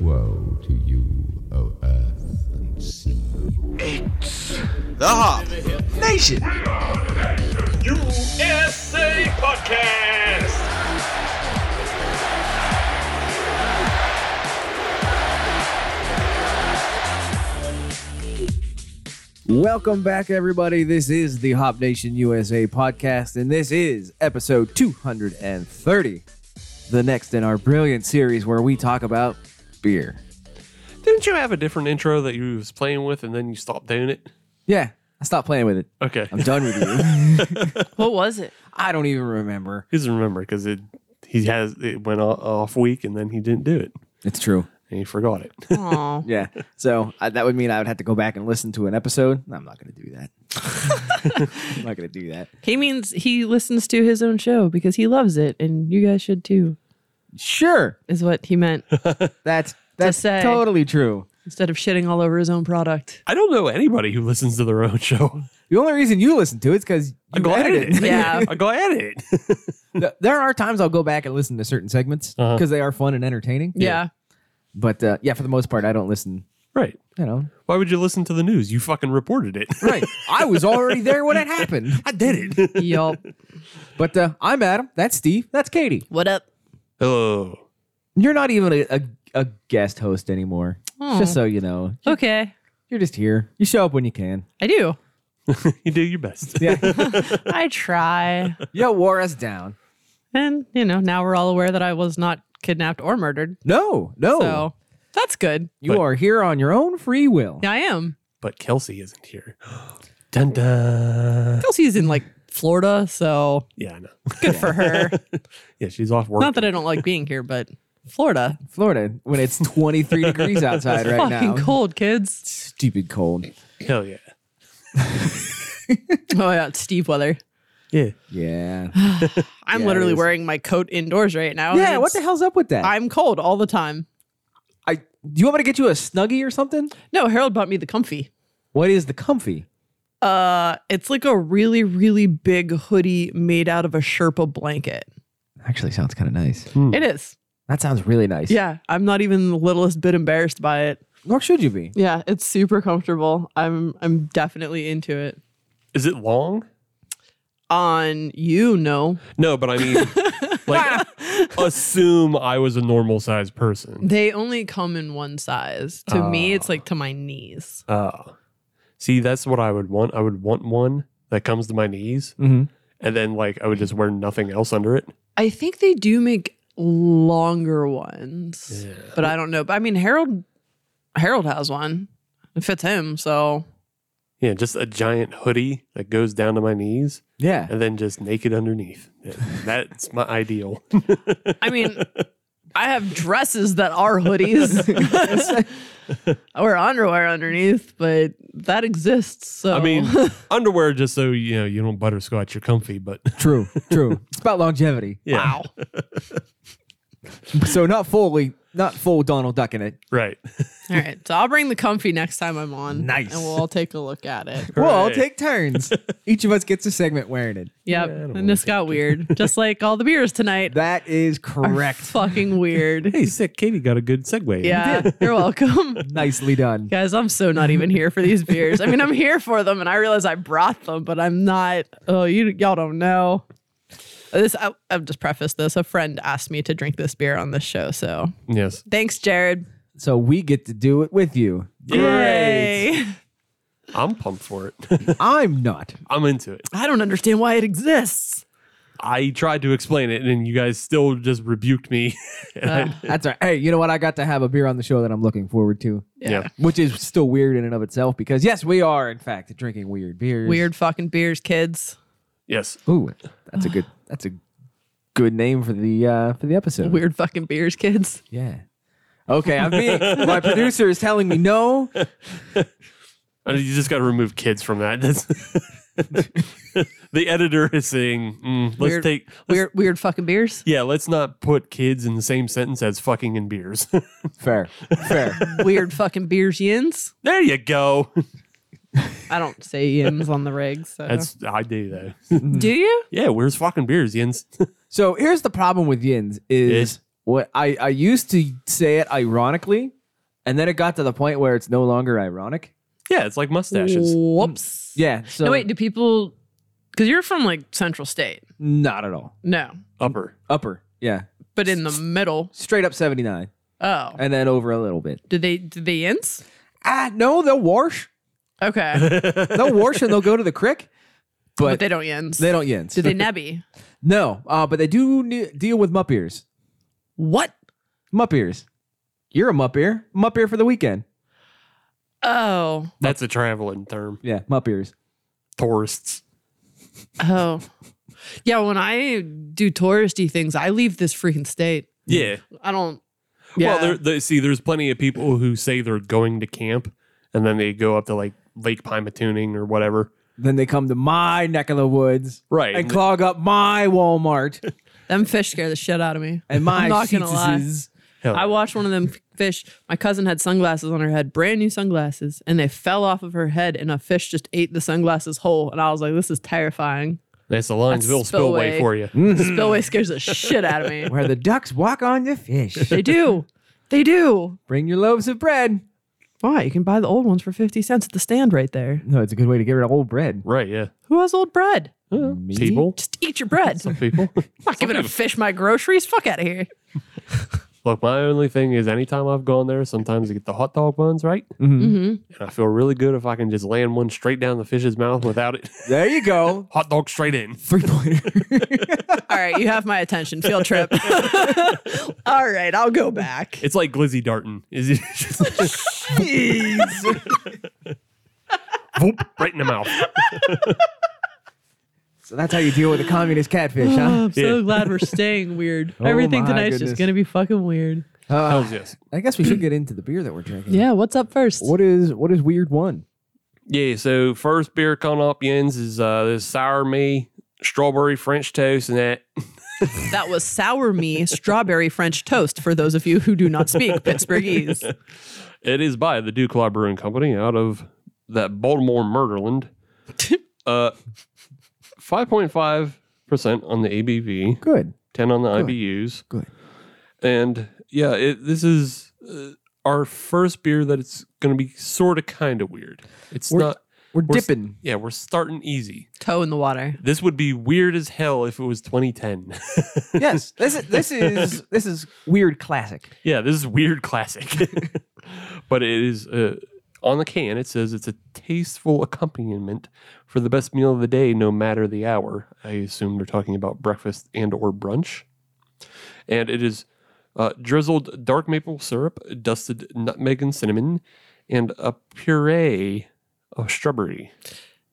Woe to you, O earth and sea. The Hop Nation. USA Podcast. Welcome back, everybody. This is the Hop Nation USA podcast, and this is episode 230, the next in our brilliant series where we talk about beer. Didn't you have a different intro that you was playing with and then you stopped doing it? Yeah, I stopped playing with it. Okay. I'm done with you. What was it? I don't even remember. He doesn't remember because it he has it went o- off week and then he didn't do it It's true. and he forgot it. Aw. Yeah. So I, that would mean I would have to go back and listen to an episode. I'm not going to do that. I'm not going to do that. He means he listens to his own show because he loves it, and you guys should too, Sure. is what he meant That's that's say. totally true. instead of shitting all over his own product. I don't know anybody who listens to their own show. The only reason you listen to it's because I you go at edited it. it. Yeah. I go at it. Th- there are times I'll go back and listen to certain segments Uh-huh. because they are fun and entertaining. But uh, yeah, for the most part, I don't listen. right. You know, Why would you listen to the news? You fucking reported it. right? I was already there when it happened. I did it. Yup. But uh, I'm Adam. That's Steve. That's Katie. What up? Hello. You're not even a, a, a guest host anymore. Just so you know, Oh, Okay. you're just here. You show up when you can. I do. You do your best. Yeah, I try. you wore us down. And, you know, now we're all aware that I was not kidnapped or murdered. No, no, So that's good. you are here on your own free will. Yeah, I am. But Kelsey isn't here. dun dun. Kelsey's in like Florida, so Yeah, I know. good for her. Yeah, she's off work. Not that I don't like being here, but Florida. Florida, when it's 23 degrees outside right Fucking now. cold, kids. Stupid cold. Hell yeah. Oh, yeah. It's Steve weather. Yeah. Yeah. I'm Yeah, it literally is. wearing my coat indoors right now. yeah. and What the it's- hell's up with that? I'm cold all the time. I do you want me to get you a snuggie or something? No, Harold bought me the comfy. What is the comfy? Uh, it's like a really, really big hoodie made out of a Sherpa blanket. Actually, sounds kind of nice. It is. Hmm. That sounds really nice. Yeah, I'm not even the littlest bit embarrassed by it. Nor should you be. Yeah, it's super comfortable. I'm I'm definitely into it. Is it long? On you, no. No, but I mean, like, assume I was a normal sized person. They only come in one size. To me, Ah. it's like to my knees. Oh, see, that's what I would want. I would want one that comes to my knees, Mm-hmm. and then like I would just wear nothing else under it. I think they do make longer ones, Yeah. but I don't know. But I mean, Harold Harold has one. It fits him, so Yeah, just a giant hoodie that goes down to my knees, Yeah. and then just naked underneath. Yeah, That's my ideal. I mean, I have dresses that are hoodies I wear underwear underneath, but that exists. So I mean, underwear just so you know you don't butterscotch. You're comfy, but True. True. it's about longevity. yeah, wow. So not fully, not full Donald Duck in it. right. All right, so I'll bring the comfy next time I'm on. Nice. and we'll all take a look at it. We'll all Hooray. take turns. Each of us gets a segment wearing it. Yep, and this got weird, just like all the beers tonight. That is are correct. Fucking weird. Hey, sick. Katie got a good segue. eh? Yeah, you're welcome. Nicely done. Guys, I'm so not even here for these beers. I mean, I'm here for them, and I realize I brought them, but I'm not. Oh, you y'all don't know. This I, I've just prefaced this. A friend asked me to drink this beer on this show, so Yes. thanks, Jared. So we get to do it with you. Yay! I'm pumped for it. I'm not. I'm into it. I don't understand why it exists. I tried to explain it, and you guys still just rebuked me. And I- That's all right. Hey, you know what? I got to have a beer on the show that I'm looking forward to, yeah. which is still weird in and of itself because, yes, we are, in fact, drinking weird beers. Weird fucking beers, kids. Yes. Ooh, that's a good. That's a good name for the uh, for the episode. Weird fucking beers, kids. Yeah. Okay, I'm being. my producer is telling me no. I mean, you just got to remove kids from that. That's the editor is saying, mm, let's Weird- take, let's- Weird, weird fucking beers. yeah, let's not put kids in the same sentence as fucking and beers. Fair, fair. Weird fucking beers, yins. there you go. I don't say yins on the regs. So. That's I do though. Do you? yeah, where's fucking beers, Jens? So here's the problem with yins is Is? What I, I used to say it ironically, and then it got to the point where it's no longer ironic. Yeah, it's like mustaches. Whoops. Yeah. So no, wait, do people, because you're from like Central State. not at all. No, Upper. Upper. Yeah. but in the middle. Straight up 79. Oh. And then over a little bit. Do they, do the ints? Ah, no, they'll wash. Okay. but, They'll wash and they'll go to the crick. But, they don't yins. they don't yins. Do they nebby? No, uh, but they do ne- deal with mup ears. What? Mup ears. You're a mup ear. Mup ear for the weekend. Oh. That's a traveling term. Yeah, mup ears. Tourists. Oh. Yeah, when I do touristy things, I leave this freaking state. Yeah. I don't. Yeah. Well, there, there, see, there's plenty of people who say they're going to camp, and then they go up to like Lake Pimatooning or whatever. Then they come to my neck of the woods Right. and clog up my Walmart them fish scare the shit out of me. and my I'm not gonna Ceases. Hell I watched one of them f- fish. My cousin had sunglasses on her head, brand new sunglasses, and they fell off of her head, and a fish just ate the sunglasses whole. And I was like, this is terrifying. That's the Linesville That's Mm. spillway. spillway. for you. Spillway scares the shit out of me. Where the ducks walk on the fish. They do. They do. Bring your loaves of bread. Why? You can buy the old ones for 50 cents at the stand right there. No, it's a good way to get rid of old bread. Right, yeah. Who has old bread? Me? People. Just eat your bread. I'm People. not giving a fish my groceries. Fuck out of here. Look, my only thing is anytime I've gone there, sometimes I get the hot dog buns, right? Mm-hmm. And I feel really good if I can just land one straight down the fish's mouth without it. There you go. hot dog straight in. Three pointer. All right, you have my attention. Field trip. All right, I'll go back. It's like glizzy darting. Is it just Jeez. whoop, right in the mouth? so that's how you deal with the communist catfish, huh? Oh, I'm so Yeah. glad we're staying weird. Oh Everything my tonight's goodness. just gonna be fucking weird. Uh, Hells yes. I guess we should get into the beer that we're drinking. Yeah, what's up first? What is what is weird one? Yeah, so first beer coming up, Jens, is uh, this sour me, strawberry French toast, and that. That was sour me strawberry French toast for those of you who do not speak Pittsburghese. It is by the Duke Law Brewing Company out of that Baltimore Murderland. uh, 5.5% on the ABV. Good. 10 on the Good. IBUs. Good. And yeah, it, this is uh, our first beer that it's going to be sort of kind of weird. It's We're- not, We're, We're s- dipping. yeah, we're starting easy. Toe in the water. This would be weird as hell if it was 2010. yes. This is this is this is weird classic. yeah, this is weird classic. but it is uh, on the can, it says it's a tasteful accompaniment for the best meal of the day, no matter the hour. I assume they're talking about breakfast and or brunch. and it is uh, drizzled dark maple syrup, dusted nutmeg and cinnamon, and a puree of strawberry.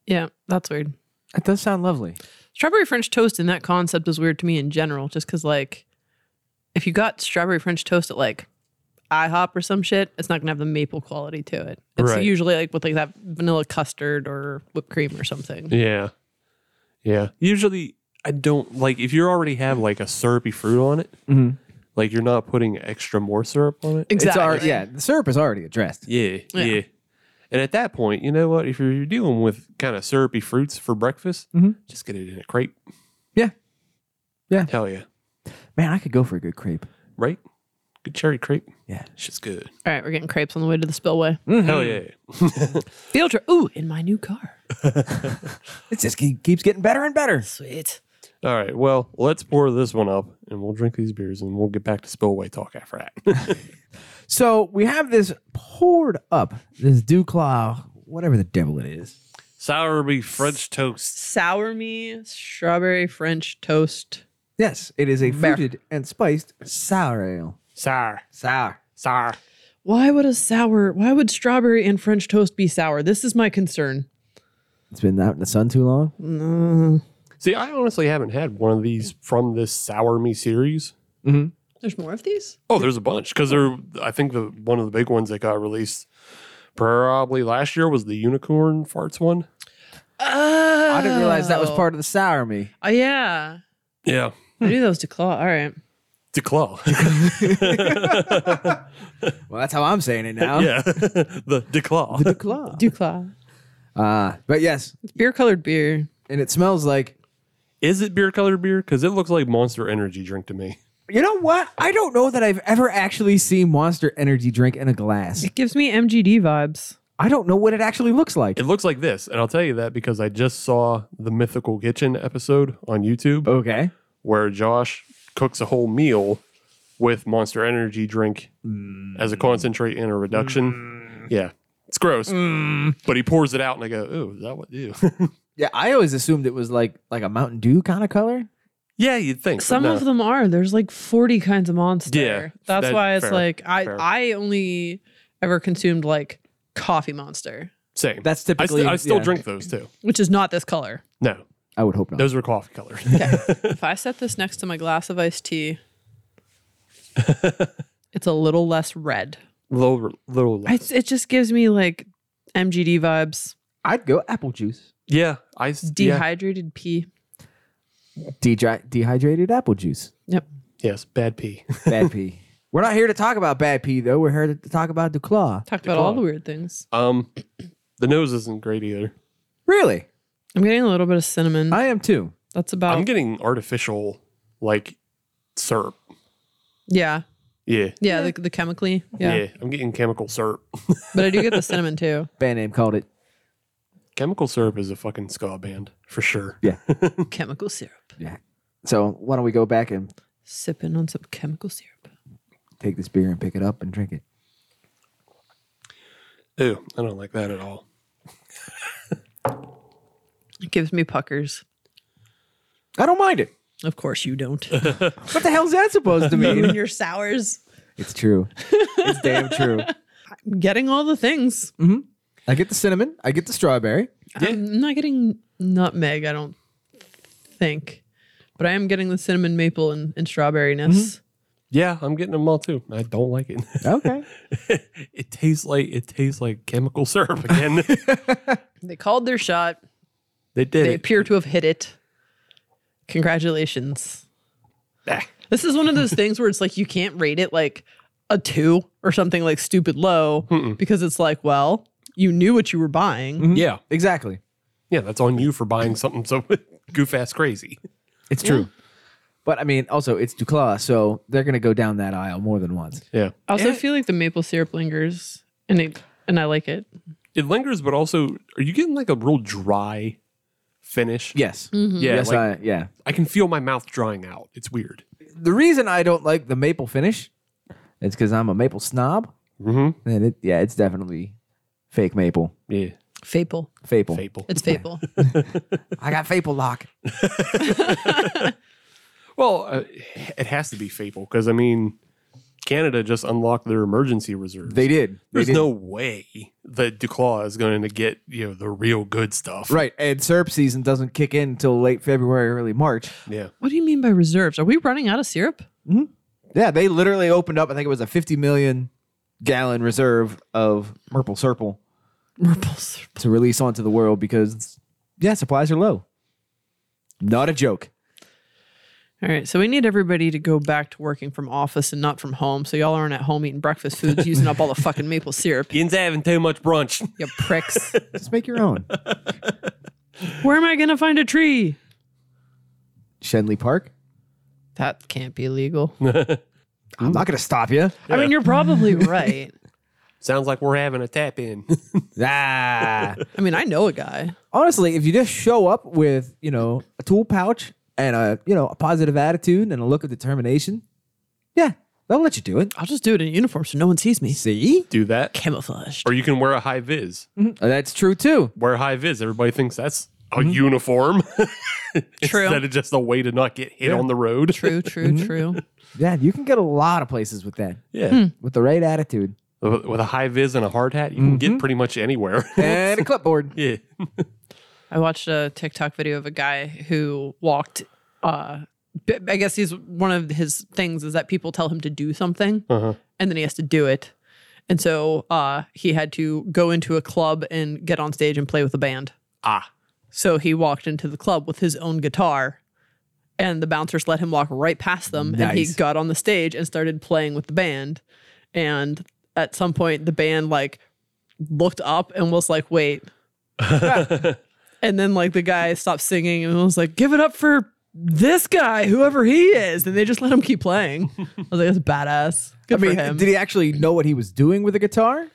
Yeah, that's weird. That does sound lovely. Strawberry French toast in that concept is weird to me in general, just because like if you got strawberry French toast at like IHOP or some shit, it's not gonna have the maple quality to it. It's Right. usually like with like that vanilla custard or whipped cream or something. Yeah, yeah. Usually, I don't like if you already have like a syrupy fruit on it. Mhm. Like you're not putting extra more syrup on it. It's Exactly. our, yeah, the syrup is already addressed. Yeah, yeah. Yeah. And at that point, you know what? If you're dealing with kind of syrupy fruits for breakfast, Mhm. just get it in a crepe. Yeah. Yeah. Hell yeah. Man, I could go for a good crepe. Right? Good cherry crepe. Yeah. Shit's good. All right, we're getting crepes on the way to the spillway. Hell yeah. Field trip. Ooh, in my new car. It just keep- keeps getting better and better. Sweet. All right. Well, let's pour this one up and we'll drink these beers and we'll get back to spillway talk after that. So we have this poured up, this Duclaw, whatever the devil it is. Sour be French toast. Sour me strawberry French toast. Yes, it is a Bear. fruited and spiced sour ale. Sour. Sour. Sour. Why would a sour? Why would strawberry and French toast be sour? This is my concern. It's been out in the sun too long. No, See, I honestly haven't had one of these from this Sour Me series. there's more of these. Oh, there's a bunch because they're, I think the one of the big ones that got released probably last year was the Unicorn Farts one. Oh, I didn't realize that was part of the sour me. Oh yeah, Yeah. I knew that was DeClaw. All right, To claw. Well, that's how I'm saying it now. yeah. the to claw. Duclaw. DuClaw. Uh, but yes, It's beer colored beer. and it smells like Is it beer colored beer? Because it looks like Monster Energy drink to me. You know what? I don't know that I've ever actually seen Monster Energy drink in a glass. It gives me MGD vibes. I don't know what it actually looks like. It looks like this, and I'll tell you that because I just saw the Mythical Kitchen episode on YouTube Okay. where Josh cooks a whole meal with Monster Energy drink as a concentrate and a reduction. Yeah, it's gross, but he pours it out, and I go, "Ooh, is that what you?" Yeah, I always assumed it was like like a Mountain Dew kind of color. yeah, you'd think but Some no. of them are. There's like 40 kinds of monster. Yeah, That's that- why it's fair, like I fair. I only ever consumed like coffee monster, same. That's I, typically. st- I still yeah. drink those too. which is not this color. No, I would hope not. those were coffee colored. if I set this next to my glass of iced tea, it's a little less red. little, little. It's, it just gives me like MGD vibes, I'd go apple juice. yeah, I s- yeah. dehydrated pee. Dehydra- dehydrated apple juice. Yep. Yes, bad pee. Bad pee. We're not here to talk about bad pee though. We're here to talk about the claw. Talked about all the weird things. um, the nose isn't great either. Really? I'm getting a little bit of cinnamon. I am too. That's about I'm getting artificial like syrup. yeah. Yeah. Yeah, The, the chemically. Yeah. Yeah. I'm getting chemical syrup. But I do get the cinnamon too. Band name called it. Chemical syrup is a fucking ska band for sure. chemical syrup. Yeah. So why don't we go back and Sipping on some chemical syrup. take this beer and pick it up and drink it? Ew, I don't like that at all. It gives me puckers. I don't mind it. Of course you don't. What the hell's that supposed to mean? and your sours. it's true. It's damn true. Getting all the things. I get the cinnamon. I get the strawberry. I'm not getting nutmeg, I don't think. But I am getting the cinnamon maple and, and strawberryness. Yeah, I'm getting them all too. I don't like it. Okay. it tastes like it tastes like chemical syrup again. They called their shot. they did They it. appear to have hit it. Congratulations. Ah. This is one of those things where it's like you can't rate it like a two or something like stupid low because it's like, well, you knew what you were buying. yeah. exactly. Yeah, that's on you for buying something so goof ass crazy. It's true. But I mean, also it's Duclaw, so they're gonna go down that aisle more than once. Yeah. I also feel like the maple syrup lingers and it and I like it. It lingers, but also are you getting like a real dry finish? Yes. Mm-hmm. Yeah. Mm-hmm. Yes, like, I yeah. I can feel my mouth drying out. It's weird. The reason I don't like the maple finish is because I'm a maple snob. Mm-hmm. And it yeah, it's definitely fake maple. Yeah. Fable. Fable. Fable. It's fable. I got fable lock. Well, uh, it has to be Fable because I mean, Canada just unlocked their emergency reserves. They did. They There's did. no way that Duclaw is going to get you know the real good stuff. Right, and syrup season doesn't kick in until late February, early March. Yeah. what do you mean by reserves? Are we running out of syrup? Yeah, they literally opened up. I think it was a 50 million gallon reserve of Merple Serple Maple syrup. to release onto the world because, yeah, supplies are low. Not a joke. All right, so we need everybody to go back to working from office and not from home. So y'all aren't at home eating breakfast foods, using up all the fucking maple syrup. Ian's having too much brunch. You pricks. Just make your own. Where am I gonna find a tree? Shenley Park. That can't be legal. I'm not going to stop you. I mean, you're probably right. Sounds like we're having a tap in. Ah. I mean, I know a guy. Honestly, if you just show up with, you know, a tool pouch and a, you know, a positive attitude and a look of determination, yeah, they'll let you do it. I'll just do it in uniform so no one sees me. See? Do that, Camouflaged. or you can wear a high viz. That's true too. Wear a high viz. Everybody thinks that's a uniform. True. Instead of Mm-hmm. just a way to not get hit on the road. True, true, true. Yeah, you can get a lot of places with that, Yeah. with the right attitude With with a high viz and a hard hat, you can get pretty much anywhere. and a clipboard. yeah. I watched a TikTok video of a guy who walked. Uh, b- I guess he's one of his things is that people tell him to do something, Uh-huh. and then he has to do it. And so uh, he had to go into a club and get on stage and play with a band. Ah. So he walked into the club with his own guitar, and the bouncers let him walk right past them. And he Nice. got on the stage and started playing with the band. And at some point, the band like looked up and was like, "Wait." and then like the guy stopped singing and was like, "Give it up for this guy, whoever he is, and they just let him keep playing. I was like, that's badass. Good I mean, for him. did he actually know what he was doing with the guitar?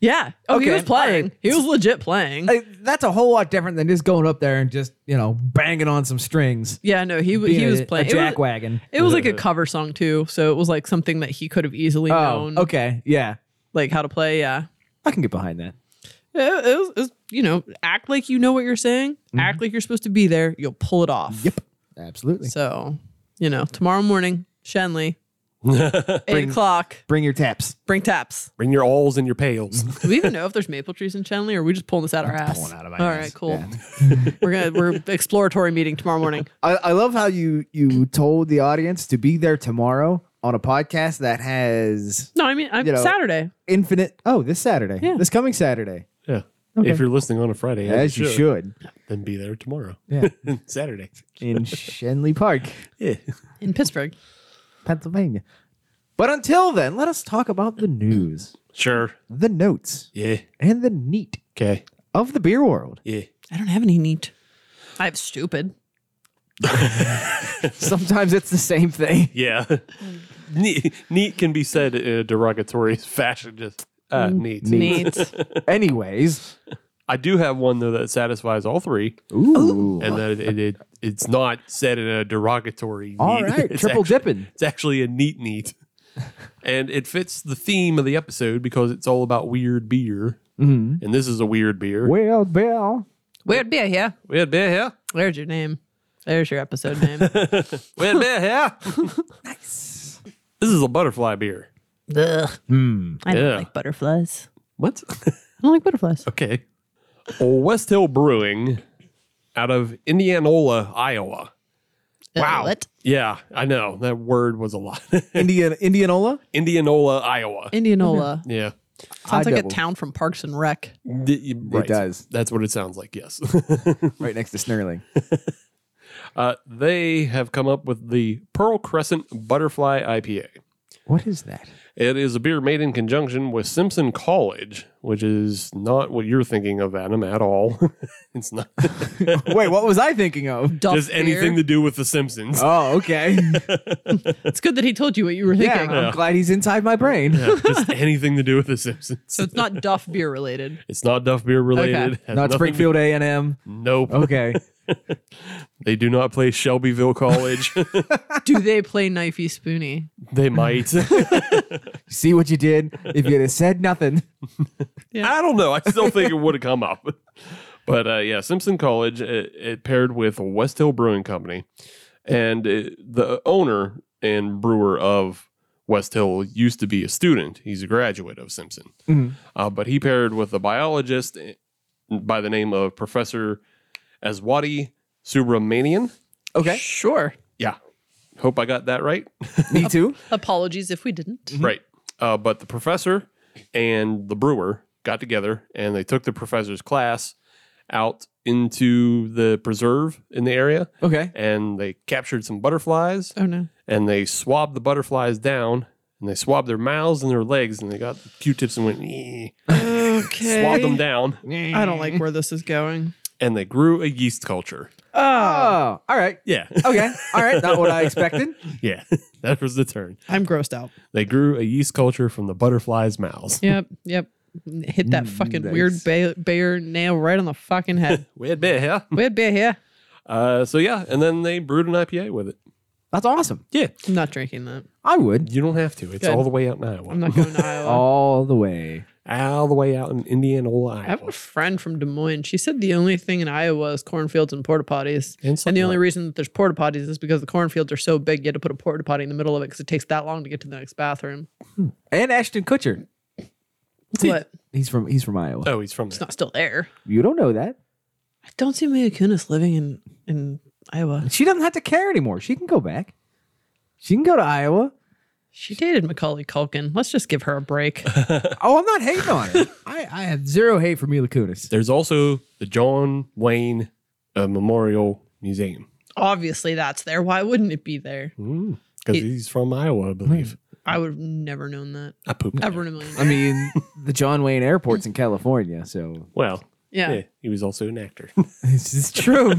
yeah. Oh, he Okay. was playing. Alright. He was legit playing. Like, that's a whole lot different than just going up there and just you know banging on some strings. yeah, no, he w- being he was a, playing. a It was- jackwagon. It was like a cover song too, so it was like something that he could have easily Oh, known, okay, yeah, like how to play. Yeah, I can get behind that. it, it was, it was, you know, act like you know what you're saying, act like you're supposed to be there. You'll pull it off. Mm-hmm. Yep, absolutely. So, you know, tomorrow morning, Shenley, eight o'clock, Bring your taps. bring taps. Bring your alls and your pails. Do we even know if there's maple trees in Shenley, or are we just pulling this out our ass? pulling out of my All ass. right, cool. we're gonna we're exploratory meeting tomorrow morning. I, I love how you you told the audience to be there tomorrow on a podcast that has No, I mean I'm, You know- Saturday. infinite. Oh, this Saturday, Yeah. this coming Saturday, yeah. If you're listening on a Friday, as you should, then be there tomorrow. Yeah. Saturday. in Shenley Park, Yeah. in Pittsburgh. Pennsylvania. But until then, let us talk about the news, Sure. the notes, Yeah. and the neat Okay. of the beer world. Yeah. I don't have any neat. I have stupid. Sometimes it's the same thing. Yeah. neat, neat can be said in a derogatory fashion. Just uh, neat. Neat. Anyways, I do have one though that satisfies all three, ooh, and that it, it it's not said in a derogatory. all neat. right, It's triple actually- dipping. It's actually a neat neat. And it fits the theme of the episode because it's all about weird beer. Mm-hmm. And this is a weird beer. Well, Bill, Weird beer here. Weird beer here. There's your name. There's your episode name. Weird beer here. nice. This is a butterfly beer. Ugh. I don't Yeah. like butterflies. What? I don't like butterflies. okay. West Hill Brewing out of Indianola, Iowa. Wow. What? Yeah, I know. That word was a lot. Indian Indianola. Indianola, Iowa. Indianola. yeah. Sounds I like double. a town from Parks and Rec. D- you- right. does. That's what it sounds like, yes. right next to Snurling. uh, they have come up with the Pearl Crescent Butterfly IPA. What is that? It is a beer made in conjunction with Simpson College, which is not what you're thinking of, Adam, at all. it's not Wait, what was I thinking of? Duff just anything to do with The Simpsons. Oh, okay. It's good that he told you what you were yeah, thinking. I'm glad he's inside my brain. Yeah, just anything to do with The Simpsons. So it's not Duff beer related. It's not Duff beer related. Has Not nothing- Springfield A and M. Nope. Okay. They do not play Shelbyville College. Do they play Knifey Spoonie? they might. See what you did. If you'd have said nothing, I don't know. I still think it would have come up. But uh, yeah, Simpson College, it, it paired with West Hill Brewing Company. And it, the owner and brewer of West Hill used to be a student. He's a graduate of Simpson. Mhm. Uh, but he paired with a biologist eh, by the name of Professor Aswati Subramanian. okay. Sure. Yeah. Hope I got that right. Me too. Apologies if we didn't. Right. Uh, but the professor and the brewer got together and they took the professor's class out into the preserve in the area Okay. and they captured some butterflies Oh no. and they swabbed the butterflies down and they swabbed their mouths and their legs and they got the q-tips and went "Eh," Okay. swabbed them down I don't like where this is going. and they grew a yeast culture Oh, all right. yeah Okay. All right. Not what I expected. yeah that was the turn I'm grossed out. they grew a yeast culture from the butterflies mouths Yep. Yep. Hit that fucking nice. weird bear, bear nail right on the fucking head. weird bit huh weird bear here. uh, so yeah and then they brewed an ipa with it That's awesome. yeah I'm not drinking that. I would. You don't have to. It's Good. all the way out in Iowa. I'm not going to Iowa. All the way. all the way out in Indianola, I have Iowa. a friend from Des Moines. She said the only thing in Iowa is cornfields and porta potties. And And, something the only like- reason that there's porta potties is because the cornfields are so big, you had to put a porta potty in the middle of it because it takes that long to get to the next bathroom. And Ashton Kutcher. But He's from he's from Iowa. Oh, he's from it's there. not still there. You don't know that. I don't see Mia Kunis living in, in Iowa. She doesn't have to care anymore. She can go back. She can go to Iowa. She dated Macaulay Culkin. Let's just give her a break. Oh, I'm not hating on her. I, I have zero hate for Mila Kunis. There's also the John Wayne uh, Memorial Museum Obviously, that's there. Why wouldn't it be there? because he's from Iowa, I believe. I would have never known that. I pooped. Ever in a million. I mean, the John Wayne Airport's in California, so Well, Yeah. Yeah, he was also an actor. This is true.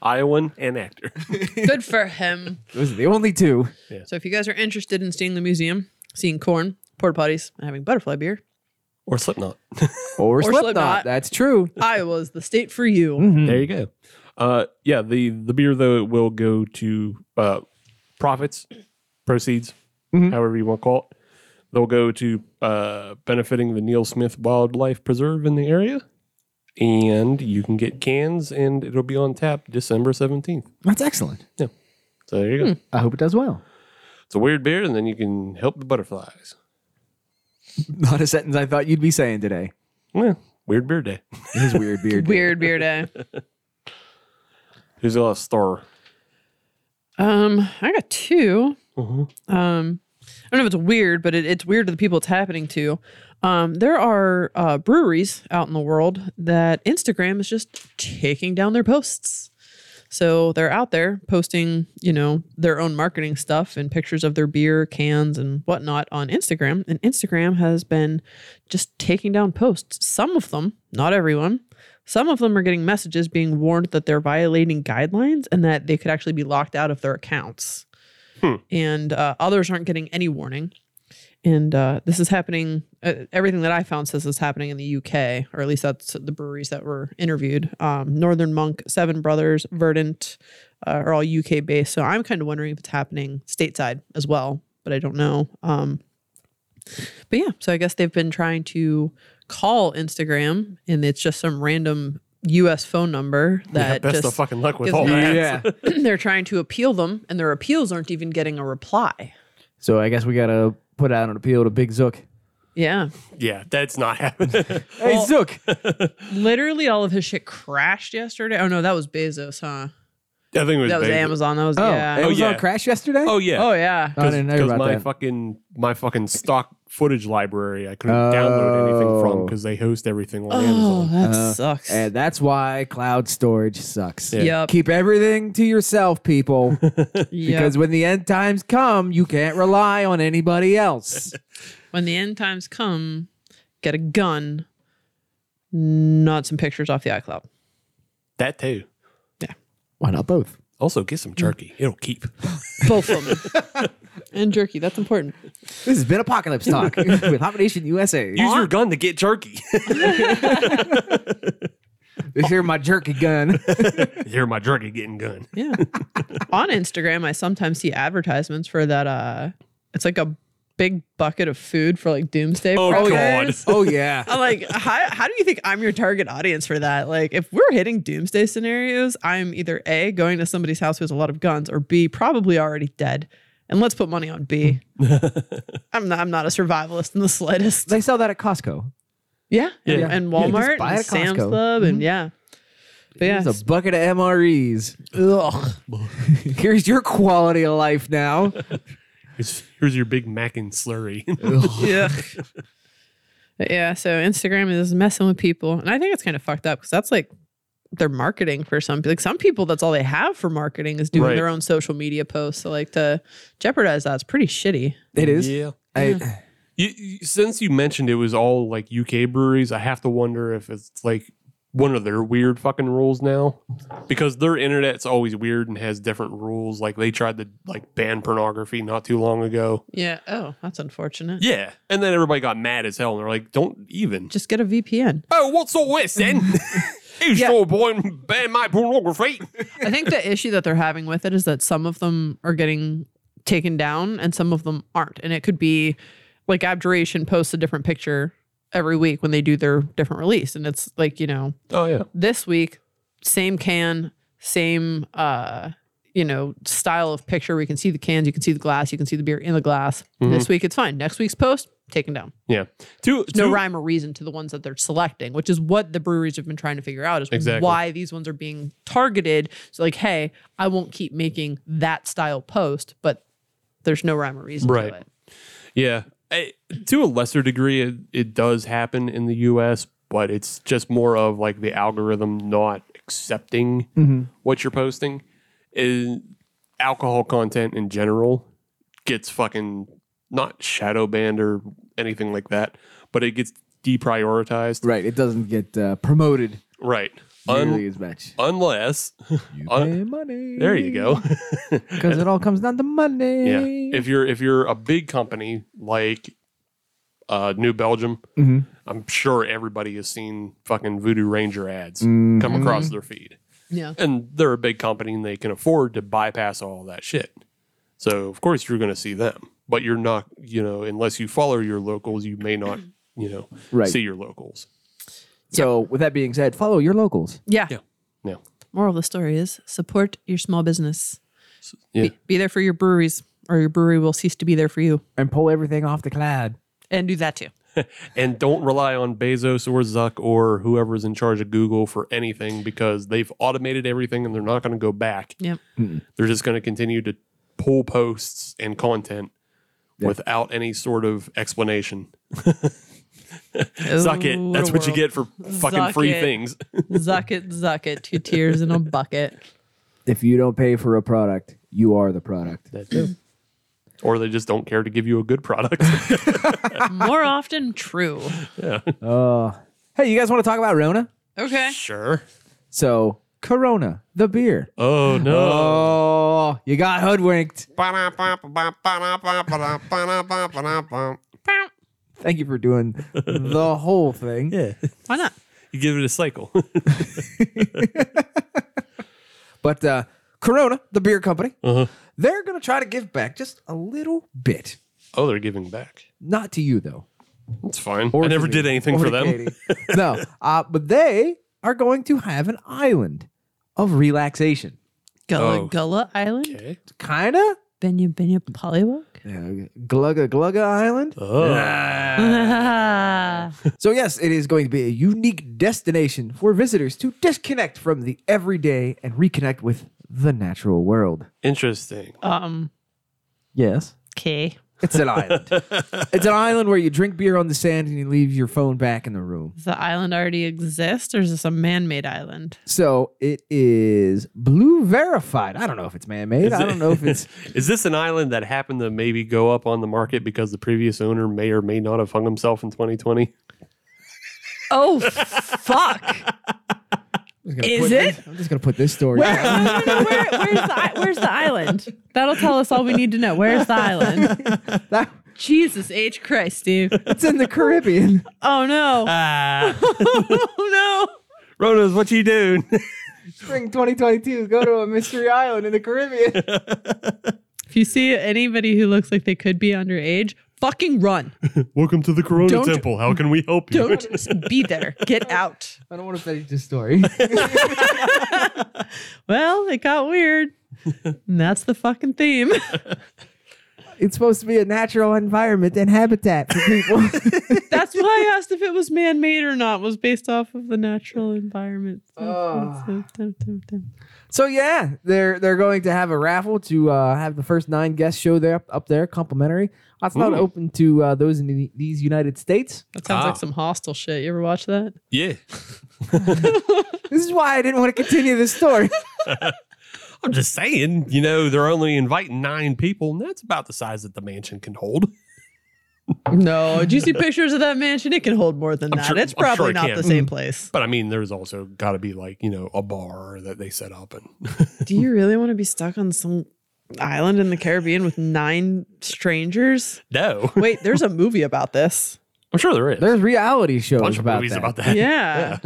Iowan and actor. Good for him. Those are the only two. So if you guys are interested in seeing the museum, seeing corn, porta potties, and having butterfly beer, Or Slipknot. Or, Slipknot. Slipknot. That's true. Iowa is the state for you. There you go. Uh, yeah, the the beer though will go to uh, profits, proceeds, Mm-hmm. Mhm. however you want to call it. They'll go to uh, benefiting the Neil Smith Wildlife Preserve in the area, and you can get cans, and it'll be on tap December seventeenth. That's excellent. So there you Hmm. go. I hope it does well. It's a weird beer, and then you can help the butterflies. Not a sentence I thought you'd be saying today. Yeah, weird beer day. It is weird beard. Weird beer day. Who's the last star? Um, I got two. Mhm. Um, I don't know if it's weird, but it, it's weird to the people it's happening to. Um, there are uh, breweries out in the world that Instagram is just taking down their posts. So they're out there posting, you know, their own marketing stuff and pictures of their beer cans and whatnot on Instagram. And Instagram has been just taking down posts. Some of them, not everyone, some of them are getting messages being warned that they're violating guidelines and that they could actually be locked out of their accounts. And uh, others aren't getting any warning. And uh, this is happening. Uh, everything that I found says it's happening in the UK, or at least that's the breweries that were interviewed. Um, Northern Monk, Seven Brothers, Verdant uh, are all UK based. So I'm kind of wondering if it's happening stateside as well, but I don't know. Um, but yeah, so I guess they've been trying to call Instagram, and it's just some random U.S. phone number that yeah, best just of fucking luck with gives all me- that. Yeah. they're trying to appeal them, and their appeals aren't even getting a reply. so I guess we gotta put out an appeal to Big Zook. Yeah. Yeah, that's not happening. Hey Zook. Literally all of his shit crashed yesterday. Oh no, that was Bezos, huh? I think it was, That was Bezos. Amazon. That was Oh, yeah. Amazon yeah. crashed yesterday. Oh yeah. Oh yeah. I didn't know because about my that. fucking my fucking stock footage library I couldn't download anything from Oh. because they host everything on Oh, Amazon. that sucks. uh, and that's why cloud storage sucks. Yeah. Yep. Keep everything to yourself, people, because yep. when the end times come, you can't rely on anybody else. when the end times come, get a gun, not some pictures off the iCloud. That too. why not both? Also, get some jerky. It'll keep. Both of them. and jerky. That's important. This has been Apocalypse Talk with Hop Nation USA. Use your gun to get jerky. This here my jerky gun. Hear my jerky getting gun. Yeah. On Instagram, I sometimes see advertisements for that. Uh, it's like a big bucket of food for like doomsday. Oh, God. preppers. oh yeah. I'm like, how, how do you think I'm your target audience for that? Like, if we're hitting doomsday scenarios, I'm either A, going to somebody's house who has a lot of guns, or B, probably already dead. And let's put money on B. I'm not, I'm not a survivalist in the slightest. They sell that at Costco. yeah. And, Yeah. and Yeah, just Walmart buy it and at Sam's Costco. Club. And yeah. But yeah. It's a bucket of MREs. ugh. Here's your quality of life now. Here's, here's your big mac and slurry. Yeah. But yeah, so Instagram is messing with people, and I think it's kind of fucked up because that's like their marketing for some like some people. That's all they have for marketing is doing Right. their own social media posts. So like to jeopardize that's pretty shitty. It is. Yeah. I, You, you- since you mentioned it was all like UK breweries, I have to wonder if it's like one of their weird fucking rules now because their internet's always weird and has different rules. Like they tried to like ban pornography not too long ago. Yeah. Oh, that's unfortunate. Yeah. And then everybody got mad as hell and they're like, don't even. Just get a VPN. Oh, what's all this then? you Yeah. sure boy ban my pornography. I think the issue that they're having with it is that some of them are getting taken down and some of them aren't. And it could be like Abjuration posts a different picture every week when they do their different release. And it's like, you know, Oh yeah. this week, same can, same uh, you know, style of picture. We can see the cans, you can see the glass, you can see the beer in the glass. Mm-hmm. This week it's fine. Next week's post, taken down. Yeah. Two, There's no two- rhyme or reason to the ones that they're selecting, which is what the breweries have been trying to figure out is Exactly. why these ones are being targeted. So like, hey, I won't keep making that style post, but there's no rhyme or reason Right. to it. Yeah. I, to a lesser degree, it, it does happen in the US, but it's just more of like the algorithm not accepting Mm-hmm. what you're posting. Is alcohol content in general gets fucking not shadow banned or anything like that, but it gets deprioritized. Right. It doesn't get uh, promoted Right. Un- nearly as much. unless You un- pay money. there you go. Because it all comes down to money. yeah. If you're if you're a big company like uh, New Belgium, Mhm. I'm sure everybody has seen fucking Voodoo Ranger ads come across their feed. Yeah. And they're a big company and they can afford to bypass all that shit. So of course you're going to see them, but you're not, you know, unless you follow your locals, you may not, you know, Right. see your locals. So, with that being said, follow your locals. Yeah. Yeah. Yeah. Moral of the story is support your small business. Yeah. Be, be there for your breweries, or your brewery will cease to be there for you. and pull everything off the cloud. And do that too. And don't rely on Bezos or Zuck or whoever's in charge of Google for anything because they've automated everything and they're not going to go back. Yep. They're just going to continue to pull posts and content without any sort of explanation. Zuck it. That's what you get for fucking Zuck free it. things. zuck it, zuck it. Two tears in a bucket. If you don't pay for a product, you are the product. or they just don't care to give you a good product. More often true. Hey, you guys want to talk about Rona? Okay. sure. So, Corona, the beer. Oh, no. Oh, you got hoodwinked. Thank you for doing the whole thing. Yeah. Why not? you give it a cycle. But uh, Corona, the beer company, Uh-huh. they're going to try to give back just a little bit. oh, they're giving back. Not to you, though. It's fine. Or I to never me. did anything Or for to them. Katie. no, uh, but they are going to have an island of relaxation. Gullah Oh. Gullah Island, Okay. Kind of? Benya Benya Pollywog. Yeah, Glugga Glugga Island. Oh. Uh, So, yes, it is going to be a unique destination for visitors to disconnect from the everyday and reconnect with the natural world. Interesting. um. Yes. Okay. It's an island. it's an island where you drink beer on the sand and you leave your phone back in the room. Does the island already exist, or is this a man-made island? So it is blue verified. I don't know if it's man made. Is I it- don't know if it's. Is this an island that happened to maybe go up on the market because the previous owner may or may not have hung himself in 2020? Oh, fuck. I'm just gonna Is put it? this- I'm just going to put this story. out. no, no, no. Where, where's, the, i- where's the island? That'll tell us all we need to know. Where's the island? That- Jesus H. Christ, Steve. it's in the Caribbean. Oh, no. Uh. Ah, oh, Rona's what you doing? Spring 2022. Go to a mystery island in the Caribbean. no. If you see anybody who looks like they could be underage, fucking run. Welcome to the Corona Don't- Temple. How can we help you? Don't be there. Get out. I don't want to finish this story. Well, it got weird. And that's the fucking theme. it's supposed to be a natural environment and habitat for people. That's why I asked if it was man made or not, was based off of the natural environment. so yeah, they're they're going to have a raffle to uh, have the first nine guests show there up there complimentary. It's not Ooh. open to uh, those in the, these United States. That sounds Ah. like some hostile shit. You ever watch that? Yeah. This is why I didn't want to continue this story. I'm just saying, you know, they're only inviting nine people, and that's about the size that the mansion can hold. No, did you see pictures of that mansion? It can hold more than I'm that. sure- it's I'm sure probably it not can. Mm. the same place. But I mean, there's also got to be like, you know, a bar that they set up. And Do you really want to be stuck on some island in the Caribbean with nine strangers? no, Wait, there's a movie about this. I'm sure there is. There's reality a shows bunch of about, movies that. about that. Yeah.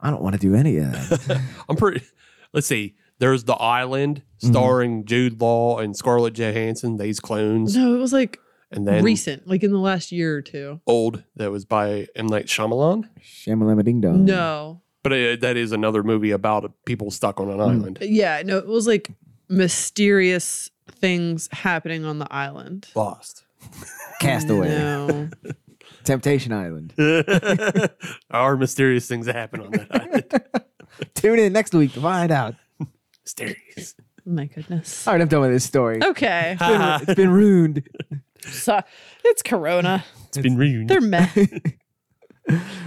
I don't want to do any of that. I'm pretty. Let's see. There's The Island, starring Jude Law and Scarlett Johansson. These clones, No, it was like and then recent, like in the last year or two. Old that was by M Night Shyamalan. Shamalama ding dong. No. But uh, that is another movie about people stuck on an island. Yeah, no, it was like mysterious things happening on the island. Lost. Castaway. No. Temptation Island. Our mysterious things that happen on that island. Tune in next week to find out. mysterious. My goodness. All right, I'm done with this story. Okay. It's been- it's been ruined. So, it's Corona. It's been reunited. They're meh.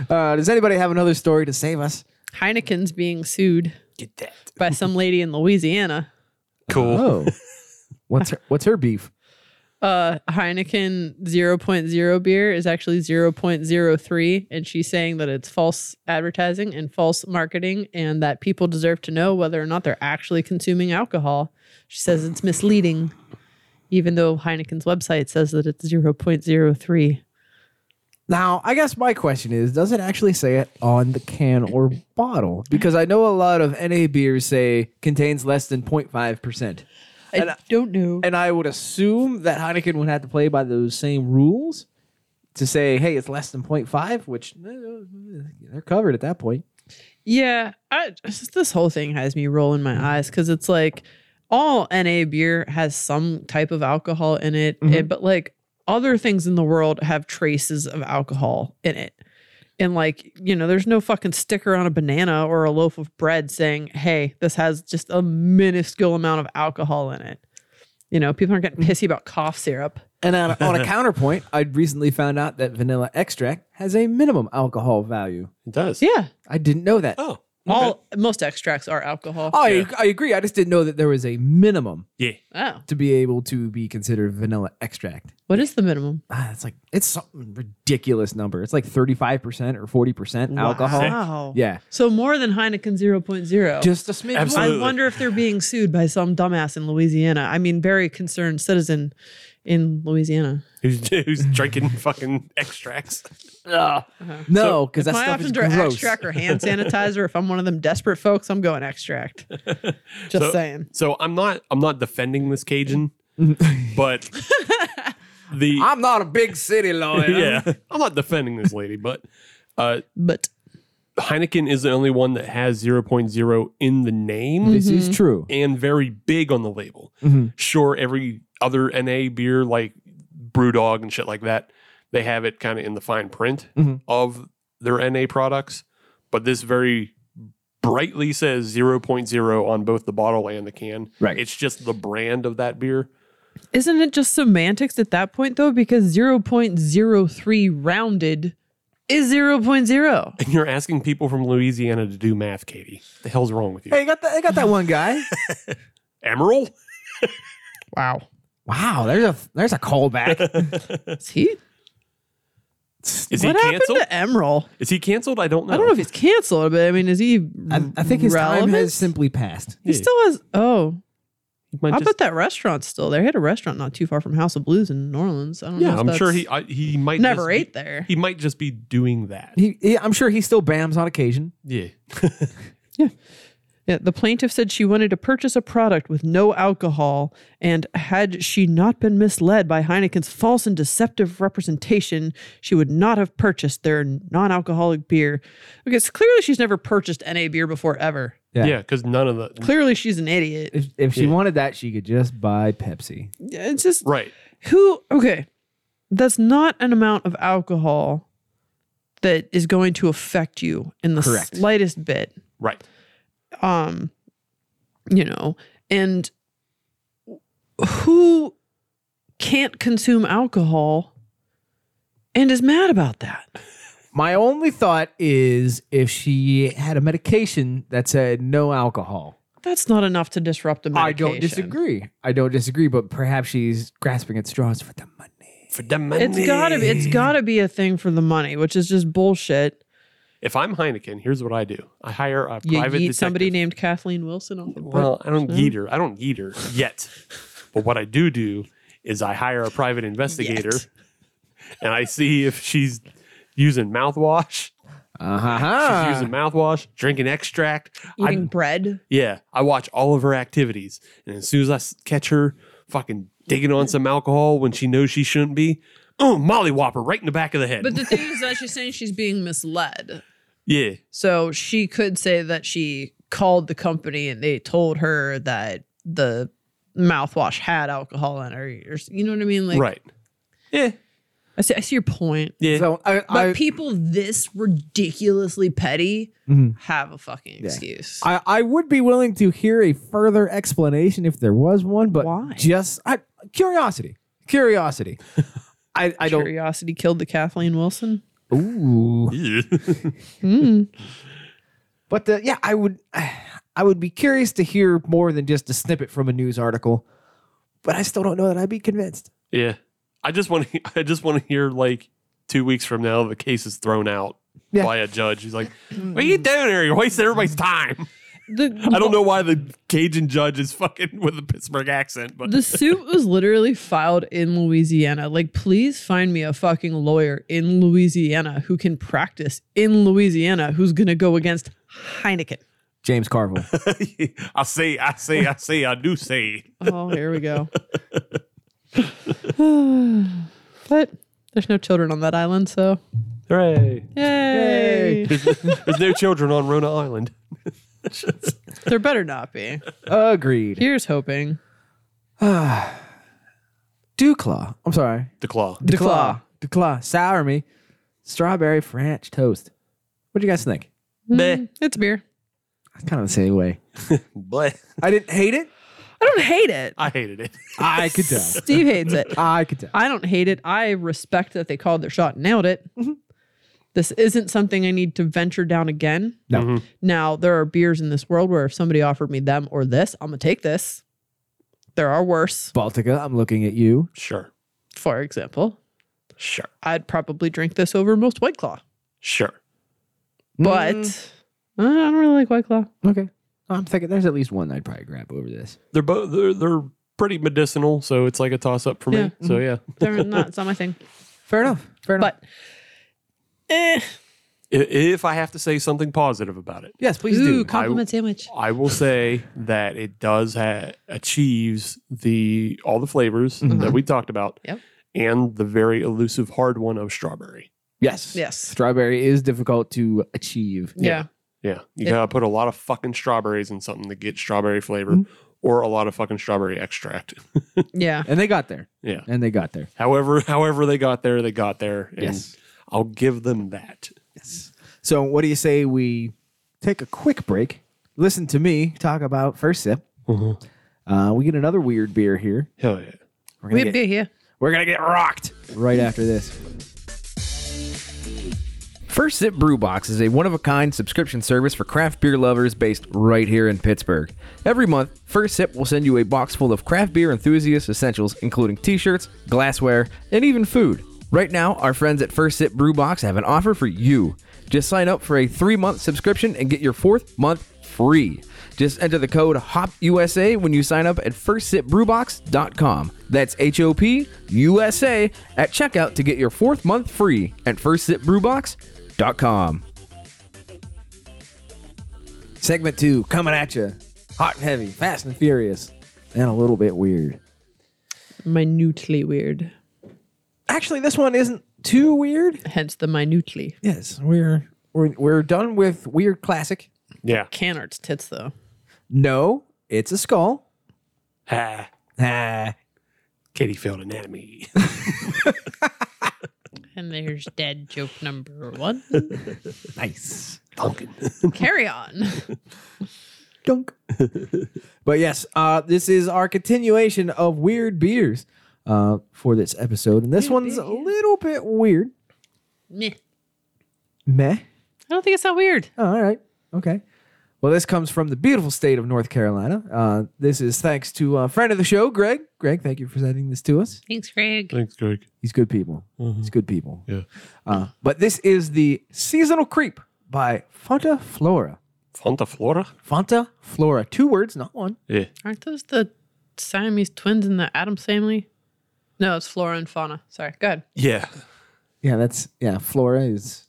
Uh, does anybody have another story to save us? Heineken's being sued Get that. by some lady in Louisiana. Oh. Cool. what's her, what's her beef? uh, Heineken 0.0 beer is actually 0.03, and she's saying that it's false advertising and false marketing, and that people deserve to know whether or not they're actually consuming alcohol. She says it's misleading, even though Heineken's website says that it's 0.03. Now, I guess my question is, does it actually say it on the can or bottle? Because I know a lot of NA beers say contains less than 0.5%. I don't know. And I would assume that Heineken would have to play by those same rules to say, hey, it's less than 0.5, which eh, they're covered at that point. Yeah, I, just this whole thing has me rolling my eyes because it's like all NA beer has some type of alcohol in it, Mhm. and- but like other things in the world have traces of alcohol in it. And like, you know, there's no fucking sticker on a banana or a loaf of bread saying, hey, this has just a minuscule amount of alcohol in it. You know, people aren't getting pissy about cough syrup. And on a, on a counterpoint, I recently found out that vanilla extract has a minimum alcohol value. It does. Yeah. I didn't know that. Oh. All most extracts are alcohol. I, Yeah. I agree. I just didn't know that there was a minimum Yeah. Oh. to be able to be considered vanilla extract. What is the minimum? Ah, it's like it's something ridiculous number. It's like thirty five percent or forty percent alcohol. Wow. Yeah, So more than Heineken 0.0. just a smidge. more. Absolutely. I wonder if they're being sued by some dumbass in Louisiana. I mean, very concerned citizen in Louisiana. Who's, who's drinking fucking extracts? No, because that If my stuff is options are gross. extract or hand sanitizer. if I'm one of them desperate folks, I'm going extract. Just So- saying. So I'm not I'm not defending this Cajun, but the I'm not a big city lawyer. yeah I'm not defending this lady, but uh, But Heineken is the only one that has 0.0 in the name This Mm-hmm. is true. and very big on the label. Sure, every other NA beer like BrewDog and shit like that, they have it kind of in the fine print Mm-hmm. Mhm. of their NA products, but this very brightly says 0.0 on both the bottle and the can. Right. It's just the brand of that beer. isn't it just semantics at that point though? Because 0.03 rounded is 0.0. And you're asking people from Louisiana to do math, Katie. What the hell's wrong with you? Hey, I got that. I got that one guy. Emerald? Wow. wow, there's a there's a callback. Is he? Is what he happened canceled? to Emerald? Is he canceled? I don't know. I don't know if he's canceled, but I mean, is he? I, I think his relevant? time has simply passed. He Yeah. still has. Oh, He might I just- bet that restaurant's still there. He had a restaurant not too far from House of Blues in New Orleans. I don't know. yeah, if I'm sure that's- he I, he might never just be- ate there. He might just be doing that. He, he- I'm sure he still bams on occasion. Yeah. Yeah, the plaintiff said she wanted to purchase a product with no alcohol, and had she not been misled by Heineken's false and deceptive representation, she would not have purchased their non-alcoholic beer. Because clearly, she's never purchased NA beer before ever. Yeah. Yeah, because none of the Clearly, she's an idiot. If, if she Yeah. wanted that, she could just buy Pepsi. It's just right. Who? Okay, that's not an amount of alcohol that is going to affect you in the Correct. slightest bit. Right. Um, you know, and who can't consume alcohol and is mad about that? My only thought is if she had a medication that said no alcohol. That's not enough to disrupt the medication. I don't disagree. I don't disagree, but perhaps she's grasping at straws for the money. For the money. It's gotta be. It's gotta be a thing for the money, which is just bullshit. If I'm Heineken, here's what I do. I hire a You private yeet detective. somebody named Kathleen Wilson off the Well, I don't yeet her. I don't yeet her yet. but what I do do is I hire a private investigator, Yet. and I see if she's using mouthwash. She's Uh-huh. using mouthwash, drinking extract. Ah. eating I, bread. yeah, I watch all of her activities, and as soon as I s- catch her fucking digging on some alcohol when she knows she shouldn't be, oh, Molly Whopper right in the back of the head. But the thing is that she's saying she's being misled. yeah, So she could say that she called the company and they told her that the mouthwash had alcohol in it, or, or you know what I mean? Like, right. Yeah, I see, I see your point. yeah. So I, But I, people this ridiculously petty Mhm. have a fucking excuse. I, I would be willing to hear a further explanation if there was one, but Why? just I, curiosity. Curiosity. I, I don't. Curiosity killed the Kathleen Wilson. Ooh. Hmm. But uh yeah, I would I would be curious to hear more than just a snippet from a news article. But I still don't know that I'd be convinced. Yeah. I just want to. I just want to hear like two weeks from now the case is thrown out Yeah. by a judge. He's like, "What are you doing here? You're wasting everybody's time." The, I don't know why the Cajun judge is fucking with a Pittsburgh accent, but The suit was literally filed in Louisiana. Like, please find me a fucking lawyer in Louisiana who can practice in Louisiana who's going to go against Heineken. James Carville. I say, I say, I say, I do say. Oh, here we go. but there's no children on that island, so Hooray! yay. There's no children on Rona Island. there better not be. Agreed. Here's hoping. Duclaw. I'm sorry. The claw. Duclaw. Duclaw. Sour me. Strawberry French toast. What do you guys think? Bleh. It's beer. I kind of the same way. Bleh. I didn't hate it. I don't hate it. I hated it. I could tell. Steve hates it. I could tell. I don't hate it. I respect that they called their shot and nailed it. Mm-hmm. This isn't something I need to venture down again. No. Now, there are beers in this world where if somebody offered me them or this, I'm going to take this. There are worse, Baltica, I'm looking at you. Sure. for example. Sure. I'd probably drink this over most White Claw, Sure. but Mm. uh, I don't really like White Claw. Okay. I'm thinking there's at least one I'd probably grab over this. They're both. They're, they're pretty medicinal, so it's like a toss up for me. Yeah. Mm-hmm. So yeah, They're not, it's not my thing. Fair enough. Fair enough. But eh, I- if I have to say something positive about it, yes, please ooh, do. compliment sandwich. I will say that it does ha- achieves the all the flavors that we talked about, Yep. and the very elusive hard one of strawberry. Yes. Yes. Strawberry is difficult to achieve. Yeah. Yeah, you It- gotta put a lot of fucking strawberries in something to get strawberry flavor, or a lot of fucking strawberry extract. Yeah. And they got there. yeah. And they got there. However, however they got there, they got there. And Yes. I'll give them that. So, what do you say we take a quick break? Listen to me talk about first sip. Uh, we get another weird beer here. Hell yeah. We're We'd gonna, get, be here. we're gonna get rocked right after this. First Sip Brew Box is a one of a kind subscription service for craft beer lovers based right here in Pittsburgh. Every month, First Sip will send you a box full of craft beer enthusiast essentials, including t shirts, glassware, and even food. Right now, our friends at First Sip Brew Box have an offer for you. Just sign up for a three month subscription and get your fourth month free. Just enter the code HOPUSA when you sign up at firstsipbrewbox.com. That's H O P U S A at checkout to get your fourth month free at firstsipbrewbox.com. Segment two coming at you hot and heavy, fast and furious, and a little bit weird. Minutely weird. Actually, this one isn't too weird. Hence the minutely. Yes, we're we're, we're done with weird classic. Yeah. Canard's tits though. No, it's a skull. Ha. Ah, Katie failed anatomy. And there's dead joke number one. nice. Pumpkin. Carry on. Dunk. but yes, uh, this is our continuation of weird beers uh, for this episode, and this one's a little bit weird. Meh. Meh. I don't think it's that weird. Oh, all right. Okay. Well, this comes from the beautiful state of North Carolina. Uh, this is thanks to a friend of the show, Greg. Greg, thank you for sending this to us. Thanks, Greg. Thanks, Greg. He's good people. He's good people. Yeah. Uh, but this is the seasonal creep by Fanta Flora. Fanta Flora? Fanta Flora. Two words, not one. Yeah. Aren't those the Siamese twins in the Adams family? No, it's flora and fauna. Sorry. Go ahead. Yeah. Yeah, that's yeah. Flora is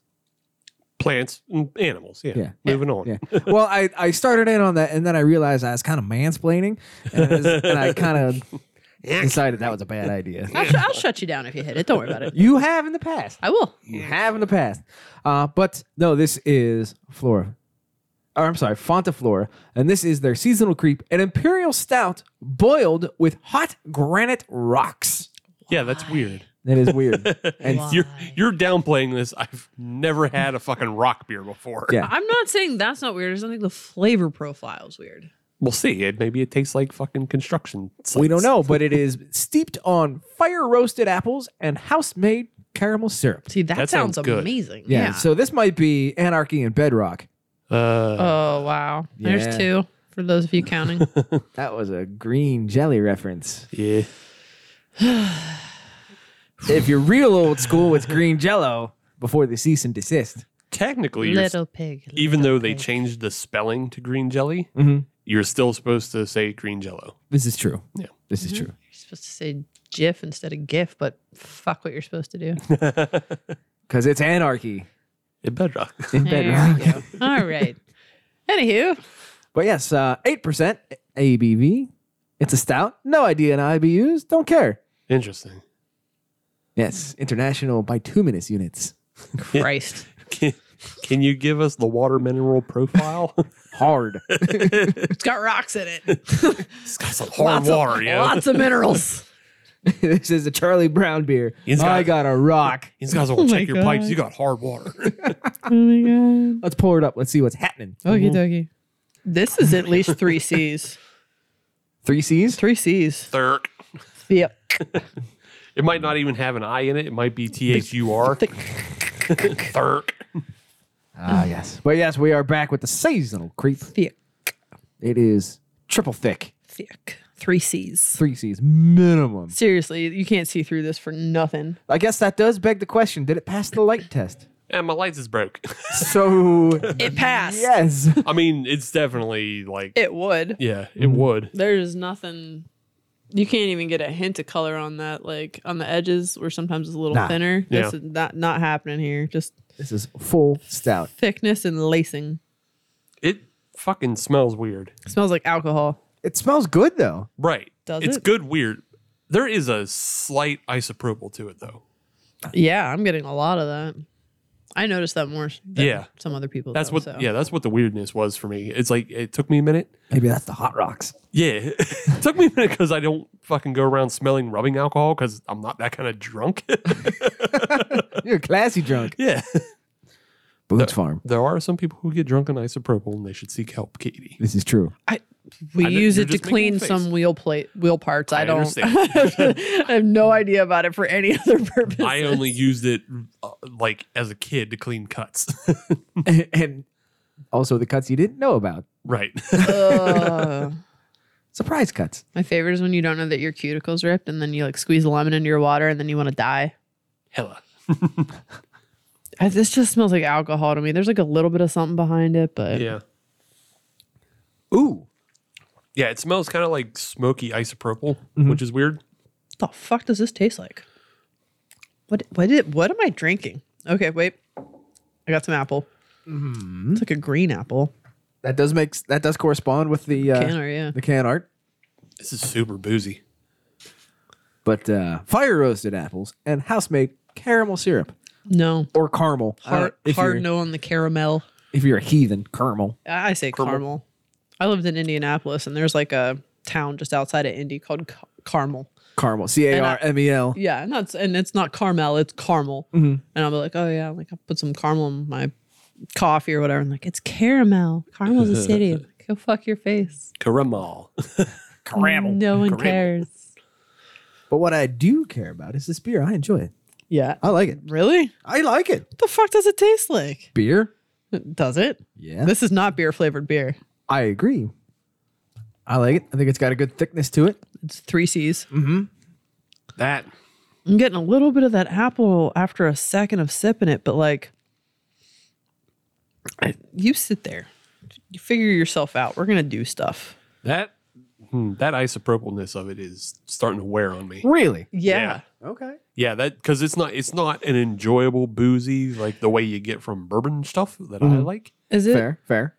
Plants and animals. Yeah. Yeah. Moving on. Yeah. Well, I, I started in on that, and then I realized I was kind of mansplaining, and, it was- and I kind of decided that was a bad idea. I'll, sh- I'll shut you down if you hit it. Don't worry about it. You have in the past. I will. You have in the past. Uh, but no, this is Flora. Or I'm sorry, Fanta Flora, and this is their seasonal creep, an imperial stout boiled with hot granite rocks. Yeah, that's weird. That is weird. and You're you're downplaying this. I've never had a fucking rock beer before. Yeah. I'm not saying that's not weird. I just don't think the flavor profile is weird. We'll see. It maybe it tastes like fucking construction. Sites. we don't know, but it is steeped on fire roasted apples and house made caramel syrup. See, that, That sounds sounds, good. amazing. Yeah, So this might be Anarchy and Bedrock. Uh, oh, wow. Yeah. There's two for those of you counting. That was a green jelly reference. yeah. if you're real old school, it's green jello before the cease and desist. Technically, you're, s- Little pig. even little though they pig. changed the spelling to green jelly, Mm-hmm. Mhm. you're still supposed to say green jello. This is true. Yeah. This is true. You're supposed to say GIF instead of GIF, but fuck what you're supposed to do. Because it's anarchy It bedrock. in There bedrock. we go. All right. Anywho, But yes, uh, 8% ABV. It's a stout. No idea in IBUs. Don't care. Interesting. Yes, international bituminous units. Christ. Can, can you give us the water mineral profile? Hard. It's got rocks in it. it's got some hard water, yeah. Lots of minerals. this is a Charlie Brown beer. It's got- I got a rock. These guys will check your pipes. You got hard water. Oh my god. Let's pour it up. Let's see what's happening. Mm-hmm. Okie dokie. This is at least three C's. Three C's. Three C's. Thirk. Yep. It might not even have an I in it. It might be T H U R. Thirk. Ah, yes. But yes, we are back with the seasonal creep. Thick. It is triple thick. Thick. Three C's. Three C's minimum. Seriously, you can't see through this for nothing. I guess that does beg the question did it pass the light test? And my lights is broke. So, It passed. yes. I mean, it's definitely like It would. yeah, it Mm-hmm. would. There's nothing. You can't even get a hint of color on that, like on the edges, where sometimes it's a little Nah. thinner. Yeah. This is not not happening here. Just This is full stout. thickness and lacing. It fucking smells weird. smells like alcohol. It smells good though. Right. Does it's it? good weird. There is a slight isopropyl to it though. Yeah, I'm getting a lot of that. I noticed that more. Than Yeah. some other people. That's though, what so. yeah, that's what the weirdness was for me. It's like it took me a minute. Maybe that's the hot rocks. Yeah. it took me a minute because I don't fucking go around smelling rubbing alcohol because I'm not that kind of drunk. You're a classy drunk. yeah. Boone's Farm. There are some people who get drunk on isopropyl and they should seek help, Katie. This is true. we I know- use you're it to just making a clean face. some wheel plate wheel parts. I, I don't. understand. I have no idea about it for any other purpose. I only used it uh, like as a kid to clean cuts. and also the cuts you didn't know about. right. Ugh. Surprise cuts. My favorite is when you don't know that your cuticle's ripped, and then you like squeeze a lemon into your water, and then you want to die. Hella. I, this just smells like alcohol to me. There's like a little bit of something behind it, but Yeah. Ooh. Yeah, it smells kind of like smoky isopropyl, which is weird. the fuck does this taste like? What what did what am I drinking? Okay, wait. I got some apple. Mm-hmm. It's like a green apple. That does make that does correspond with the uh, Can or yeah. the can art. This is super boozy. But uh, fire roasted apples and house made caramel syrup No. or caramel. I don't- Hard, Uh, if hard you're, no on the caramel. If you're a heathen, caramel. I I say Caramel. caramel. I lived in Indianapolis and there's like a town just outside of Indy called Ca- Carmel. Caramel. C A R M E L. Yeah, and that's and it's not Carmel, it's caramel. Mm-hmm. And I'm like, oh yeah, like I put some caramel in my coffee or whatever. And like, it's caramel. Caramel's a city. I'm like, Go fuck your face. Caramel. No one Caramel. cares. But what I do care about is this beer. I enjoy it. Yeah. I like it. Really? I like it. What the fuck does it taste like? Beer? Does it? Yeah. This is not beer flavored beer. I agree. I like it. I think it's got a good thickness to it. It's three C's. That. I'm getting a little bit of that apple after a second of sipping it, but like, I- you sit there, you figure yourself out. We're gonna do stuff. That. hmm, that isopropylness of it is starting to wear on me. Really? Yeah. Okay. Yeah, that because it's not it's not an enjoyable boozy like the way you get from bourbon stuff that Mm-hmm. I like. Is it? Is Fair, fair.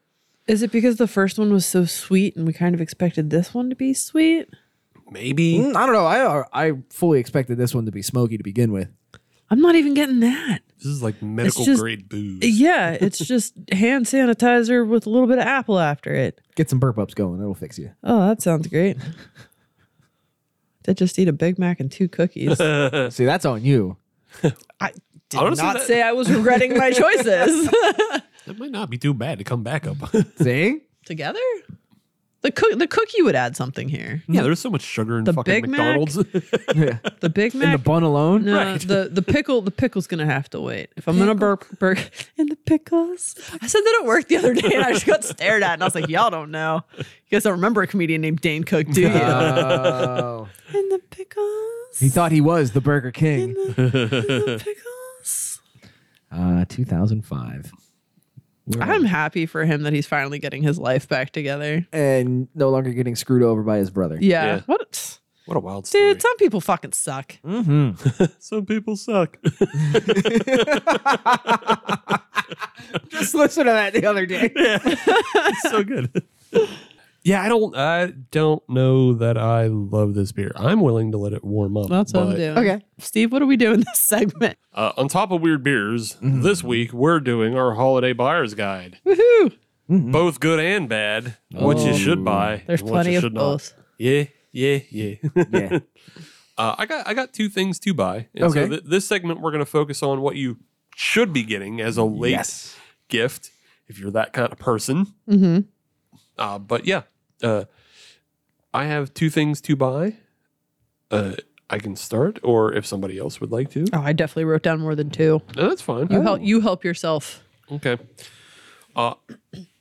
it because the first one was so sweet and we kind of expected this one to be sweet? Maybe Mm, I don't know. I I fully expected this one to be smoky to begin with. I'm not even getting that. this is like medical just- grade booze. Yeah, it's just hand sanitizer with a little bit of apple after it. Get some burp ups going. It'll fix you. Oh, that sounds great. Did just eat a Big Mac and two cookies. See, that's on you. I did Honestly, not that- say I was regretting my choices. That might not be too bad to come back up. See? Together? The cook the cookie would add something here. yeah, there's so much sugar in The fucking Big Mac? McDonald's. yeah. The Big In the Mac. bun alone. no, the the pickle the pickle's gonna have to wait. If I'm gonna burp burp and the pickles. I said that at work the other day and I just got stared at and I was like, Y'all don't know. You guys don't remember a comedian named Dane Cook, do you? Oh. and the pickles. He thought he was the Burger King. Pickles. Uh, 2005. We're I'm happy for him that he's finally getting his life back together. and no longer getting screwed over by his brother. Yeah. Yeah. Mm. What? What a wild story. Dude, some people fucking suck. Mm-hmm. Some people suck. Just listen to that the other day. so good. Yeah, I don't. I don't know that I love this beer. I'm willing to let it warm up. That's what I'm but, doing. Steve, what are we doing this segment? Uh, on top of weird beers, this week we're doing our holiday buyer's guide. Woohoo. Both good and bad. What you should buy. There's and what plenty you of should not. both. Oh. Yeah, yeah, yeah. Yeah. uh, I got I got two things to buy. And So Okay. th- this segment we're going to focus on what you should be getting as a late gift if you're that kind of person. Mm-hmm. Uh, but yeah, uh, I have two things to buy. Uh, I can start, or if somebody else would like to, Oh, I definitely wrote down more than two. no, that's fine. Oh, You help you help yourself. Okay. Uh,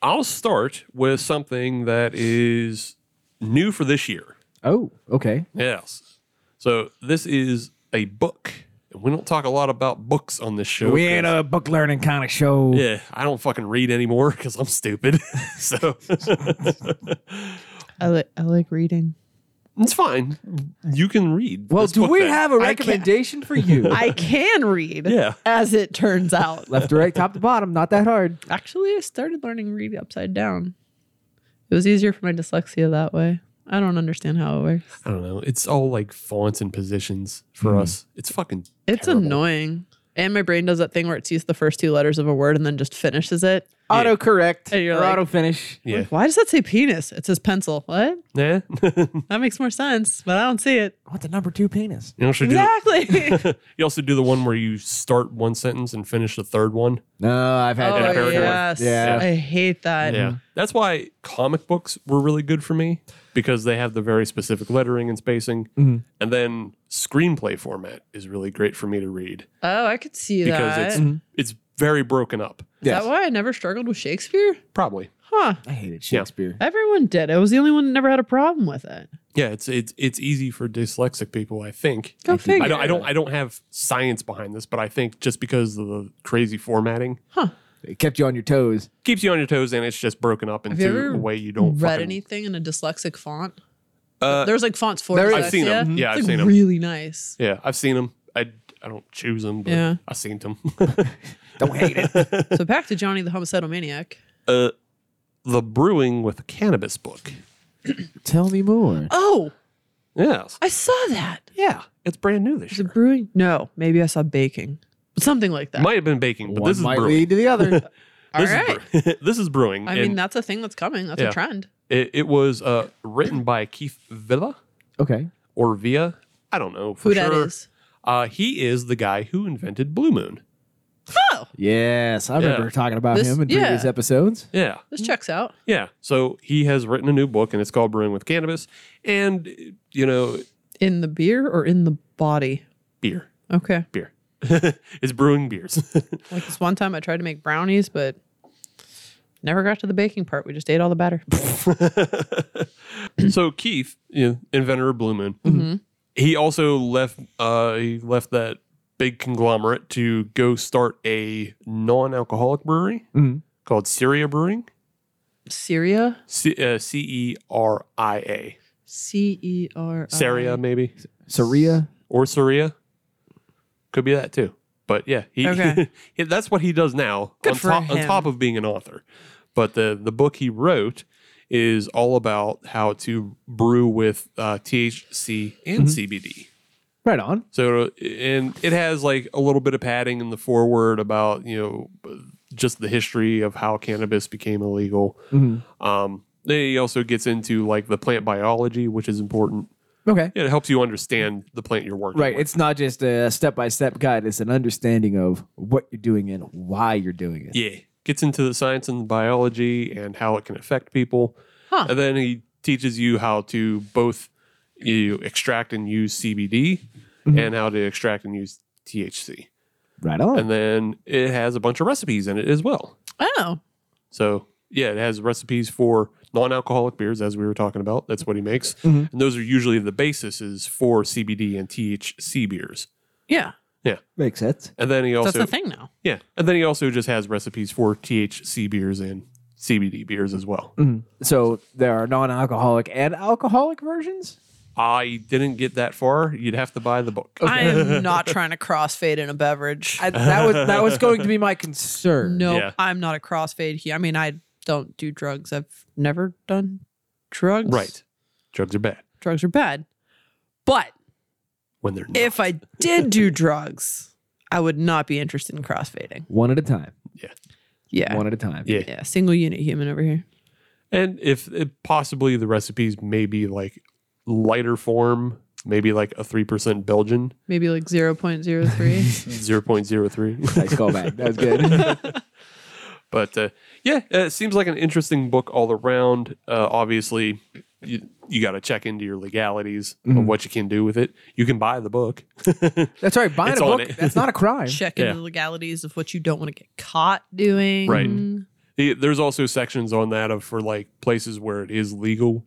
I'll start with something that is new for this year. Oh, okay. Yes. So this is a book. And we don't talk a lot about books on this show. We ain't uh, a book learning kind of show. yeah, I don't fucking read anymore because I'm stupid. so I like I like reading. it's fine. You can read. Well, this do book we then. have a I can't- recommendation for you? I can read. Yeah. As it turns out. Left to right, top to bottom, not that hard. Actually, I started learning read upside down. It was easier for my dyslexia that way. I don't understand how it works. I don't know. It's all like fonts and positions for Hmm. us. It's fucking. It's terrible. annoying. And my brain does that thing where it sees the first two letters of a word and then just finishes it. Auto correct Hey, you're or like- auto finish. Yeah. Why does that say penis? It says pencil. What? Yeah. you That makes more sense, but I don't see it. What's a number two penis? also do. Exactly. You also do the one where you start one sentence and finish the third one. No, I've had in a oh, paragraph. yes. Yeah. I hate that. That's why comic books were really good for me because they have the very specific lettering and spacing. Mm-hmm. And then screenplay format is really great for me to read Oh, I could see because that. it's Mm-hmm. Is it's very broken up. Yes. that why I never struggled with Shakespeare? Probably. Huh. I hated Shakespeare. Everyone did. I was the only one that never had a problem with it. Yeah, it's it's it's easy for dyslexic people, I think. Go figure. I don't I don't I don't have science behind this, but I think just because of the crazy formatting It kept you on your toes. keeps you on your toes and it's just broken up you into ever a way you don't read fucking- anything in a dyslexic font. Uh, There's like fonts for there dyslexia. is- I've seen them. Yeah, It's I've like seen them. really nice. Yeah, I've seen them. I I don't choose them, but Yeah. I've seen them. Don't hate it. so back to Johnny the homicidal maniac. uh, the brewing with cannabis book. Tell me more. Oh, Yes. I saw that. Yeah, it's brand new this Is it brewing? No, maybe I saw baking. Something like that. Might have been baking, but One this is might brewing. lead to the other. All this, right. is brew- this is brewing. I mean, and that's a thing that's coming. That's Yeah. a trend. it, it was uh, written by Keith Villa okay. or Via. I don't know for Who sure. that is? Uh, he is the guy who invented Blue Moon. Oh, Yes, I Yeah. remember talking about This- him in previous yeah. episodes. Yeah. this checks out. Yeah. So he has written a new book and it's called Brewing with Cannabis and, you know, In the beer or in the body? beer. Okay. Beer. it's brewing beers. Like this one time I tried to make brownies, but never got to the baking part. We just ate all the batter. so Keith, you know, inventor of Blue Moon, he also left. Uh, he left that big conglomerate to go start a non-alcoholic brewery Mhm. called Syria Brewing. Syria? C E R I A. C E R I. Syria, maybe, Saria. or Syria. Could be that too. But yeah, he, Okay. he- that's what he does now. Good on for top, on him. top of being an author, but the the book he wrote is all about how to brew with uh, THC and Mm-hmm. CBD. Right on. So and it has like a little bit of padding in the foreword about you know just the history of how cannabis became illegal. Mm-hmm. Um, he also gets into like the plant biology, which is important. Okay. It helps you understand the plant you're working Right. with. It's not just a step by step guide, it's an understanding of what you're doing and why you're doing it. Yeah, gets into the science and the biology and how it can affect people. Huh. And then he teaches you how to both you extract and use CBD Mm-hmm. and how to extract and use THC. Right on. And then it has a bunch of recipes in it as well. Oh, So yeah, it has recipes for non-alcoholic beers, as we were talking about. That's what he makes, Mm-hmm. and those are usually the basis is for CBD and THC beers. Yeah. Makes sense. And then he So also that's the thing now. yeah, and then he also just has recipes for THC beers and CBD beers as well. So there are non-alcoholic and alcoholic versions. I didn't get that far. You'd have to buy the book. I am not trying to crossfade in a beverage. I, that was that was going to be my concern. no, Yeah. I'm not a crossfade here. I mean, I don't do drugs. I've never done drugs. Right, drugs are bad Drugs are bad. But when they're not. if I did do drugs, I would not be interested in crossfading. One at a time. Yeah. One at a time. yeah. yeah. Single unit human over here. And if if possibly the recipes may be like lighter form, maybe like a 3% Belgian, Maybe like 0.03. 0.03. Nice callback. That was good. but uh, yeah, uh, it seems like an interesting book all around. Uh, obviously, you, you got to check into your legalities of what you can do with it. You can buy the book. That's right. Buying It's a on book. it. That's not a crime. Checking Yeah. the legalities of what you don't want to get caught doing. Right. Yeah, There's also sections on that of for like places where it is legal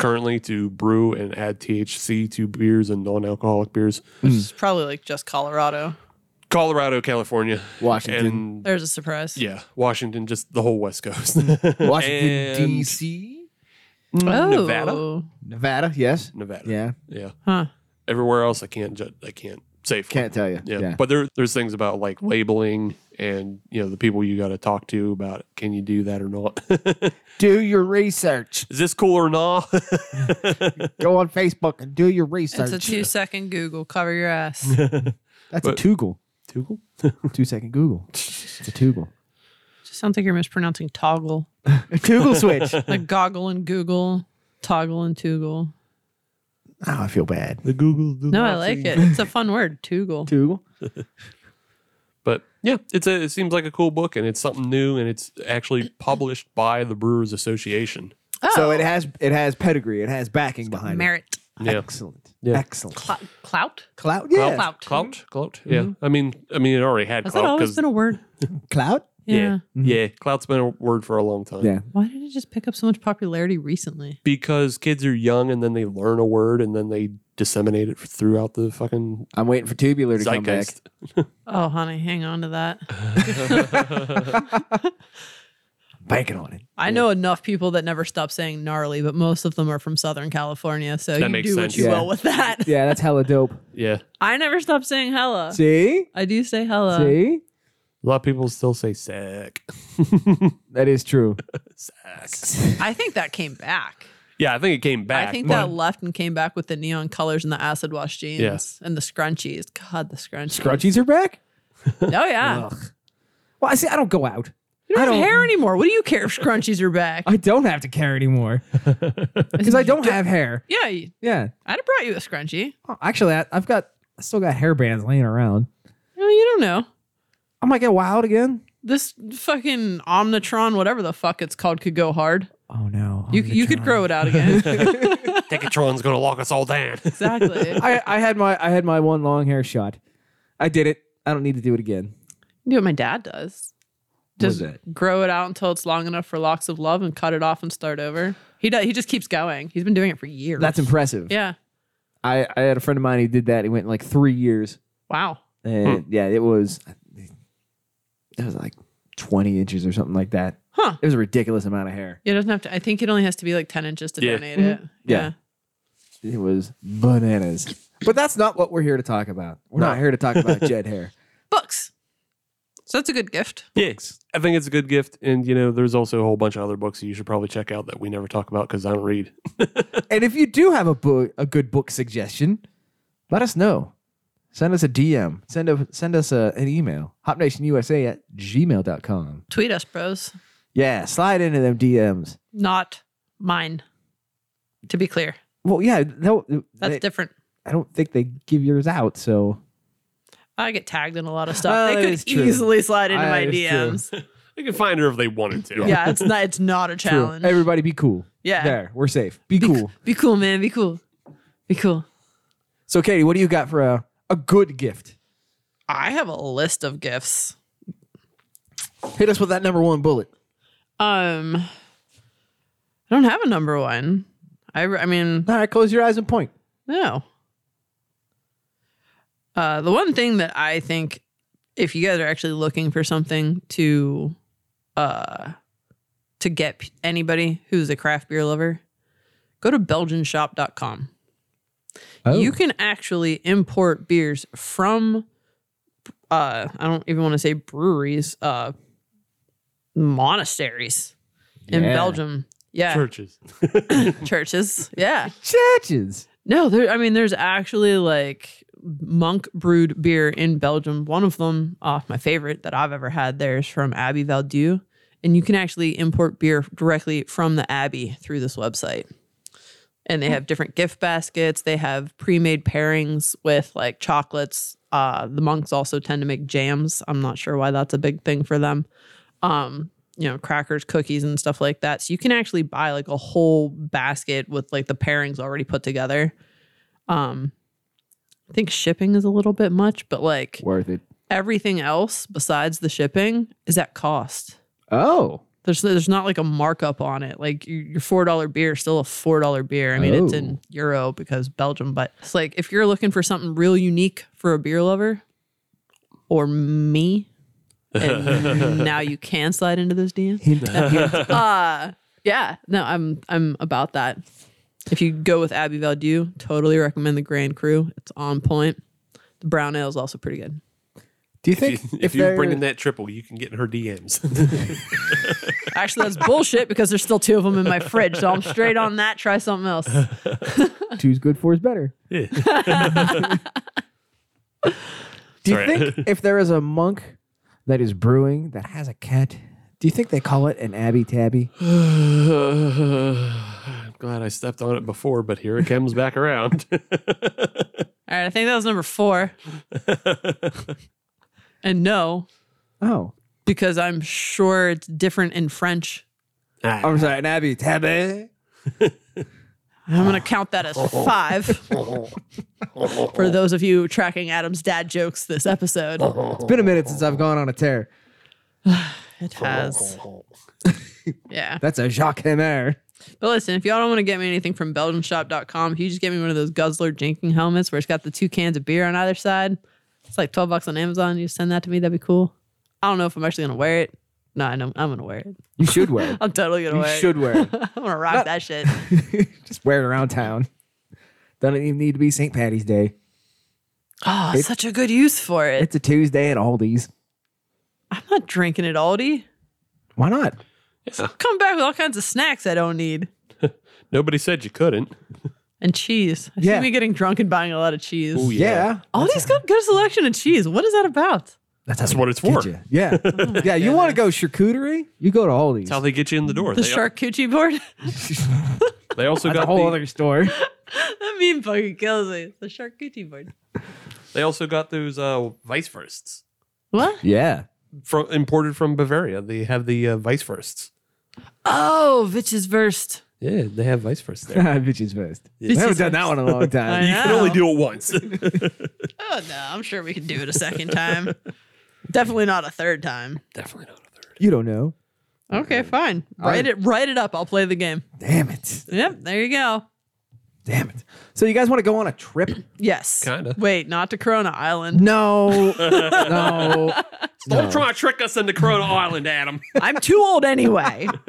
currently to brew and add THC to beers and non-alcoholic beers. Which is probably like just Colorado. Colorado, California, Washington. and There's a surprise. yeah, Washington, just the whole West Coast, Washington And D.C., Uh, Oh. Nevada, Nevada. Yes. Nevada, Yeah. yeah. Huh. Everywhere else, I can't, ju- I can't say. for- Can't tell you. Yeah. but there, there's things about like labeling and you know the people you got to talk to about can you do that or not? Do your research. Is this cool or not? Go on Facebook and do your It's research. a two second Google. Cover your ass. That's but- a Toogle. Toogle? two second Google. It's a Toogle. just sounds like you're mispronouncing toggle. A Toogle switch. oh, Like goggle and Google, toggle and toogle. Ah, I feel bad. The Google do No, I like it. It's a fun word, toogle. Toogle. But yeah, it's a it seems like a cool book and it's something new and it's actually published by the Brewers Association. Oh. So it has it has pedigree. It has backing behind Merit. it. Yeah. Excellent. Yeah. Excellent. Cl- clout? Cloud. Yeah. Clout. Clout, clout. Yeah, I mean, I mean, it already had Has that clout Oh, always 'cause- been a word? Cloud. yeah, Yeah. yeah, clout's been a word for a long time. Yeah. Why did it just pick up so much popularity recently? because kids are young and then they learn a word and then they disseminate it throughout the fucking I'm waiting for tubular to come back. zeitgeist. Oh, honey, hang on to that. Banking on it. I know enough people that never stop saying gnarly, but most of them are from Southern California, so you makes do sense. what you Yeah. will with that. Yeah, that's hella dope. Yeah, I never stop saying hella. See? I do say hella. See? a lot of people still say sick. That is true. I think that came back. Yeah, I think it came back. I think but- that left and came back with the neon colors and the acid wash jeans and the scrunchies. God, the scrunchies. Scrunchies are back? Oh yeah. Ugh. Well, I see I don't go out. You don't, I have don't- hair anymore. What do you care if scrunchies are back? I don't have to care anymore. Because I don't have hair. yeah, you- Yeah. I'd have brought you a scrunchie. Oh, actually I, I've got I still got hair bands laying around. No, you don't know. I might get wild again. This fucking Omnitron, whatever the fuck it's called, could go hard. Oh no. You you could grow it out again. Decatron's gonna lock us all down. exactly. I, I had my I had my one long hair shot. I did it. I don't need to do it again. Do what my dad does. What is Just that? grow it out until it's long enough for locks of love and cut it off and start over. He does, he just keeps going. He's been doing it for years. That's impressive. yeah. I, I had a friend of mine who did that. He went like three years. Wow. And yeah, it was it was like twenty inches or something like that. Huh. It was a ridiculous amount of hair. Yeah, It doesn't have to. I think it only has to be like ten inches to Yeah. donate it. Mm-hmm. Yeah. It was bananas. But that's not what we're here to talk about. We're not here to talk about jet hair. books. So that's a good gift. Yes. I think it's a good gift. And, you know, there's also a whole bunch of other books that you should probably check out that we never talk about because I don't read. And if you do have a book, a good book suggestion, let us know. Send us a DM. Send a send us a, an email. HopNationUSA at gmail.com. Tweet us, bros. Yeah, slide into them DMs. Not mine. To be clear, Well, yeah, no, that's they- different. I don't think they give yours out. So I get tagged in a lot of stuff. Oh, they that could is true. easily slide into Ah, my that is true. DMs. They can find her if they wanted to. Yeah, it's not. It's not a True. challenge. everybody, be cool. Yeah. there, we're safe. Be, cool. Be cool, man. Be cool. Be cool. So, Katie, what do you got for a a good gift? I have a list of gifts. Hit us with that number one bullet. Um, I I don't have a number one. I, re- I mean, All right, close your eyes and point. no. Oh. Uh, the one thing that I think, if you guys are actually looking for something to, uh, to get p- anybody who's a craft beer lover, go to BelgianShop.com. You can actually import beers from, uh, I don't even want to say breweries, uh, monasteries in Yeah. Belgium. Yeah, Churches. churches. Yeah. Churches. No, there. I mean, there's actually like monk brewed beer in Belgium. One of them, uh, my favorite that I've ever had there is from Abbey Valdieu, and you can actually import beer directly from the Abbey through this website. And they have different gift baskets. They have pre-made pairings with like chocolates. Uh, the monks also tend to make jams. I'm not sure why that's a big thing for them. Um, you know, crackers, cookies, and stuff like that. So you can actually buy like a whole basket with like the pairings already put together. Um, I think shipping is a little bit much, but like Worth it. everything else besides the shipping is at cost. Oh. There's there's not like a markup on it. Like your your four dollar beer is still a four dollar beer. I mean, it's in euro because Belgium, but it's like if you're looking for something real unique for a beer lover, or me, and now you can slide into this DM uh yeah no i'm i'm about that if you go with abby valdew totally recommend the grand crew it's on point the brown ale is also pretty good Do you think if, if, you they're- bring in that triple, you can get in her DMs. actually that's bullshit because there's still two of them in my fridge so i'm straight on that try something else two's good, four's better? Do you Sorry. think if there is a monk that is brewing that has a cat, do you think they call it an Abbey Tabby? I'm glad I stepped on it before, but here it comes back around. all right i think that was number four and no Oh. because i'm sure it's different in french I'm sorry, an Abbey Tabby. i'm gonna count that as five for those of you tracking adam's dad jokes this episode It's been a minute since I've gone on a tear. It has. yeah. That's a Jacques Hammer. But listen, if y'all don't want to get me anything from BelgianShop.com, if you just get me one of those Guzzler drinking helmets where it's got the two cans of beer on either side, it's like 12 bucks on Amazon. You send that to me, that'd be cool. I don't know if I'm actually going to wear it. No, I know, I'm going to wear it. You should wear it. I'm totally going to You wear should it. wear it. I'm going to rock that shit. Just wear it around town. Doesn't even need to be St. Patty's Day. Oh, such a good use for it. It's a Tuesday at Aldi's. I'm not drinking it, Aldi. Why not? Come back with all kinds of snacks I don't need. Nobody said you couldn't. And cheese. I Yeah. see me getting drunk and buying a lot of cheese. Ooh, Yeah. Aldi's got good selection of cheese. What is that about? That's, That's what it's for. you. Yeah. yeah. You want to go charcuterie? You go to Aldi's. That's how they get you in the door. The they, charcuterie board? they also That's a got whole the, other story. That meme fucking kills me. The charcuterie board. they also got those uh vice firsts What? yeah. from imported from Bavaria. They have the uh, vice firsts. Oh, Vitch's Verst. Yeah, they have vice firsts there. Bitches first. We Bitches haven't done that first. one in a long time. you can only do it once. Oh no, I'm sure we can do it a second time. Definitely not a third time. Definitely not a third. You don't know. Okay, fine. Write it. Write it up. I'll play the game. Damn it. Yep. There you go. Damn it. So you guys want to go on a trip? Yes. Kinda. Wait, not to Corona Island. No. no. Don't try to trick us into Corona Island, Adam. I'm too old anyway.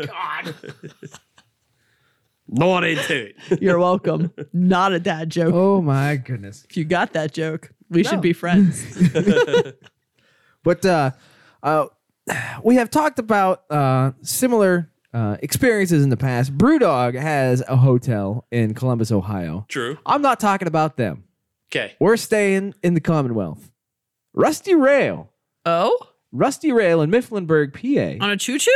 Not into it. You're welcome. Not a dad joke. Oh my goodness. If you got that joke, we should be friends. But uh, uh, we have talked about uh, similar uh, experiences in the past. Brewdog has a hotel in Columbus, Ohio. True. I'm not talking about them. Okay. We're staying in the Commonwealth. Rusty Rail. Oh, Rusty Rail in Mifflinburg, PA. on a choo choo?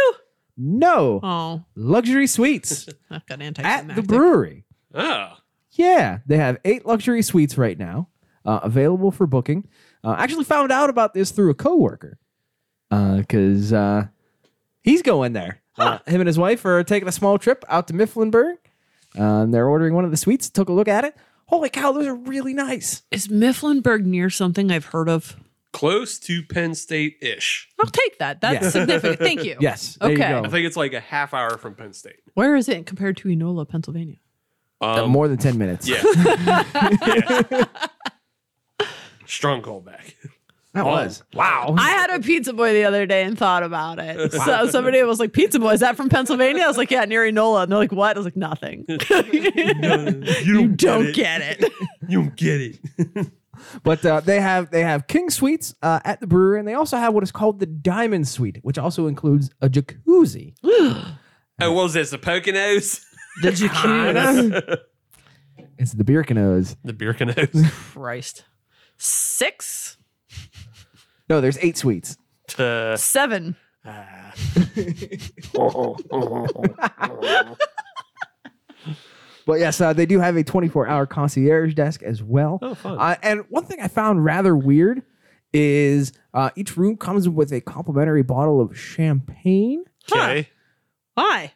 No. Oh, Luxury suites that at got anticlimactic. the brewery. Oh. Yeah, they have eight luxury suites right now uh, available for booking. Uh, I actually found out about this through a coworker because uh, he's going there. Uh, him and his wife are taking a small trip out to Mifflinburg. Um, they're ordering one of the suites. Took a look at it. Holy cow, those are really nice. Is Mifflinburg near something I've heard of? close to Penn State ish. I'll take that. That's Yeah. significant. Thank you. Yes. There you Okay. go. I think it's like a half hour from Penn State. Where is it compared to Enola, Pennsylvania? Um, Uh, More than 10 minutes. yeah. Yeah. Strong callback. Oh, That was. Wow. I had a pizza boy the other day and thought about it. So somebody was like, "Pizza boy, is that from Pennsylvania?" I was like, "Yeah, near Enola." And they're like, "What?" I was like, "Nothing." you you don't get it. You don't get it. But uh, they have they have king suites uh, at the brewery, and they also have what is called the diamond suite, which also includes a jacuzzi. oh, what was this? The Poconos? The jacuzzi. It's the Birkinos. The Birkinos. Christ. Six, No, there's eight suites. Uh, seven. Oh, But yes, uh, they do have a 24 hour concierge desk as well. Oh, fun. Uh, and one thing I found rather weird is uh, each room comes with a complimentary bottle of champagne. okay. Why?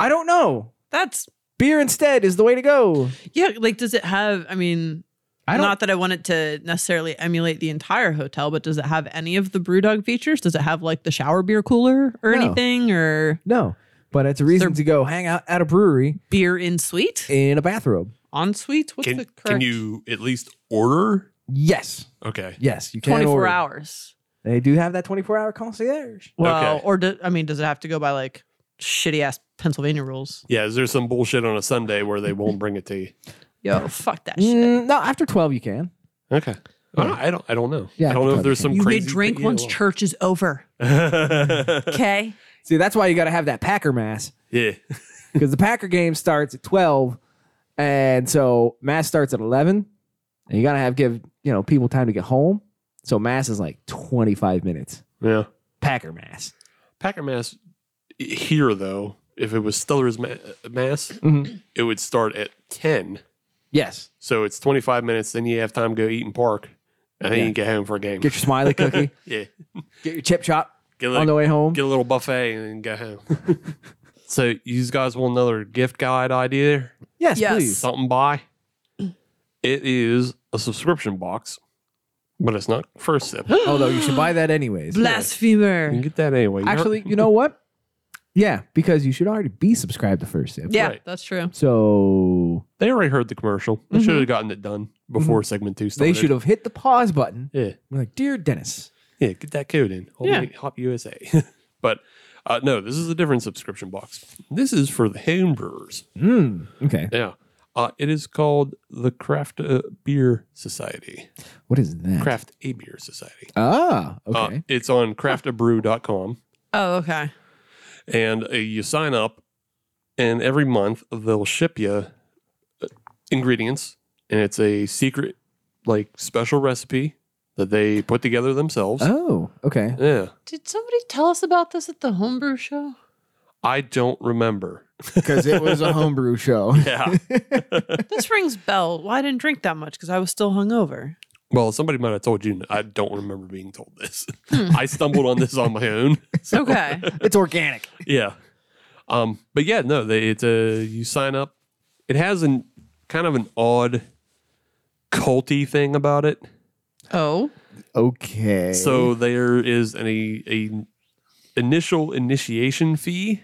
I don't know. That's Beer instead is the way to go. yeah. Like, does it have? I mean, I don't- not that I want it to necessarily emulate the entire hotel, but does it have any of the BrewDog features? Does it have like the shower beer cooler or No. anything, or No, but it's a reason They're- to go hang out at a brewery beer in suite, in a bathrobe. en suite? What's the Can, correct? can you at least order? Yes, Okay. yes, you can. Twenty four order. hours. They do have that 24 hour concierge. Well, Okay. or do, I mean, does it have to go by like shitty ass Pennsylvania rules? Yeah, is there some bullshit on a Sunday where they won't bring it to you? Yo, fuck that shit. Mm, no, after 12 you can. Okay. I don't, I don't. I don't know. Yeah, I don't know if there's some You may crazy. drink yeah, once well. church is over. Okay. See, that's why you got to have that Packer mass yeah. because the Packer game starts at 12, and so mass starts at 11, and you got to have give you know people time to get home. So mass is like 25 minutes. Yeah. Packer mass. Packer mass here though. If it was Stellar's ma- mass, Mhm. it would start at ten. Yes. So it's twenty five minutes. Then you have time to go eat and park, and then Yeah. you can get home for a game. Get your smiley cookie. yeah. get your chip chop Get a on the little, way home. get a little buffet and then go home. so you guys want another gift guide idea? Yes, Yes. please. something by. It is a subscription box, but it's not first sip. You Although you should buy that anyways. can Blasphemer. get that anyway. You're- Actually, you know what? Yeah, because you should already be subscribed to First Sip. Yeah, Right. that's true. So they already heard the commercial. They should have gotten it done before segment two Mm-hmm. they started. should have hit the pause button. Yeah, We're like, dear Dennis. yeah. Get that code in. Hold Yeah. yeah. Hop USA. but uh, no, this is a different subscription box. This is for the home brewers. Mm, okay. Yeah. Uh, it is called the Craft uh, Beer Society. What is that? Craft A Beer Society. Ah, Uh, okay. it's on craftabrew.com. Oh, okay. and uh, you sign up and every month they'll ship you uh, ingredients and it's a secret like special recipe that they put together themselves oh, okay. yeah Did somebody tell us about this at the homebrew show? i don't remember Because it was a homebrew show. yeah This rings bell. Well, I didn't drink that much because I was still hungover. well somebody might have told you i don't remember being told this i stumbled on this on my own So, Okay. it's organic. yeah um but yeah no they it's a you sign up it has an kind of an odd culty thing about it oh. Okay. So there is an, a, a initial initiation fee,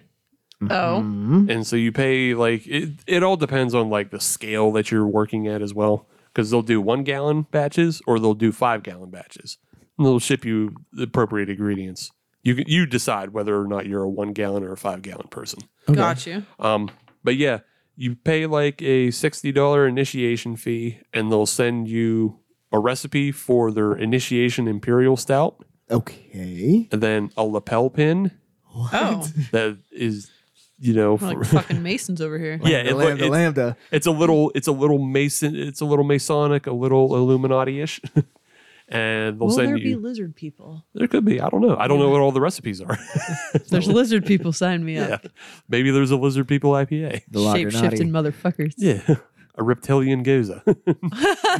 Oh. and so you pay like it. It all depends on like the scale that you're working at as well, because they'll do one gallon batches or they'll do five gallon batches, and they'll ship you the appropriate ingredients. You can- you decide whether or not you're a one gallon or a five gallon person. Got you. Um, but yeah, you pay like a sixty dollar initiation fee, and they'll send you a recipe for their initiation imperial stout okay. and then a lapel pin Oh. that is, you know, We're like for- fucking Masons over here. yeah, it, lambda, it's, lambda. it's a little, it's a little Mason, it's a little Masonic, a little Illuminati ish, and they'll Will send there be you. lizard people? there could be, I don't know, I don't know what all the recipes are. There's lizard people. Sign me yeah, up. maybe there's a lizard people IPA. The Shape shifting Lagranati. motherfuckers. Yeah, a reptilian goza.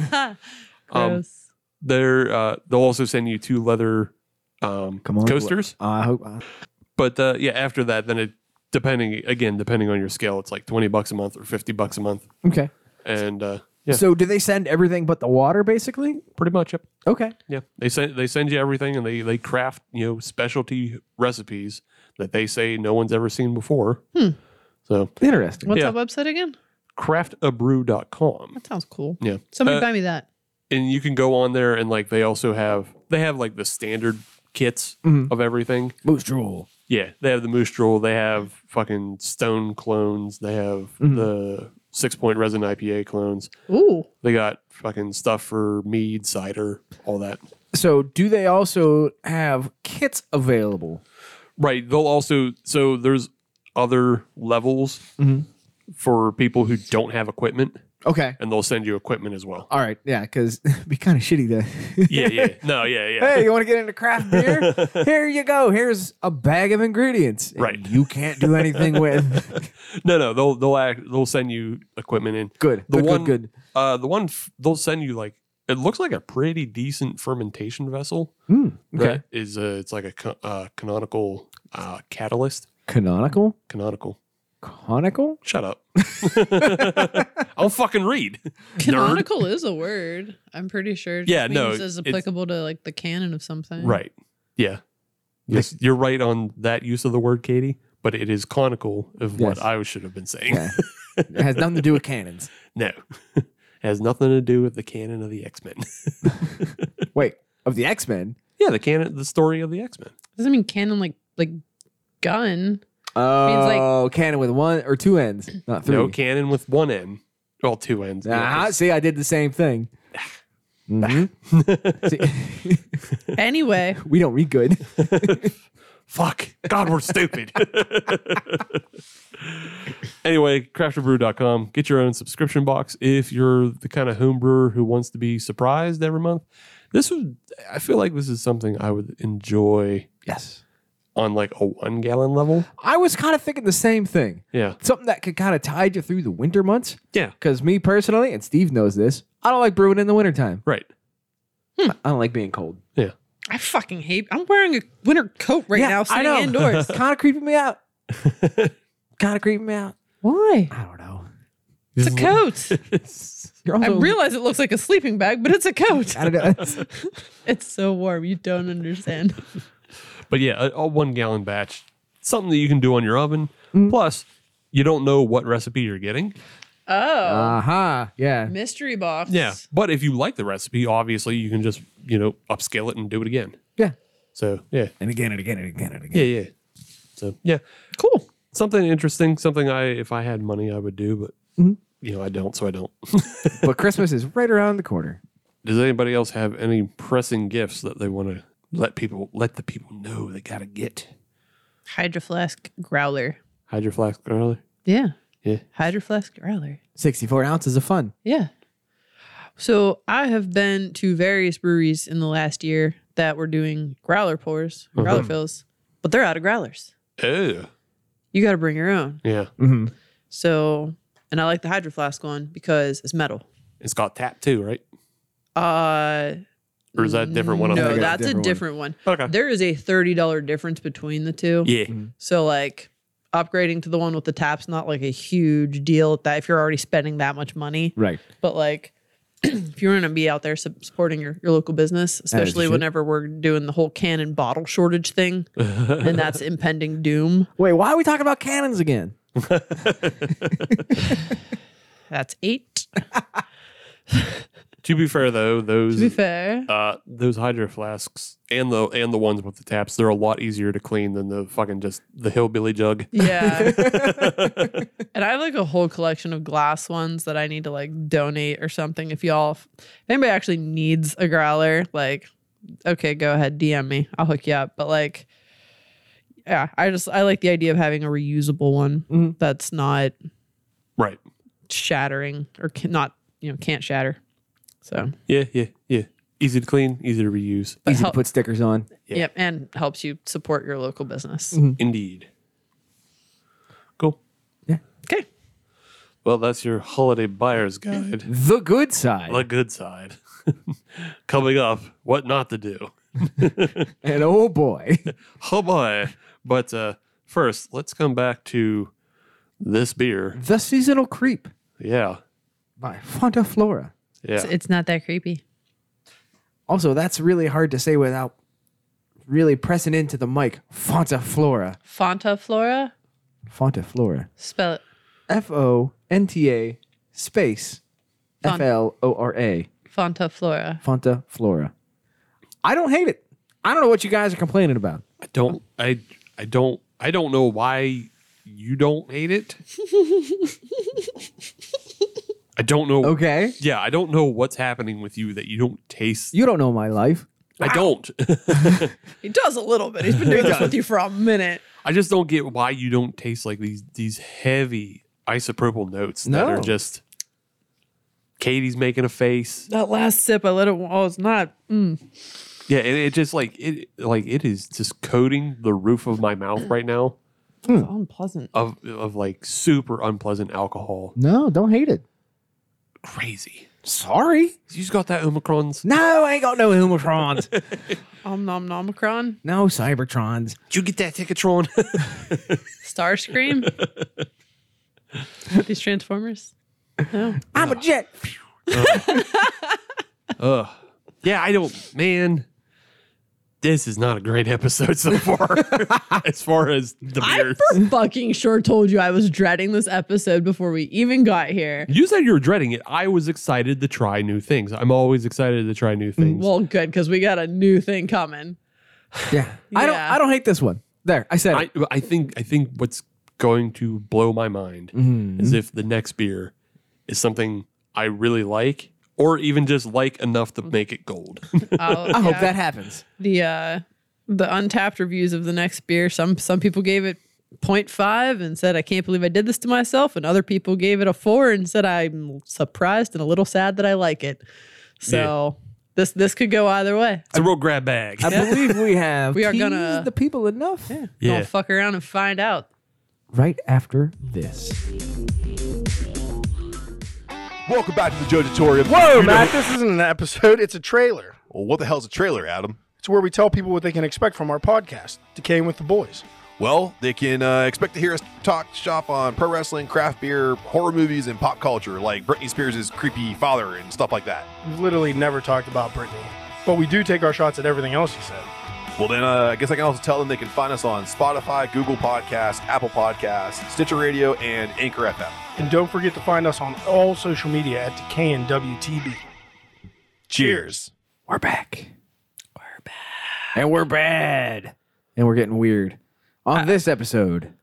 um, Gross. they're uh, they'll also send you two leather um, Come on. coasters. Uh, I hope. Uh, but uh, yeah, after that, then it depending again depending on your scale, it's like twenty bucks a month or fifty bucks a month. okay. and uh, Yeah. So do they send everything but the water, basically? Pretty much, yep. Okay. Yeah, they send they send you everything, and they they craft you know specialty recipes that they say no one's ever seen before. So Interesting. What's Yeah. that website again? craftabrew.com. That sounds cool. Yeah, Somebody Uh, buy me that. and you can go on there and like they also have they have like the standard kits of everything. Moose drool. Yeah, they have the moose drool. They have fucking stone clones. They have the six point resin IPA clones. Ooh. They got fucking stuff for mead, cider, all that. So do they also have kits available? Right. They'll also so there's other levels for people who don't have equipment, Okay. and they'll send you equipment as well. All right. Yeah, because it'd be kind of shitty to. yeah, yeah. No, yeah, yeah. hey, you want to get into craft beer? Here you go. Here's a bag of ingredients. and Right. You can't do anything with. No, no. They'll they'll act, they'll send you equipment in. Good. The good, one good. Good. Uh, the one f- they'll send you like it looks like a pretty decent fermentation vessel. okay. That is a, it's like a co- uh, canonical uh, catalyst. Canonical. Canonical. Conical. Shut up. I'll fucking read. Nerd. Canonical is a word. I'm pretty sure. It Yeah, just no, means It's it's- applicable to like the canon of something. Right. Yeah. Yes, you're right on that use of the word, Katie. But it is conical of Yes. what I should have been saying. Yeah. It has nothing to do with cannons. No, it has nothing to do with the canon of the X Men. Wait, of the X Men. yeah, the canon, the story of the X Men. Doesn't mean canon like like gun. Oh, like- cannon with one or two ends, not three. No canon with one N. Well, two ends. Ah, see, I did the same thing. Mhm. See, Anyway, we don't read good. Fuck. God, we're stupid. anyway, crafterbrew.com. Get your own subscription box if you're the kind of home brewer who wants to be surprised every month. This would, I feel like this is something I would enjoy Yes. on like a one gallon level. I was kind of thinking the same thing. Yeah. Something that could kind of tide you through the winter months. Yeah. Because me personally, and Steve knows this, I don't like brewing in the wintertime. Right. I don't like being cold. I fucking hate. I'm wearing a winter coat right now, sitting indoors. kind of creeping me out. kind of creeping me out. Why? I don't know. It's a coat. You're I also- realize it looks like a sleeping bag, but it's a coat. I don't know. It's so warm. You don't understand. But yeah, a, a one gallon batch, something that you can do on your oven. Plus, you don't know what recipe you're getting. Oh, Aha. Uh-huh. Yeah. mystery box. Yeah. But if you like the recipe, obviously you can just, you know, upscale it and do it again. Yeah. So, yeah. And again and again and again and again. Yeah, yeah. So, yeah. Cool. Something interesting, something I if I had money I would do, but you know, I don't, so I don't. But Christmas is right around the corner. Does anybody else have any pressing gifts that they want to let people let the people know they got to get? Hydro Flask Growler. Hydro Flask earlier? Yeah. Yeah. Hydro Flask Growler. 64 ounces of fun. Yeah. So I have been to various breweries in the last year that were doing growler pours, Uh-huh. growler fills, but they're out of growlers. Oh. You got to bring your own. Yeah. Mm-hmm. So, and I like the Hydro Flask one because it's metal. It's got tap too, right? Uh, Or is that a different one? I'm no, thinking that's different a different one. of? Okay. There is a $30 difference between the two. Yeah. So like upgrading to the one with the taps not like a huge deal at that if you're already spending that much money. Right. But like if you're going to be out there sup- supporting your, your local business, especially should. whenever we're doing the whole can and bottle shortage thing, and that's impending doom, Wait, why are we talking about cannons again? that's eight. To be fair though, those To be fair, uh those hydro flasks and the and the ones with the taps, they're a lot easier to clean than the fucking just the hillbilly jug. yeah. and I have like a whole collection of glass ones that I need to like donate or something. If y'all, if anybody actually needs a growler, like, okay, go ahead, DM me. I'll hook you up. But like, yeah, I just I like the idea of having a reusable one Mhm. that's not Right. shattering or can, not you know can't shatter. So Yeah, yeah, yeah. Easy to clean, easy to reuse. but Easy to help- put stickers on. yeah. Mm-hmm. yep, and helps you support your local business. Indeed. Cool. Okay, Well, that's your holiday buyer's Mm. guide. The good side. the good side. Coming up, what not to do. And oh boy. Oh boy. But uh first, let's come back to this beer. the seasonal creep. Yeah. by Fanta Flora. Yeah. It's, it's not that creepy. Also, that's really hard to say without really pressing into the mic. Fanta Flora. Fanta Flora? Fanta Flora. Spell it. F O N T A space Fon- F L O R A. Fanta Flora. Fanta Flora. I don't hate it. I don't know what you guys are complaining about. I don't I I don't I don't know why you don't hate it. I don't know. Okay. Yeah, I don't know what's happening with you that you don't taste. You don't know my life. I don't. He does a little bit. He's been doing this with you for a minute. I just don't get why you don't taste like these these heavy isopropyl notes that No. are just. Katie's making a face. That last sip, I let it. Oh, it's not. Yeah, it, it just like it like it is just coating the roof of my mouth right now It's Hmm. unpleasant. of of like super unpleasant alcohol. No, don't hate it. Crazy. Sorry. You just got that Omicron's. No, I ain't got no Omicrons. Om nom nomicron. no Cybertrons. Did you get that Ticketron? Starscream? These Transformers? I'm a jet. Ugh. Yeah, I don't. Man, this is not a great episode so far. as far as the I beers, for fucking sure told you I was dreading this episode before we even got here. you said you were dreading it. I was excited to try new things. I'm always excited to try new things. Well, good, because we got a new thing coming. Yeah. I don't Yeah. I don't hate this one. There, I said it. I, I think I think what's going to blow my mind is if the next beer is something I really like, or even just like enough to make it gold. I hope that happens. the uh the untapped reviews of the next beer some some people gave it 0.5 and said i can't believe i did this to myself and other people gave it a 4 and said i'm surprised and a little sad that i like it so this this could go either way it's a real grab bag. I believe we have We are teased gonna- the people enough yeah. don't fuck around and find out right after this. Welcome back to the Jojatorium. Whoa, Matt, this isn't an episode. It's a trailer. Well, what the hell's a trailer, Adam? It's where we tell people what they can expect from our podcast, Decaying with the Boys. Well, they can uh, expect to hear us talk shop on pro wrestling, craft beer, horror movies, and pop culture, like Britney Spears' creepy father and stuff like that. We've literally never talked about Brittany, but we do take our shots at everything else you said. Well, then uh, I guess I can also tell them they can find us on Spotify, Google Podcasts, Apple Podcasts, Stitcher Radio, and Anchor FM. And don't forget to find us on all social media at Decaying WTB. Cheers. We're back. We're bad. And we're bad. And we're getting weird. On this episode,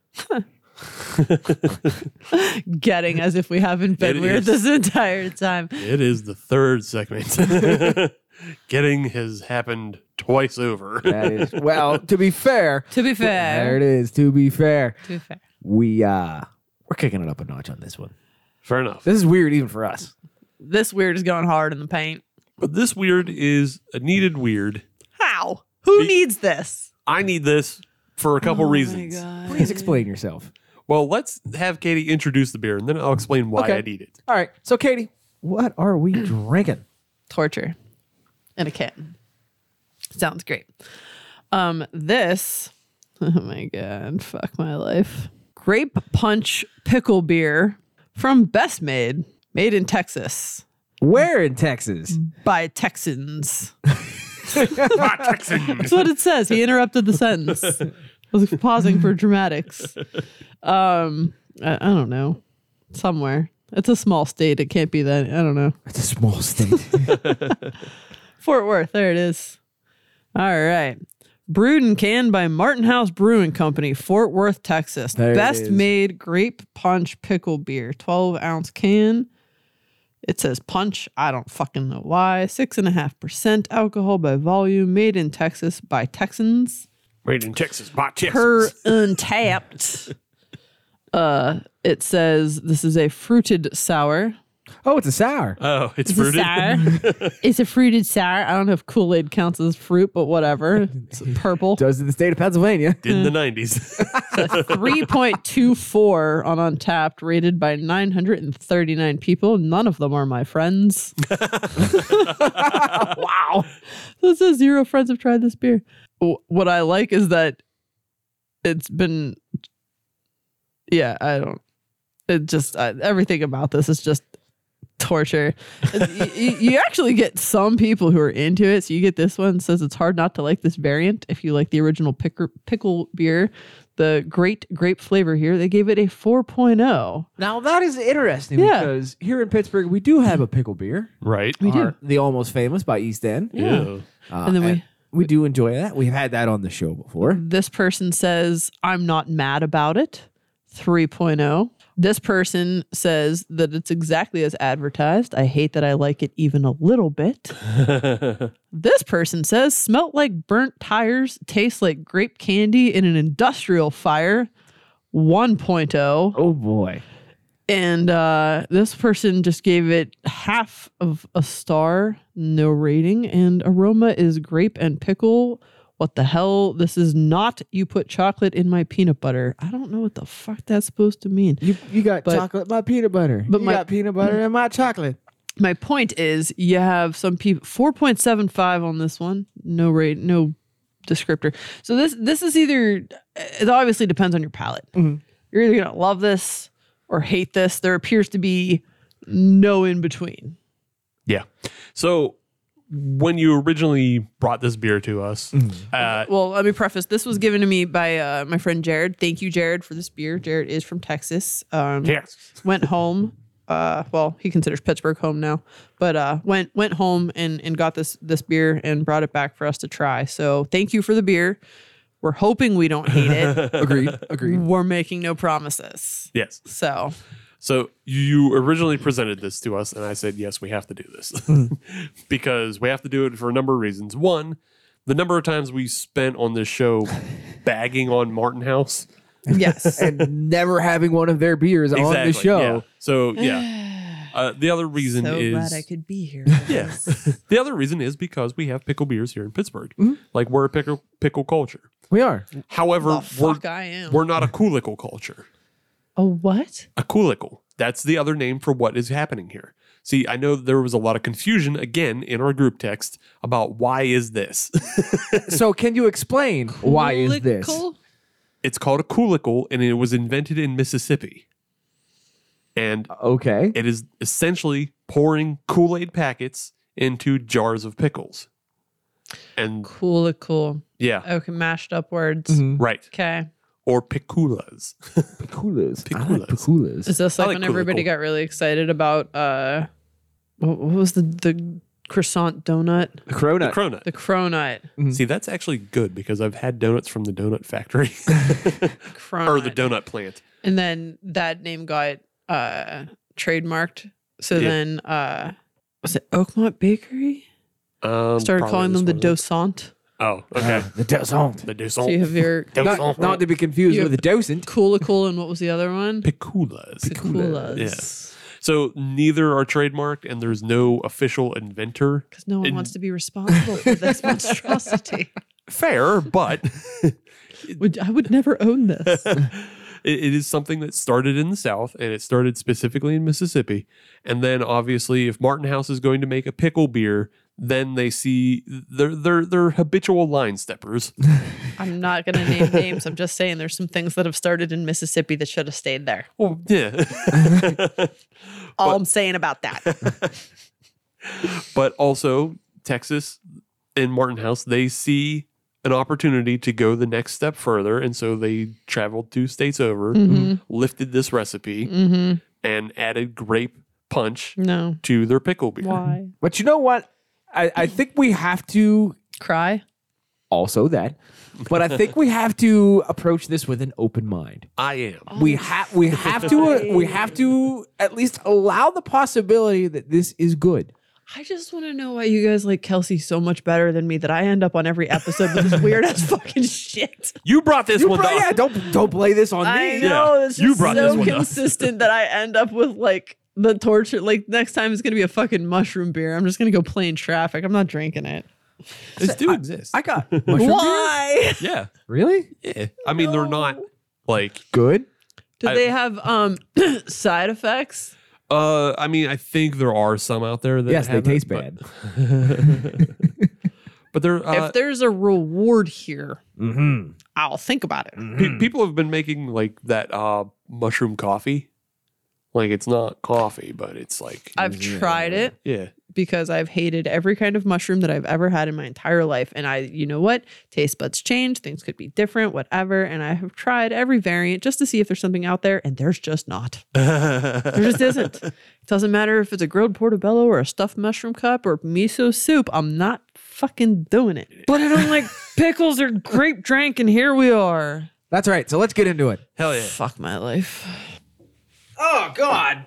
getting as if we haven't been It is. weird this entire time It is the third segment. Getting has happened twice over. that is well, to be fair, to be there fair it is, to be fair. to be fair We uh we're kicking it up a notch on this one. Fair enough. This is weird even for us. this weird is going hard in the paint But this weird is a needed weird. how who Be- needs this I need this for a couple reasons. Please explain yourself. Well, let's have Katie introduce the beer and then I'll explain why I need it. All right. So Katie, what are we drinking? torture in a can. Sounds great. Um, this, oh my god, fuck my life. Grape punch pickle beer from Best Made, made in Texas Where in Texas? by Texans. by Texans. That's what it says. He interrupted the sentence. I was pausing for dramatics. Um, I, I don't know. Somewhere. It's a small state. It can't be that. I don't know. It's a small state. Fort Worth. There it is. All right. Brewed and canned by Martin House Brewing Company, Fort Worth, Texas. There it is. Best made grape punch pickle beer, 12 ounce can. It says punch. I don't fucking know why. 6.5% alcohol by volume, made in Texas by Texans Made in Texas by Texas. per untapped. Uh, it says this is a fruited sour. oh, it's a sour. oh, it's It's fruited. a sour. it's a fruited sour. I don't know if Kool Aid counts as fruit, but whatever. It's purple. Does in the state of Pennsylvania. Did in the 90s. 3.24 on Untapped, rated by 939 people. None of them are my friends. wow. This says zero friends have tried this beer. W- What I like is that it's been. Yeah, I don't. It just, I, everything about this is just torture. you, you- you actually get some people who are into it. So you get this one says it's hard not to like this variant if you like the original picker, pickle beer. The great grape flavor here, they gave it a oh. 4.0. Now that is interesting Yeah. because here in Pittsburgh we do have a pickle beer. Right. We do. Our- The almost famous by East End. Yeah. Uh, And then we- we do enjoy that. We've had that on the show before. This person says, I'm not mad about it. 3.0. This person says that it's exactly as advertised. I hate that I like it even a little bit. This person says, smelt like burnt tires, tastes like grape candy in an industrial fire. 1.0. Oh boy. And uh, this person just gave it half of a star, no rating. And aroma is grape and pickle. What the hell? This is not you put chocolate in my peanut butter. I don't know what the fuck that's supposed to mean. You you got But- chocolate, my peanut butter. but you my- got peanut butter and my chocolate. My point is, you have some people 4.75 on this one. No rate, no descriptor. So this this is either it obviously depends on your palate. You're either gonna love this or hate this. There appears to be no in between. Yeah. So when you originally brought this beer to us, Mm-hmm. uh, well, let me preface. This was given to me by uh, my friend Jared. Thank you, Jared, for this beer. Jared is from Texas. Um, yes. Went home. Uh, well, he considers Pittsburgh home now, but uh, went went home and and got this this beer and brought it back for us to try. So thank you for the beer. We're hoping we don't hate it. Agreed. Agreed. We're making no promises. Yes. So So you originally presented this to us, and I said, yes, we have to do this Mm. because we have to do it for a number of reasons. One, the number of times we spent on this show bagging on Martin House. yes, and never having one of their beers on the Exactly, show. yeah. So yeah. Uh, the other reason so is glad I could be here. Yeah. the other reason is because we have pickle beers here in Pittsburgh. Mm-hmm. Like we're a pickle pickle culture. We are. However, The we're fuck I am. we're not a coolicle culture. A what? A coolicle. That's the other name for what is happening here. See, I know there was a lot of confusion again in our group text about why is this? So can you explain why is this? Coolicle? it's called a coolicle and it was invented in Mississippi. And Okay. it is essentially pouring Kool-Aid packets into jars of pickles. And Coolicle. yeah, Okay, mashed up words. right. Okay. Or piculas. Piculas. I like Piculas. piculas. Is this I like, like when Cool everybody Cool. got really excited about uh what what was the the croissant donut? Corona. Cronut. The cronut. See, that's actually good because I've had donuts from the donut factory Cronut. or the donut plant. And then that name got uh trademarked. So Yeah. then uh was it Oakmont Bakery? Um, Started probably calling this them the one of them. dosant. Oh, okay. the docent. the So dosant. you have your Not, not to be confused You- with the docent. coolicle and what was the other one? Piculas. Piculas. Yes. So neither are trademarked, and there's no official inventor. Because no one And- wants to be responsible for this monstrosity. Fair, but Would, I would never own this. it, it is something that started in the South and it started specifically in Mississippi. And then obviously, if Martin House is going to make a pickle beer, then they see they're they're they're habitual line steppers. I'm not going to name names. I'm just saying there's some things that have started in Mississippi that should have stayed there. Well, yeah. All I'm saying about that. but also Texas and Martin House, they see an opportunity to go the next step further, and so they traveled two states over, Mm-hmm. Mm-hmm. lifted this recipe, and added grape punch No. to their pickle beer. Why? But you know what? I, I think we have to Cry? also that. But I think we have to approach this with an open mind. I am. Oh. we have we have to uh, we have to at least allow the possibility that this is good. I just want to know why you guys like Kelsey so much better than me that I end up on every episode with this weird ass fucking shit. You brought this You one. bro- to us. yeah, don't don't play this on I me. know. It's You just brought this so one up. consistent that I end up with like the torture. Like next time it's going to be a fucking mushroom beer. I'm just going to go play in traffic. I'm not drinking it. These do exist. I got mushroom beer? Why? yeah. Really Yeah. I mean, they're not like. good. Do I- they have um side effects? Uh, I mean, I think there are some out there that Yes, they have it, taste but- bad. But they're uh, if there's a reward here, Mm-hmm. I'll think about it. pe- people have been making like that uh mushroom coffee, Like it's not coffee, but it's like I've tried it yeah. because I've hated every kind of mushroom that I've ever had in my entire life. And I, you know what? Taste buds change, things could be different, whatever. And I have tried every variant just to see if there's something out there, and there's just not. There just isn't. It doesn't matter if it's a grilled portobello or a stuffed mushroom cup or miso soup. I'm not fucking doing it. But I don't like pickles or grape drink, and here we are. That's right. So let's get into it. Hell yeah. Fuck my life. Oh God.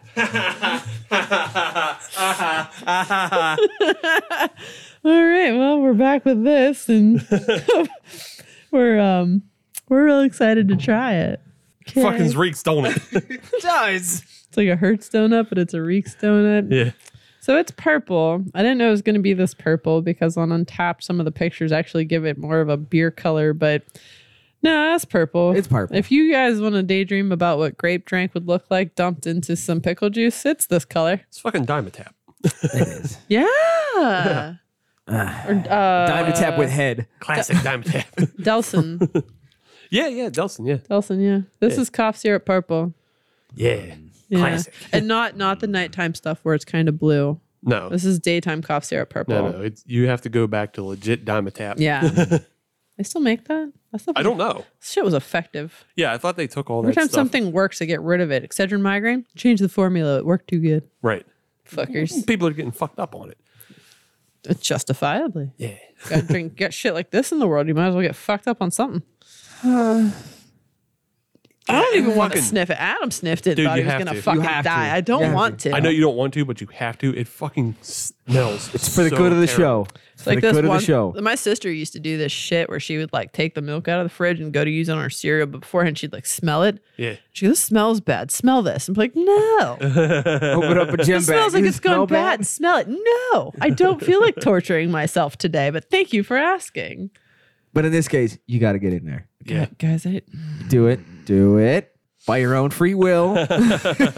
All right. Well, we're back with this, and we're um we're real excited to try it. Fucking reeks, don't it? It's like a Hertz donut, but it's a Reeks donut. yeah. So it's purple. I didn't know it was going to be this purple because on Untapped, some of the pictures actually give it more of a beer color, but no, that's purple. It's purple. If you guys want to daydream about what grape drink would look like dumped into some pickle juice, it's this color. It's fucking Dimetap. Yeah. or, uh, Diamond tap with head. Classic Dimetap. Delson. yeah, yeah, Delson, yeah. Delson, yeah. This is cough syrup purple. Yeah. Yeah. Classic. And not not the nighttime stuff where it's kind of blue. No. This is daytime cough syrup purple. No, no. It's, you have to go back to legit Dimetap. Yeah. they still make that? That stuff I don't know. This shit was effective. Yeah, I thought they took all Every that time stuff. something works, they get rid of it. Excedrin migraine, change the formula. It worked too good. right. Fuckers. People are getting fucked up on it. It's justifiably. Yeah. Got drink get shit like this in the world. You might as well get fucked up on something. I don't even want to Fucking- sniff it. Adam sniffed it. Dude, thought you he was have gonna to. You fucking die. have to. I don't You have want to. I know you don't want to, but you have to. It fucking smells. It's for the good of the show. It's for like the this good one, of the show. My sister used to do this shit where she would like take the milk out of the fridge and go to use it on her cereal, but beforehand she'd like smell it. Yeah. She goes, "This smells bad. Smell this." I'm like, "No, it Open up a gym bag. smells like You it's gone smell bad. Smell it." No, I don't feel like torturing myself today, but thank you for asking, But in this case, you got to get in there. Yeah. guys. I Do it. Do it. By your own free will.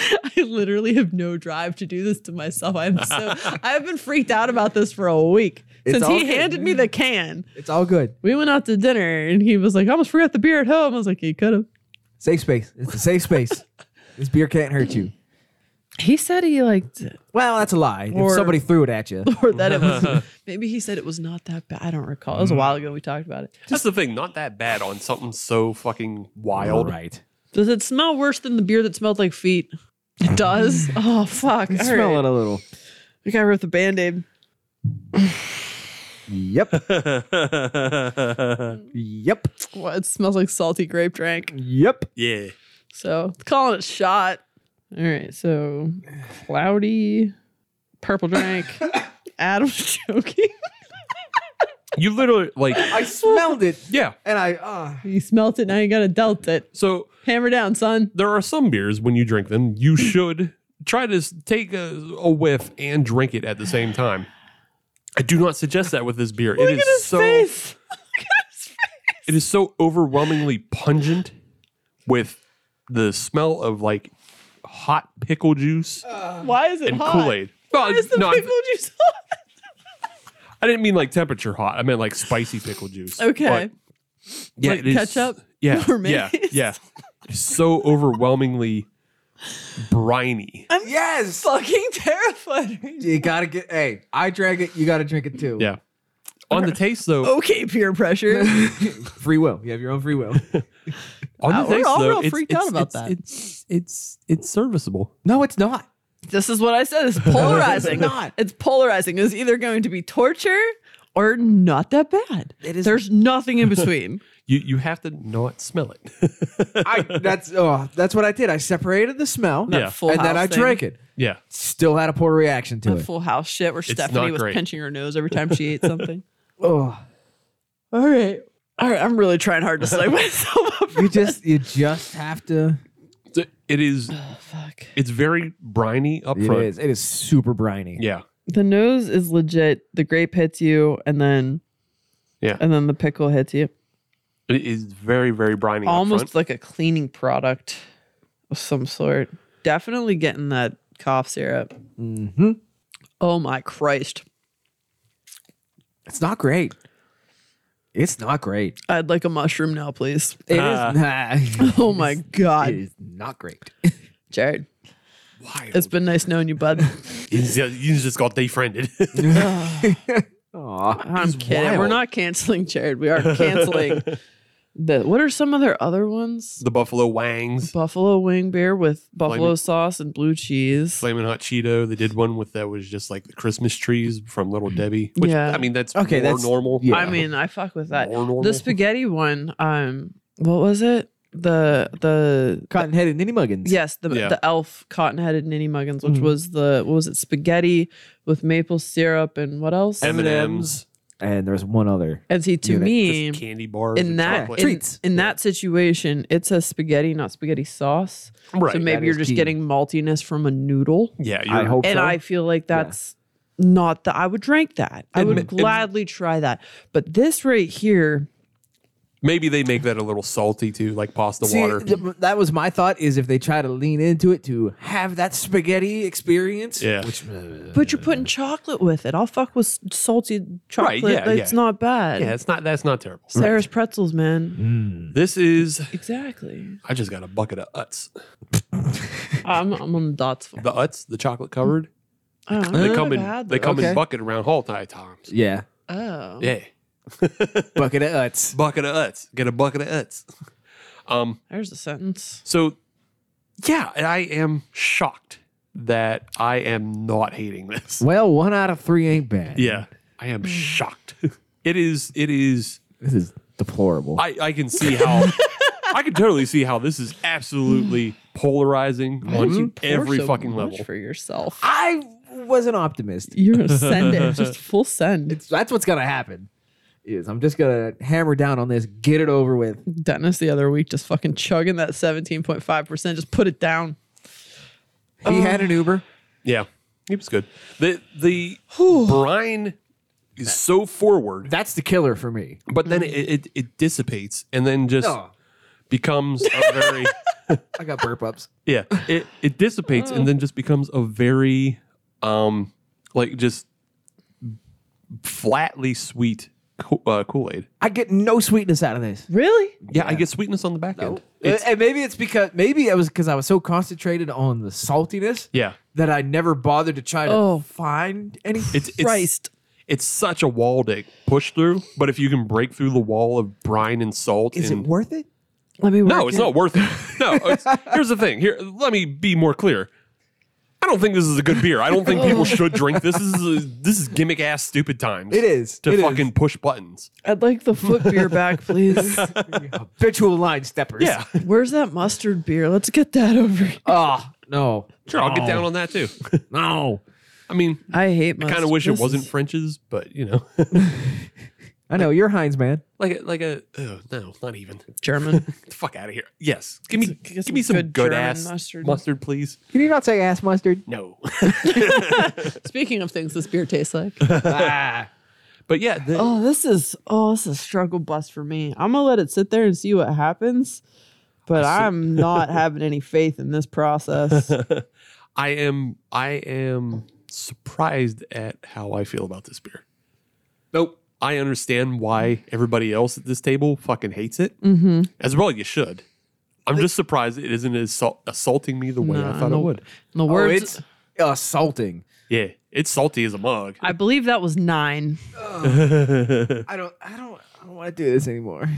I literally have no drive to do this to myself. I'm so I've been freaked out about this for a week It's since all he good. handed me the can. it's all good. We went out to dinner and he was like, "I almost forgot the beer at home." I was like, "He could have." Safe space. It's a safe space. this beer can't hurt you. He said he like Well, that's a lie. Or- if somebody threw it at you. or that it was maybe he said it was not that bad. I don't recall. It Mm. was a while ago we talked about it. That's the thing. Not that bad on something so fucking wild. right. Does it smell worse than the beer that smelled like feet? It does. oh fuck. All Smell right. it a little. We gotta rip the band-aid. Yep. yep. Well, it smells like salty grape drink. Yep. Yeah. So calling it shot. All right, so cloudy purple drink. Adam's joking. You literally like I smelled it yeah. and I uh you smelt it, now you gotta delt it. So Hammer down, son. there are some beers when you drink them, you should try to s- take a, a whiff and drink it at the same time. I do not suggest that with this beer. it is so Face. it is so overwhelmingly pungent with the smell of like hot pickle juice Why is it and Uh, hot? Kool Aid. Why is the no, I- pickle juice hot? I didn't mean like temperature hot. I meant like spicy pickle juice. Okay. But, yeah, Like it is- ketchup Yeah, or yeah, mayonnaise? yeah. It's so overwhelmingly briny. Yes. Fucking terrified. You gotta get hey, I drank it, you gotta drink it too. Yeah. On the taste though, Okay, peer pressure. Free will. You have your own free will. on the Wow, Uh, we're taste all though, real it's- freaked it's- out about it's- that. It's it's it's serviceable. no, it's not. this is what I said. It's polarizing. It's not. It's polarizing. It's either going to be torture or not that bad. It is. There's nothing in between. You you have to not smell it. I that's oh that's what I did. I separated the smell Yeah. full and then house I thing. drank it. yeah. Still had a poor reaction to The it. full house shit where Stephanie not was great. pinching her nose every time she ate something. oh, All right. All right. I'm really trying hard to psych myself up. you just you just have to So It is Oh, Fuck. it's very briny up It front. is. It is super briny. Yeah. The nose is legit. The grape hits you and then Yeah. and then the pickle hits you. It is very, very briny up almost front. like a cleaning product of some sort. Definitely getting that cough syrup. Mm-hmm. Oh my Christ. It's not great. It's not great. I'd like a mushroom now, please. It is. Uh, Oh my it God. is not great. Jared. It's been nice knowing you, bud. You just- you just got defriended. Aw. I'm kidding. We're wild. not canceling Jared. We are canceling the what are some of their other ones? the Buffalo Wangs, Buffalo wing beer with buffalo Flaming- sauce and blue cheese. Flamin' Hot Cheeto. They did one with that was just like the Christmas trees from Little Debbie. Which Yeah. I mean, that's Okay, more that's- normal. yeah. I mean, I fuck with that. More normal. The spaghetti one, um, what was it? The the Cotton headed ninny muggins. Yes, the Yeah. Mm-hmm. the elf cotton headed ninny muggins, which Mhm. was the what was it? Spaghetti with maple syrup and what else? M and M's, And there's one other. And see, to Unit, me, just candy bars, in and that chocolate. in, Treats. in that situation, it says spaghetti, not spaghetti sauce. right? so maybe you're is just key. getting maltiness from a noodle, yeah, you're, I hope and so. I feel like that's not the. I would drink that. I And would ma- and- gladly try that. But this right here, maybe they make that a little salty too, like pasta See, water. th- that was my thought is if they try to lean into it to have that spaghetti experience. Yeah. Which, but you're putting chocolate with it. I'll fuck with s- salty chocolate. yeah, it's yeah. not bad. yeah, Mm. it's not that's not terrible. Sarah's pretzels, man. Mm. This is Exactly. I just got a bucket of Utz. I'm, I'm on the dots. The Utz, the chocolate covered. Oh, They come in they come Okay. in bucket around halt night times. yeah. Oh, Yeah. Bucket of Uts. Bucket of Utz. Get a bucket of Utz. Um, there's a sentence. so yeah, and I am shocked that I am not hating this. Well, one out of three ain't bad. Yeah. I am shocked. It is it is This is deplorable. I, I can see how I can totally see how this is absolutely polarizing on every fucking level. for yourself. I was an optimist. You're gonna send it, just full send. So that's what's gonna happen. Is I'm just gonna hammer down on this, get it over with. Dennis the other week just fucking chugging that 17.5 percent. Just put it down. He had an Uber. Yeah, it was good. The the brine is so forward, That's the killer for me. but then it, it, it dissipates and then just Oh, becomes a very I got burp ups. yeah. It it dissipates and then just becomes a very um like just flatly sweet Kool- uh, Kool Aid. I get no sweetness out of this. Really? Yeah, I get sweetness on the back end. It's- and maybe it's because maybe it was because I was so concentrated on the saltiness yeah, that I never bothered to try to Oh. find any. it's it's Christ. it's such a wall to push through. But if you can break through the wall of brine and salt, Is and it worth it? Let me. No, work it's it. not worth it. No, it's, here's the thing. Here, let me be more clear. I don't think this is a good beer. I don't think people should drink this. This is this is gimmick ass stupid times. It is. to It is. fucking push buttons. I'd like the foot beer back, please. Habitual line steppers. Yeah, Where's that mustard beer? Let's get that over. here. Oh no, sure. I'll get down on that too. no. I mean, I hate. I kind of mustard. wish it This wasn't is- French's, but you know, I know you're Heinz man. like a, like a oh, no, not even. German. Get the fuck out of here. Yes, give me Get some- get give me some some good good, German ass mustard. mustard. please. Can you not say ass mustard? No, Speaking of things, this beer tastes like. Ah, but yeah, the- Oh, this is oh, this is a struggle bus for me. I'm gonna let it sit there and see what happens, but I'm not having any faith in this process. I am I am surprised at how I feel about this beer. Nope. I understand why everybody else at this table fucking hates it. Mm-hmm. As well, you should. I'm just surprised it isn't assault- assaulting me the way I thought it would. The Oh, words. it's assaulting. Yeah, it's salty as a mug. I believe that was nine. I don't. I don't. I don't want to do this anymore.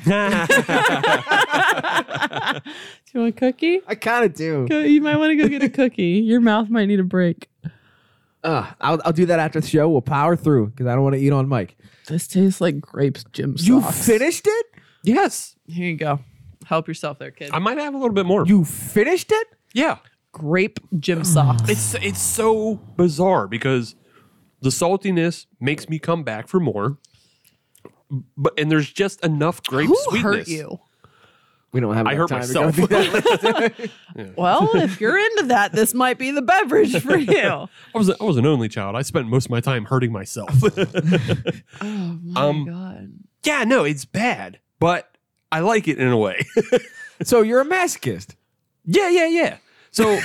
Do you want a cookie? I kind of do. Go- You might want to go get a cookie. Your mouth might need a break. Uh, I'll, I'll do that after the show. We'll power through because I don't want to eat on mic. This tastes like grapes, Jim. You sauce. finished it? yes, Here you go. Help yourself there, kid. I might have a little bit more. You finished it? yeah, Grape Jim socks. it's it's so bizarre because the saltiness makes me come back for more. But and there's just enough grape Who sweetness. hurt you? We don't have. I enough hurt time to go myself. through that. Well, if you're into that, this might be the beverage for you. I was I was an only child. I spent most of my time hurting myself. Oh my Um, god. yeah, no, it's bad, but I like it in a way. so you're a masochist. yeah, yeah, yeah. So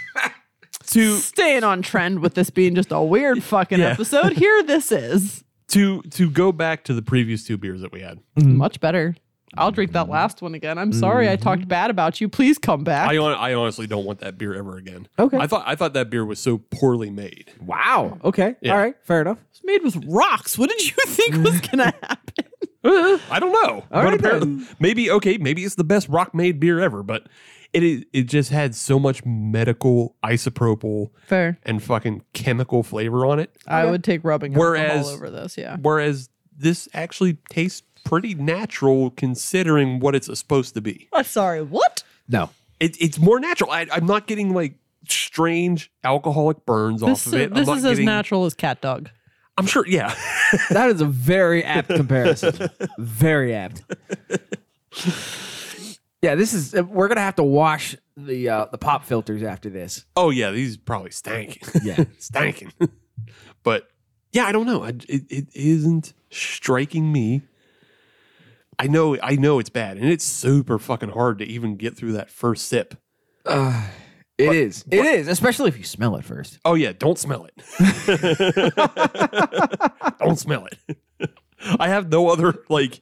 to staying on trend with this being just a weird fucking Yeah. episode, here this is. to to go back to the previous two beers that we had. Much better. I'll drink Mm-hmm. that last one again. I'm sorry I talked bad about you. Please come back. I hon- I honestly don't want that beer ever again. Okay. I thought I thought that beer was so poorly made. Wow. Okay. Yeah. All right. Fair enough. It's made with rocks. What did you think was gonna happen? I don't know. but right, apparently, maybe okay, maybe it's the best rock made beer ever, but it is- it just had so much medical isopropyl Fair. and fucking chemical flavor on it. I would take rubbing Whereas, Whereas- all over this. Yeah. Whereas this actually tastes pretty natural considering what it's supposed to be. I'm Uh, sorry. What? No. It, it's more natural. I, I'm not getting like strange alcoholic burns This, off of it. I'm this not is as getting- natural as cat dog. I'm sure. Yeah. That is a very apt comparison. very apt. Yeah, this is. We're gonna have to wash the uh, the pop filters after this. Oh yeah, these probably stank. Yeah. stanking. but yeah, I don't know. I, it, it isn't striking me. I know, I know it's bad, and it's super fucking hard to even get through that first sip. It is. It is, especially if you smell it first. Oh yeah, don't smell it. don't smell it. I have no other like.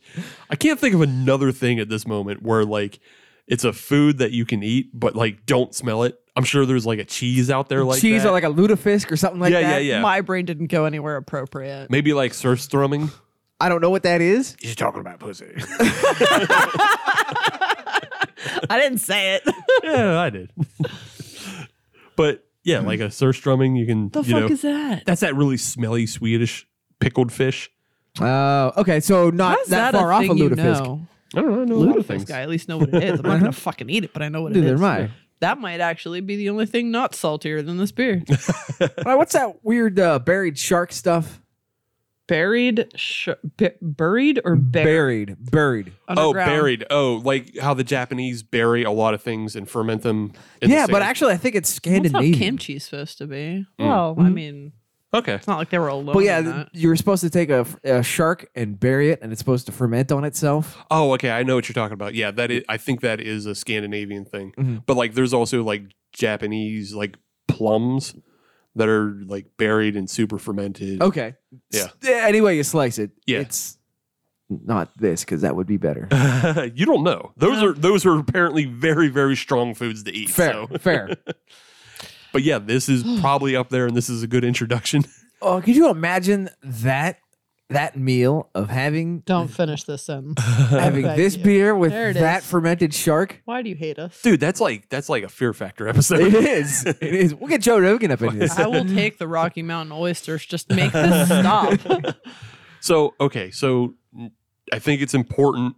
I can't think of another thing at this moment where like it's a food that you can eat, but like don't smell it. I'm sure there's like a cheese out there like Cheese that. or like a lutefisk or something like yeah, that. yeah, yeah. My brain didn't go anywhere appropriate. Maybe like surstrumming. I don't know what that is. You're talking about pussy. I didn't say it. yeah, I did. but yeah, like a surstrumming, you can. the you fuck know, is that? That's that really smelly Swedish pickled fish. Oh, okay. So not How is that, that far a off a thing you lutefisk. know? I don't know. I know a lot of things. Lutefisk. I at least know what it is. I'm not gonna fucking eat it, but Uh-huh. I know what it is. Neither am I. That might actually be the only thing not saltier than this beer. All right, what's that weird uh, buried shark stuff? buried, sh- bu- buried or buried? Buried, buried. Oh, buried. Oh, like how the Japanese bury a lot of things and ferment them. in the yeah, but sand. actually, I think it's That's how Scandinavian. kimchi's supposed to be. Well, mm-hmm. I mean, okay. it's not like they were alone. But yeah, in th- that. you were supposed to take a, f- a shark and bury it, and it's supposed to ferment on itself. Oh, okay. I know what you're talking about. Yeah, that is, I think that is a Scandinavian thing. Mhm. But like, there's also like Japanese like plums that are like buried and super fermented. Okay. Yeah. S- Anyway, you slice it. Yeah. It's not this because that would be better. you don't know. Those are those are apparently very very strong foods to eat. Fair, so- fair. But yeah, this is probably up there, and this is a good introduction. Oh, could you imagine that that meal of having Don't finish this sentence. having Thank this you. beer with There it that is. fermented shark? Why do you hate us? Dude, that's like that's like a Fear Factor It episode. is. It is. We'll get Joe Rogan up in this. I will take the Rocky Mountain oysters. Just make this stop. so okay, so I think it's important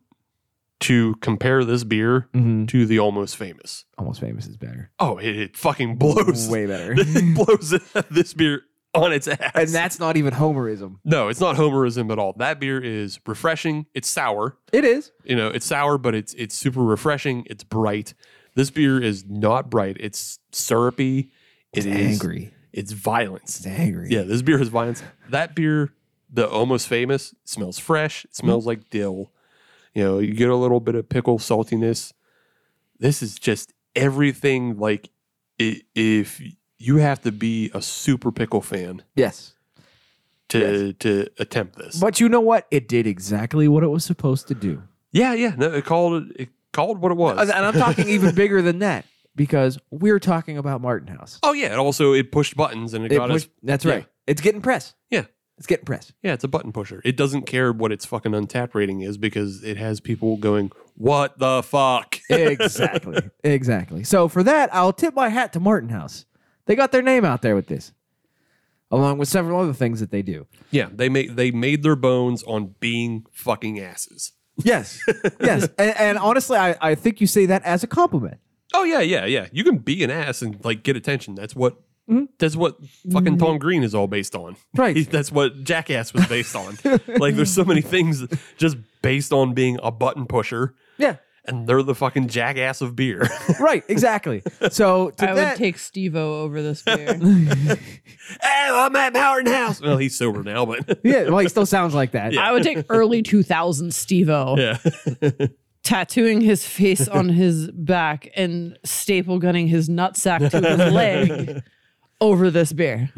to compare this beer Mhm. to the Almost Famous. Almost famous is better. Oh, it, it fucking blows. Way better. it blows this beer on its ass. and that's not even Homerism. no, it's not homerism at all. That beer is refreshing. It's sour. It is. you know it's sour but it's it's super refreshing it's bright this beer is not bright it's syrupy it's angry. it's violence It's angry. yeah this beer is violence that beer the almost famous smells fresh it smells like dill you know you get a little bit of pickle saltiness this is just everything like i if you have to be a super pickle fan Yes. to to attempt this But you know what? It did exactly what it was supposed to do. yeah yeah no it called it called what it was And and I'm talking even bigger than that because we're talking about Martin House. Oh yeah, and also it pushed buttons and it, It got was- us. that's yeah. right. It's getting press. Yeah. It's getting press. Yeah, it's a button pusher. It doesn't care what its fucking untapped rating is because it has people going, "What the fuck?" Exactly. exactly. So for that, I'll tip my hat to Martin House. They got their name out there with this, along with several other things that they do. yeah, they made they made their bones on being fucking asses. Yes. yes. And, and honestly, I, I think you say that as a compliment. Oh yeah, yeah, yeah. You can be an ass and like get attention. That's what. That's what fucking Tom Green is all based on. Right. That's what Jackass was based on. like, there's so many things just based on being a button pusher, Yeah. and they're the fucking jackass of beer. Right. Exactly. So to I would that, take Stevo over this beer. oh, I'm at Mountain House. Well, he's sober now, but yeah. Well, he still sounds like that. I would take early 2000s Stevo. yeah. tattooing his face on his back and staple gunning his nutsack to his leg over this beer.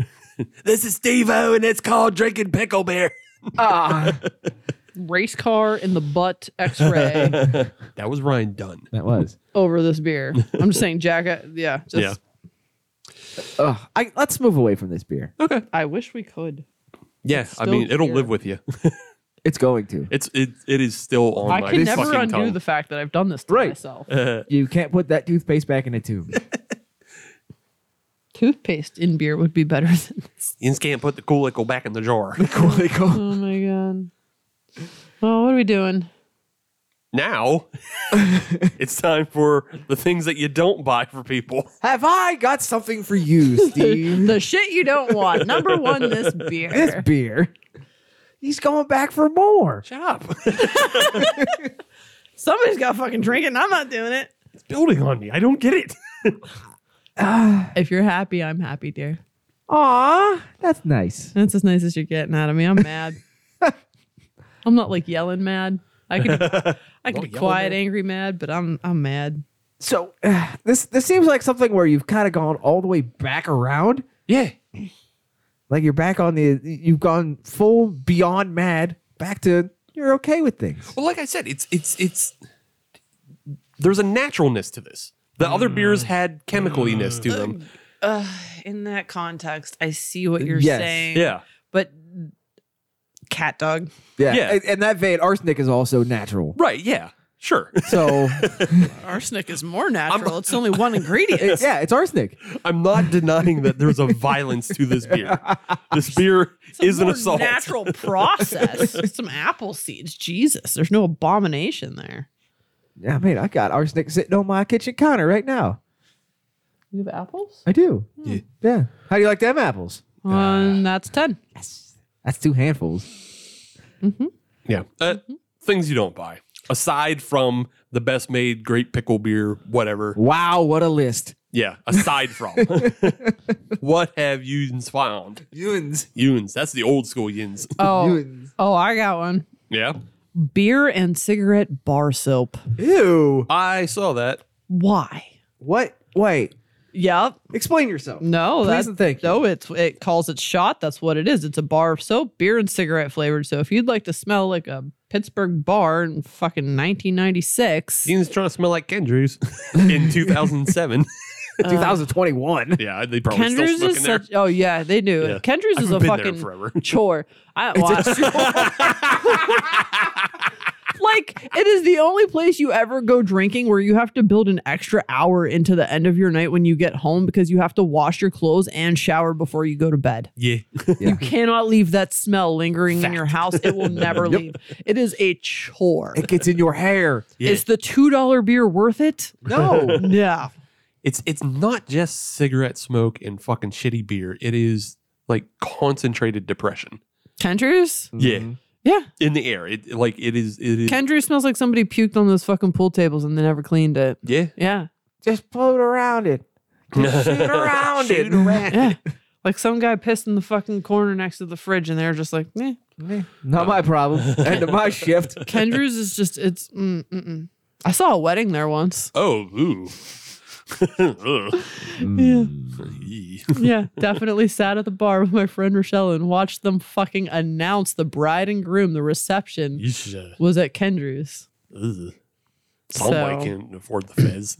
This is Steve O, and it's called Drinking Pickle Beer. Ah. Race car in the butt x ray that was Ryan Dunn. That was. over this beer. I'm just saying, Jack. I- Yeah. Just, Yeah. Ugh, I, let's move away from this beer. I wish we could. Yeah, I still mean, it'll here. live with you. It's going to. It's it it is still on I Oh my can never fucking undo tongue. the fact that I've done this to Right. myself. You can't put that toothpaste back in the tube. Toothpaste in beer would be better than this. you just can't put the Kool Aid back in the jar. Oh my god. Oh, what are we doing? now it's time for the things that you don't buy for people. Have I got something for you, Steve? The shit you don't want. Number one, this beer. this beer. He's going back for more. Shut up! Somebody's got to fucking drink it, and I'm not doing it. it's building on me. I don't get it. If you're happy, I'm happy, dear. Aw, that's nice. That's as nice as you're getting out of me. I'm mad. I'm not like yelling mad. I could I could be quiet, angry mad, but I'm I'm mad. So this this seems like something where you've kind of gone all the way back around. Yeah, Like you're back on the you've gone full beyond mad back to you're okay with things. Well, like I said, it's it's it's there's a naturalness to this. The other beers had chemicaliness to them. In that context, I see what you're you're Yes. saying. saying, Mm. Yeah. But cat dog. Yeah. Yeah. And, and that vein, arsenic is also natural. Right, yeah. Sure. So Arsenic is more natural. it's only one ingredient. it- yeah, it's arsenic. I'm not denying that there's a violence to this beer. This beer is an more assault. natural process. Some apple seeds. Jesus, there's no abomination there. I mean, I got arsenic sitting on my kitchen counter right now. You have apples? I do. Yeah. How do you like them apples? Um, that's ten. That's two handfuls. Yeah. Uh, Things you don't buy. Aside from the best made great pickle beer, whatever. Wow, what a list. Yeah. Aside from. what have yins found? Yun's. Yins. That's the old school yins. Oh, oh, I got one. Yeah. Beer and cigarette bar soap. Ew. I saw that. Why? What? Wait. Yep. Explain yourself. No, Please that's and thank you. no. It's it calls it shot. That's what it is. It's a bar of soap, beer, and cigarette flavored. So if you'd like to smell like a Pittsburgh bar in fucking 1996, Yins trying to smell like Kendrews in 2007. 2021. Yeah, they probably Kendrick's Oh, still is smoking there. such. Oh yeah, they do. Yeah. Kendrick's I is a haven't been there fucking forever. chore. I well, I- like it is the only place you ever go drinking where you have to build an extra hour into the end of your night when you get home because you have to wash your clothes and shower before you go to bed. yeah. You cannot leave that smell lingering in your house. It will never leave. It is a chore. It gets in your hair. Is the two dollar beer worth it? No. Yeah. It's it's not just cigarette smoke and fucking shitty beer. It is like concentrated depression. Kendrews? Yeah. Yeah. In the air. It like it is it is Kendrew smells like somebody puked on those fucking pool tables and they never cleaned it. yeah. Yeah. Just float around it. Just shoot around it. Yeah. Like some guy pissed in the fucking corner next to the fridge and they're just like, eh. Not my problem. End of my shift. Kendrew's is just, it's, mm, mm, mm. I saw a wedding there once. Oh, ooh. Ugh. Yee. Yeah. Definitely sat at the bar with my friend Rochelle and watched them fucking announce the bride and groom. The reception Yeesh. was at Kendrew's. Ugh. Somebody So- can't afford the fez.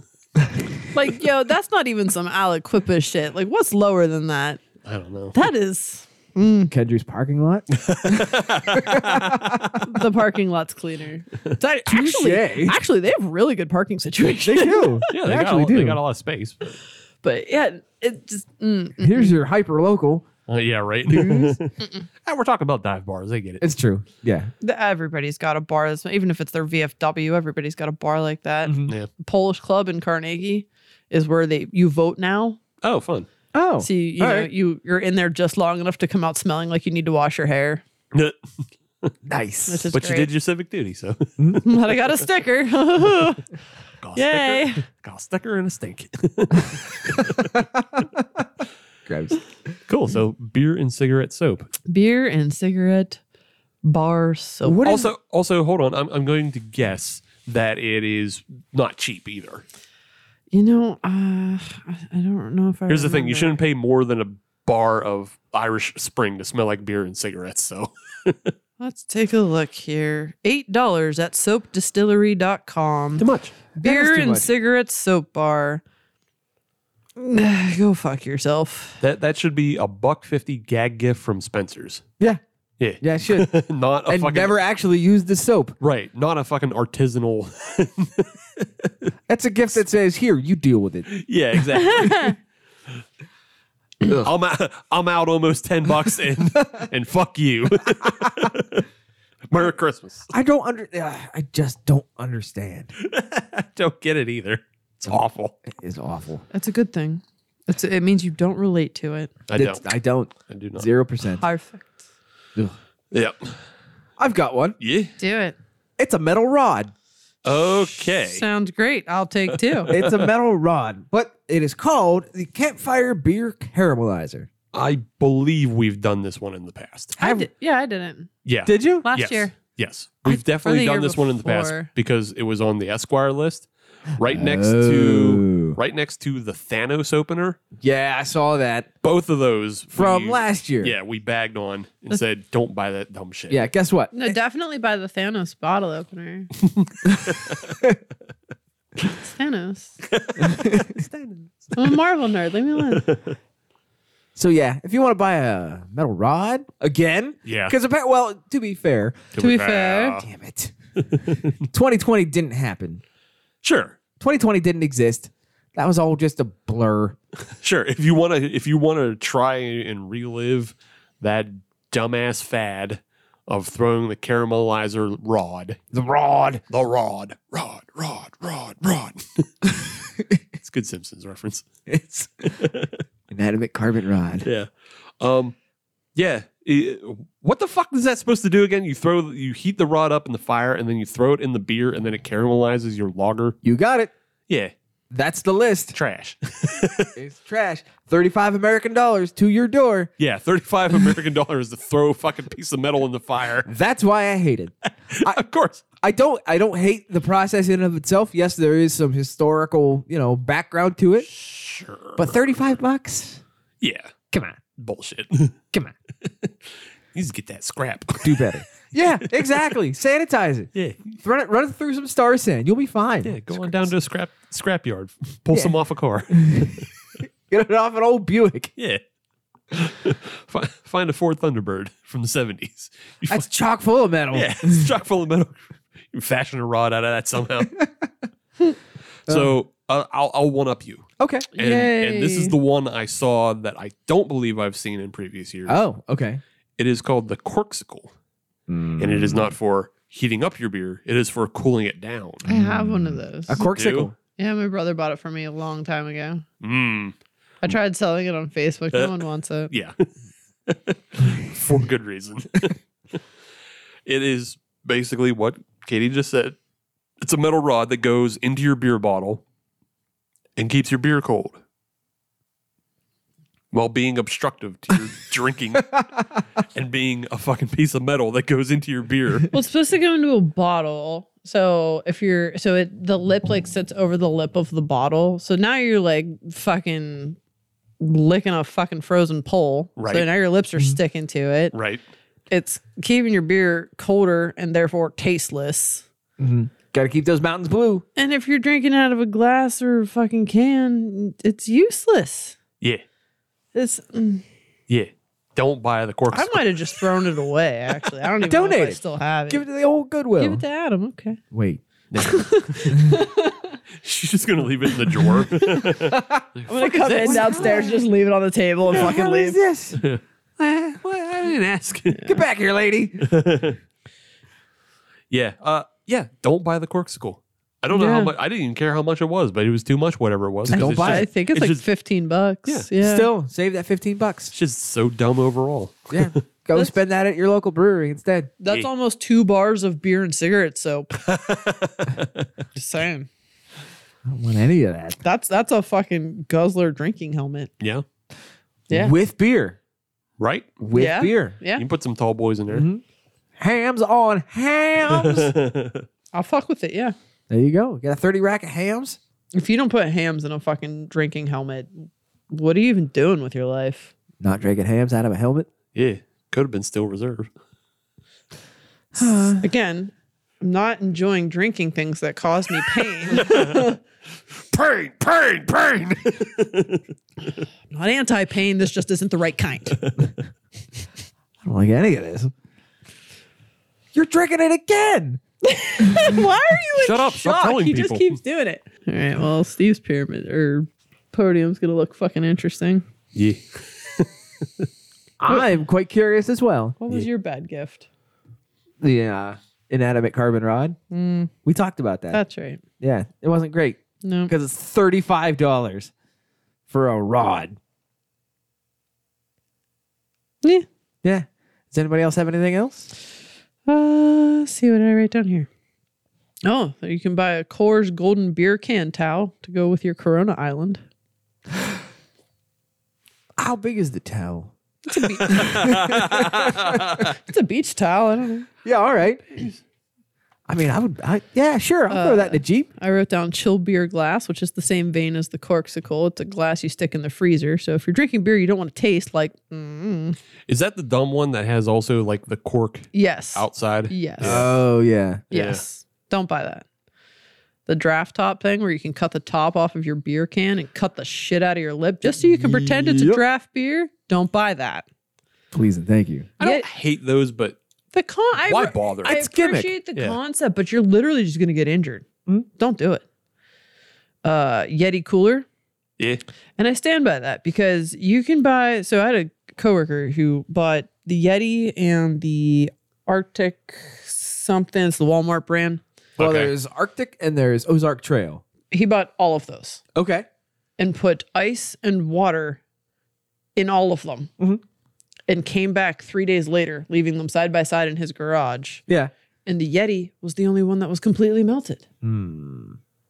Like, yo, that's not even some Alec Quippa shit. Like, what's lower than that? I don't know. That is, Kendrew's parking lot. the parking lot's cleaner. It's ac- Actually, Touche. actually, they have really good parking They situation. do. Yeah, they, actually do. a lot of space. But yeah, it just mm, mm. Here's your hyper local. Uh, yeah, right. Ah, we're talking about dive bars. They get it. It's true. Yeah. The- everybody's got a bar. That's, even if it's their VFW, everybody's got a bar like that. Mm-hmm. Yeah. Polish Club in Carnegie is where they you vote now. Oh, fun. Oh. so you, you all know right. you you're in there just long enough to come out smelling like you need to wash your hair. nice. Which is but you great. did your civic duty, so But I got a sticker. got a Yay. sticker, got a sticker and a stink. Gross. cool. So beer and cigarette soap. Beer and cigarette bar soap. What is- also, also, hold on. I'm, I'm going to guess that it is not cheap either. you know, uh, I I don't know if I. Here's the thing: you remember. shouldn't pay more than a bar of Irish Spring to smell like beer and cigarettes. So Let's take a look here. $8 at soapdistillery.com. Too much. Beer too and much. cigarettes soap bar. Go fuck yourself. That that should be a buck fifty gag gift from Spencer's. Yeah. Yeah. Yeah, Oh, it should. not a and fucking never actually used the soap. right. Not a fucking artisanal. That's a gift that says, "Here, you deal with it." yeah, exactly. I'm out, I'm out almost ten bucks in, and fuck you. Merry Christmas. I don't under. Uh, I just don't understand. Don't get it either. It's awful. It's awful. That's a good thing. It's, it means you don't relate to it. I It's- don't. I don't. I do not. Zero percent. Perfect. Yep. I've got one. Yeah. Do it. It's a metal rod. Okay. Sounds great. I'll take two. It's a metal rod, but it is called the Campfire Beer Caramelizer. I believe we've done this one in the past. I did, yeah, I didn't. Yeah. Did you? Last yes. year. Yes. We've definitely the done year this one in the past before. because it was on the Esquire list. Right next to right next to the Thanos opener. Yeah, I saw that Both of those from we- last year. Yeah, we bagged on and said, Don't buy that dumb shit. Yeah, guess what? No, definitely by the Thanos bottle opener. it's Thanos. I'm a Marvel nerd. Leave me alone. So yeah, if you want to buy a metal rod again, Yeah. because well, to be fair, To be fair. damn it, 2020 didn't happen. Sure. 2020 didn't exist. That was all just a blur. Sure. If you wanna if you wanna try and relive that dumbass fad of throwing the caramelizer rod. The rod. The rod. Rod. Rod. Rod. Rod. it's a good Simpsons reference. It's inanimate carbon rod. Yeah. Um yeah, i- what the fuck is that supposed to do again? You throw you heat the rod up in the fire and then you throw it in the beer and then it caramelizes your lager. You got it. Yeah, That's the list. trash. It's trash. 35 American dollars to your door. yeah, 35 American dollars to throw a fucking piece of metal in the fire. That's why I hate it. of course. I don't I don't hate the process in and of itself. Yes, there is some historical, you know, background to it. Sure. But 35 bucks? yeah, Come on. bullshit. Come on. You just get that scrap. Do better. yeah, exactly. Sanitize it. Yeah. Run it run it through some star sand. You'll be fine. Yeah, go on down to a scrap scrap yard. Pull some off a car. Get it off an old Buick. yeah. Find, find a Ford Thunderbird from the 70s. You That's chock full of metal. Yeah, it's chock full of metal. You fashion a rod out of that somehow. so uh, I'll, I'll one up you. Okay. And, and this is the one I saw that I don't believe I've seen in previous years. Oh, okay. It is called the corksicle, and it is Mm. not for heating up your beer. It is for cooling it down. I have one of those. A corksicle. Yeah, my brother bought it for me a long time ago. Mm, I tried selling it on Facebook. No one wants it. yeah, for good reason. it is basically what Katie just said. It's a metal rod that goes into your beer bottle and keeps your beer cold while being obstructive to your drinking and being a fucking piece of metal that goes into your beer. Well, it's supposed to go into a bottle. So if you're so it the lip like sits over the lip of the bottle. So now you're like fucking licking a fucking frozen pole. So Right. now your lips are sticking to it. Right. It's keeping your beer colder and therefore tasteless. Gotta keep those mountains blue. And if you're drinking out of a glass or a fucking can, it's useless. Yeah. It's mm, Yeah. Don't buy the cork. I might have just thrown it away. Actually, I don't even know Donate if I it. still have it. Give it to the old Goodwill. Give it to Adam. Okay. Wait. She's just gonna leave it in the drawer. I'm gonna come in downstairs, just leave it on the table, and fucking hell leave. is this? I didn't ask. Get back here, lady. Yeah. Uh, yeah. Don't buy the corksicle. I don't know how Yeah. much. I didn't even care how much it was, but it was too much. Whatever it was. 'cause Don't it's buy just- I think it's, like just, 15 bucks. Yeah. Yeah. Still, save that 15 bucks. it's just so dumb overall. Yeah. Go spend that at your local brewery instead. That's Yeah. almost two bars of beer and cigarette soap. just saying. I don't want any of that. That's that's a fucking guzzler drinking helmet. Yeah. Yeah. With beer. Right. With Yeah. beer. You Yeah. Mm-hmm. can put some tall boys in there. Hams on hams. I'll fuck with it. Yeah. there you go. Got a 30 rack of hams. If you don't put hams in a fucking drinking helmet, what are you even doing with your life? Not drinking hams out of a helmet. Yeah. Could have been still reserve. Again, I'm not enjoying drinking things that cause me pain. Pain, pain, pain. I'm not anti pain. This just isn't the right kind. I don't like any of this. You're drinking it again. Why are you in Shut up. Stop shock? telling he people. just keeps doing it. All right. Well, Steve's pyramid or podium's gonna look fucking interesting. yeah. I'm quite curious as well. What was your bad gift? The uh, inanimate carbon rod. We talked about Hmm. that. That's right. yeah, it wasn't great No. because it's thirty five dollars for a rod. Yeah. Yeah. Does anybody else have anything else? Uh, see what did I write down here. Oh, you can buy a Coors Golden Beer can towel to go with your Corona Island. How big is the towel? It's a beach towel. I don't know. Yeah, all right. I mean, I would. I, yeah, sure. I'll throw that in the jeep. I wrote down chill beer glass, which is the same vein as the corksicle. It's a glass you stick in the freezer. So if you're drinking beer you don't want to taste, like, mm, Is that the dumb one that has also like the cork yes. outside? Yes. Oh yeah. yes. Don't buy that. The draft top thing where you can cut the top off of your beer can and cut the shit out of your lip just so you can pretend it's a Yep. draft beer. Don't buy that. Please and thank you. I don't Yeah. hate those, but The con I, why bother? I It's gimmick. appreciate the Yeah. Hmm? concept, but you're literally just gonna get injured. Don't do it. Uh Yeti cooler. yeah. And I stand by that because you can buy. So I had a coworker who bought the Yeti and the Arctic something. It's the Walmart brand. Well, Okay. there's Arctic and there's Ozark Trail. He bought all of those Okay. and put ice and water in all of them Mhm. and came back three days later, leaving them side by side in his garage. Yeah. And the Yeti was the only one that was completely melted.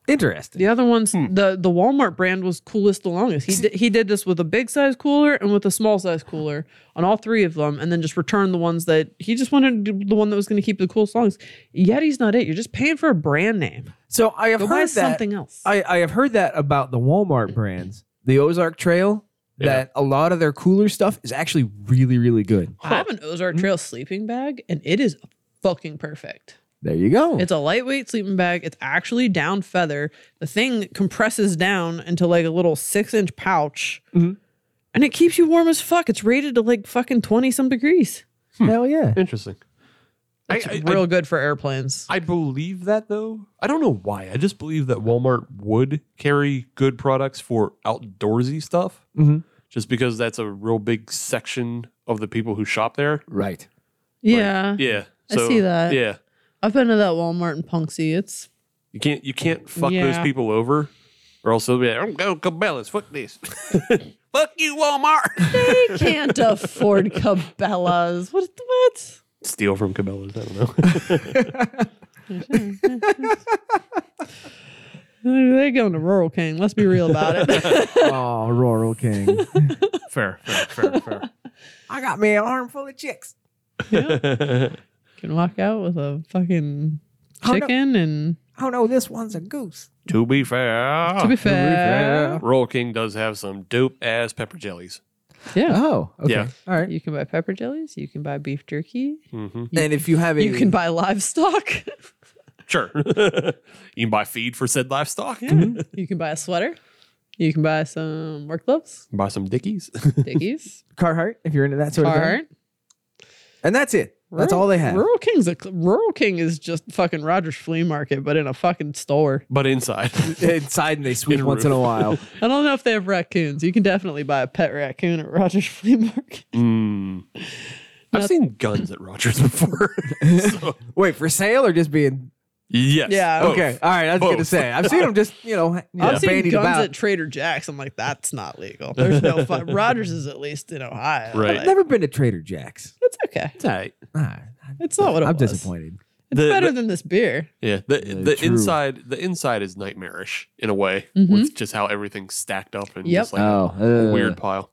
Interesting. The other ones, Hmm. the the Walmart brand was coolest the longest. He did, he did this with a big size cooler and with a small size cooler on all three of them, and then just returned the ones that he just wanted the one that was going to keep the coolest longest. Yeti's not it. You're just paying for a brand name. So I have Go buy heard that. something else. I, I have heard that about the Walmart brands, the Ozark Trail. Yeah. That a lot of their cooler stuff is actually really, really good. I have an Hmm? Ozark Trail sleeping bag, and it is fucking perfect. There you go. It's a lightweight sleeping bag. It's actually down feather. The thing compresses down into like a little six inch pouch, Mhm. and it keeps you warm as fuck. It's rated to like fucking twenty some degrees. Hell yeah. Interesting. I, It's I, real good for airplanes. I, I believe that though. I don't know why. I just believe that Walmart would carry good products for outdoorsy stuff, Mm-hmm. Mhm. just because that's a real big section of the people who shop there. Right. yeah. Yeah, I see that. Yeah, I've been to that Walmart in Punxsy. It's you can't you can't fuck Yeah. those people over, or else they'll be like, "I'm going to Cabela's. Fuck this. fuck you, Walmart. they can't afford Cabela's. What what? Steal from Cabela's. I don't know. They're going to Rural King. Let's be real about it. oh, Rural King. fair, fair, fair, fair. I got me an arm full of chicks. Can walk out with a fucking Oh, no. chicken and Oh no, this one's a goose. to be fair, to be fair, Roll King does have some dope ass pepper jellies. yeah. Oh, okay. Yeah. All right. You can buy pepper jellies. You can buy beef jerky. Mm-hmm. And if you have a You can buy livestock. Sure. you can buy feed for said livestock. you can buy a sweater. You can buy some work gloves, Buy some dickies. diggies, Carhartt, if you're into that sort of thing. cart. And that's it. That's all they have. Rural King's a Rural King is just fucking Rogers Flea Market, but in a fucking store. but inside. Inside and they sweep In once in a while. I don't know if they have raccoons. You can definitely buy a pet raccoon at Rogers Flea Market. Mm. I've seen guns at Rogers before. So, Wait, for sale or just being yes. Yeah. both. Okay. All right. I was going to Both. say, I've seen them just, you know, you know I've seen bandied guns about. at Trader Jack's. I'm like, that's not legal. There's no fun. Rogers is at least in Ohio. Right. Like, I've never been to Trader Jack's. That's okay. It's all right. Ah, It's not what it I'm was. disappointed. It's The- better the- than this beer. Yeah. The the true. inside the inside is nightmarish in a way Mhm. with just how everything's stacked up and Yep. just like Oh, uh, a weird pile.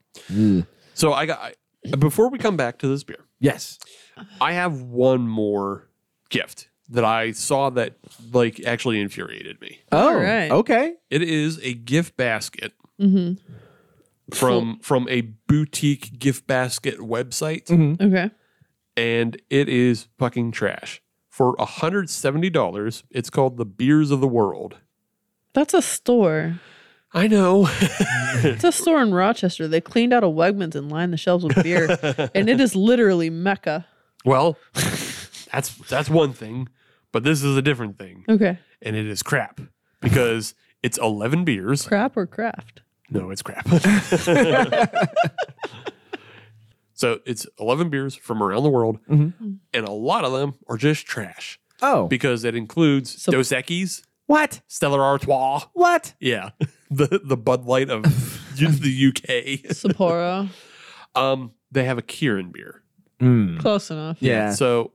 So I got I, before we come back to this beer. Yes. I have one more gift that I saw that like actually infuriated me. Oh, All right. okay. It is a gift basket Mm-hmm. from from a boutique gift basket website Mhm. Okay. and it is fucking trash. for $170. It's called the Beers of the World. That's a store. I know. It's a store in Rochester. They cleaned out a Wegmans and lined the shelves with beer, and it is literally Mecca. well, that's that's one thing, but this is a different thing, Okay, and it is crap because it's 11 beers. crap or craft. No, it's crap. so it's 11 beers from around the world, and a lot of them are just trash Oh, because it includes So- Dos Equis, what? Stella Artois, What? yeah, the the Bud Light of the UK. Sapporo, Um, they have a Kieran beer. close enough. Yeah. So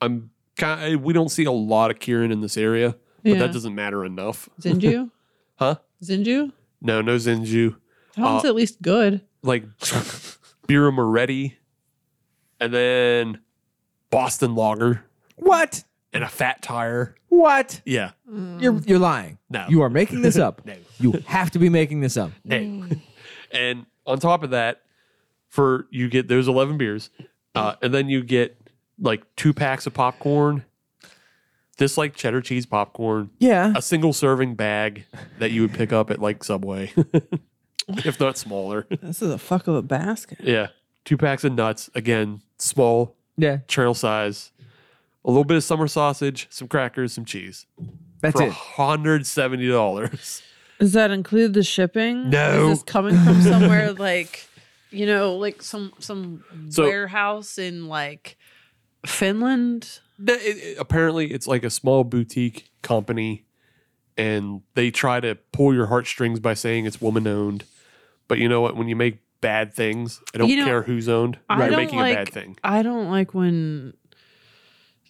I'm kind. we don't see a lot of Kieran in this area, but Yeah. that doesn't matter enough. Zinju, Huh? Zinju. No, no Zinju. That one's Uh, at least good. Like Bira Moretti, and then Boston Lager What? and a Fat Tire. What? Yeah. Hmm. You're you're lying. No. You are making this up. No. You have to be making this up. No. and on top of that, for you get those eleven beers, uh, and then you get like two packs of popcorn. This like cheddar cheese popcorn, Yeah. a single serving bag that you would pick up at like Subway, if not smaller. This is a fuck of a basket. Yeah. Two packs of nuts. Again, small Yeah. trail size. A little bit of summer sausage, some crackers, some cheese. That's for it. $170. Does that include the shipping? No. Is this coming from somewhere like, you know, like some some So- warehouse in like Finland? No, it- it- apparently, it's like a small boutique company, and they try to pull your heartstrings by saying it's woman owned. But you know what? When you make bad things, I don't You know, care who's owned. I You're don't making like- a bad thing. I don't like when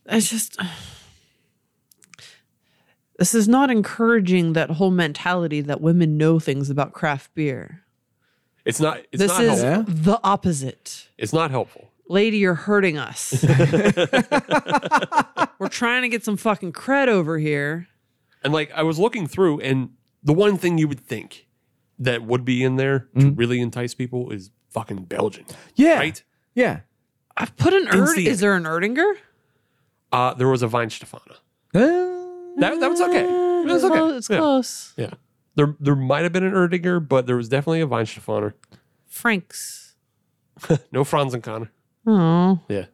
it's just this is not encouraging that whole mentality that women know things about craft beer. It's not. It's this not. is Helpful. helpful. the opposite. It's not helpful. Lady, you're hurting us. We're trying to get some fucking cred over here. And like I was looking through, and the one thing you would think that would be in there to really entice people is fucking Belgian, Yeah. right? Yeah. I've put an Erd. Instant. Is there an Erdinger? Uh, there was a Weinstefana. Uh, That that was okay. That was okay. Well, it's yeah. close. Yeah. There there might have been an Erdinger, but there was definitely a Weinstefaner. Frank's. No Franz and Connor. Oh, Yeah.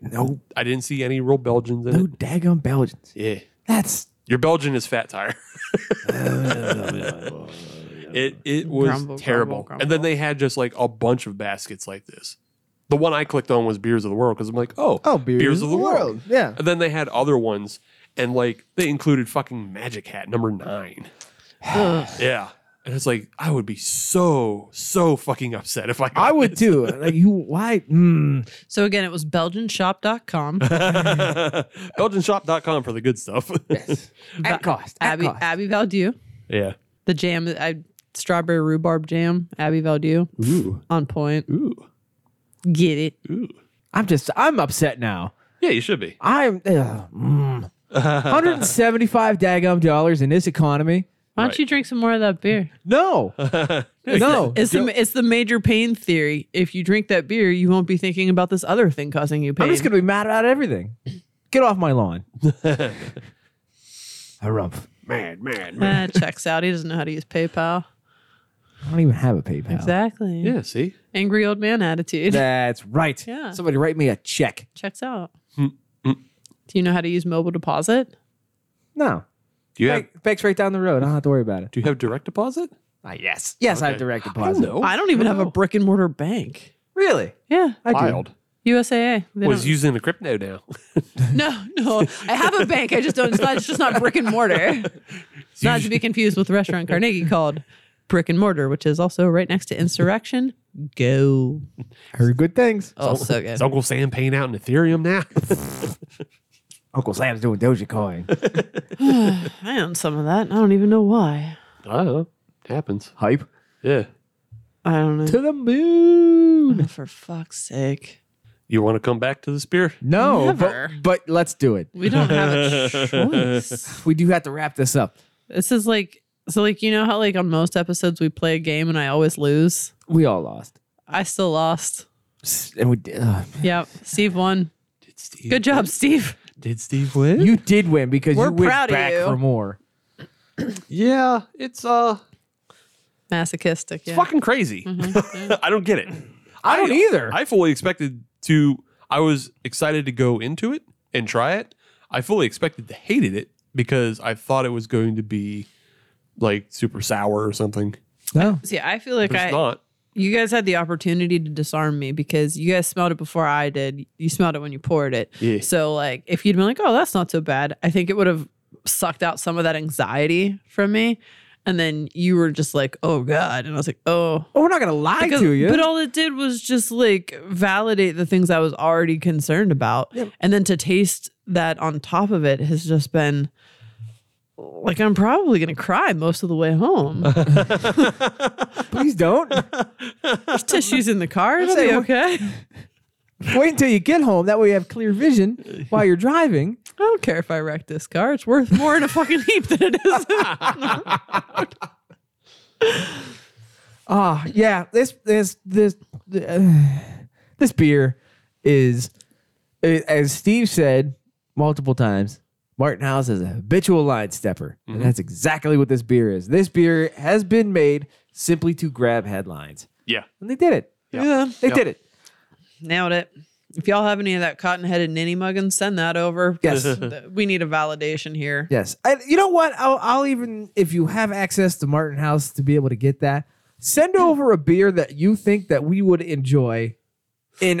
no. I didn't see any real Belgians in No daggum Belgians. it. Yeah. That's Your Belgian is fat tire. it it was Grumble, terrible. grumble, And then they had just like a bunch of baskets like this. The one I clicked on was Beers of the World because I'm like, oh, oh beers, of the World. Yeah. And then they had other ones, and like they included fucking Magic Hat number nine. yeah. And it's like, I would be so, so fucking upset if I got I would this. too. Like you why mm. so again, it was BelgianShop.com. BelgianShop.com for the good stuff. at cost. At Abby cost. Abby Valdew. yeah. The jam, I, strawberry rhubarb jam. Abby Valdew Ooh. on point. Ooh. Get it? Ooh. I'm just I'm upset now. Yeah, you should be. I'm uh, mm. 175 daggum dollars in this economy. Why don't Right. you drink some more of that beer? No. no. It's the, it's the major pain theory. If you drink that beer, you won't be thinking about this other thing causing you pain. I'm just gonna be mad about everything. Get off my lawn. A rump. Ah, checks out. He doesn't know how to use PayPal. I don't even have a PayPal. Exactly. Yeah, see? Angry old man attitude. That's right. Yeah. Somebody write me a check. checks out. Mm, Do you know how to use mobile deposit? No. Do you have Bank, bank's right down the road. I don't have to worry about it. do you have direct deposit? Ah, yes. Yes, I have direct deposit. No. I don't even have a brick and mortar bank. Really? Yeah, I do. Wild. USAA. They Was don't- using the crypto now. no, no. I have a bank. I just don't. It's, not, it's just not brick and mortar. It's not to be confused with the restaurant Carnegie called Brick and Mortar, which is also right next to Insurrection. Go. Heard good things. Oh, so good. Is Uncle Sam paying out in Ethereum now? Uncle Sam's doing Dogecoin. I own some of that. and I don't even know why. I don't know. Uh-huh. It happens. Hype. Yeah. I don't know. To the moon. For fuck's sake. You want to come back to the spear? No. Never. But, but let's do it. We don't have a choice. We do have to wrap this up. This is like so like you know how like on most episodes we play a game and I always lose. We all lost. I still lost. S- And we did. Uh, Yep. Steve won. Did Steve Good job, Steve. Did Steve win? You did win because We're you went proud of back you. for more. yeah, it's uh Masochistic. Yeah. Mm-hmm. it's fucking crazy. I don't get it. I don't either. I fully expected to I was excited to go into it and try it. I fully expected to hated it because I thought it was going to be like super sour or something. no. See, I feel like But I it's not. you guys had the opportunity to disarm me because you guys smelled it before I did. You smelled it when you poured it. Yeah. So like if you'd been like, "Oh, that's not so bad," I think it would have sucked out some of that anxiety from me. And then you were just like, "Oh god," and I was like, "Oh." Oh, we're not gonna lie Because- to you. But all it did was just like validate the things I was already concerned about. And then to taste that on top of it has just been like I'm probably gonna cry most of the way home. Please don't. There's tissues in the car. It'll be say, okay. Wait until you get home. That way you have clear vision while you're driving. I don't care if I wreck this car. It's worth more in a fucking heap than it is. Ah, yeah. This this this uh, this beer is, uh, as Steve said multiple times, Martin House is a habitual line stepper, and Mm-hmm. that's exactly what this beer is. This beer has been made simply to grab headlines, Yeah. and they did it. Yeah. They Yep. did it. Nailed it. If y'all have any of that cotton headed ninny muggin, send that over. Yes. Th- we need a validation here. Yes. I, you know what? I'll, I'll even, if you have access to Martin House to be able to get that, send over a beer that you think that we would enjoy in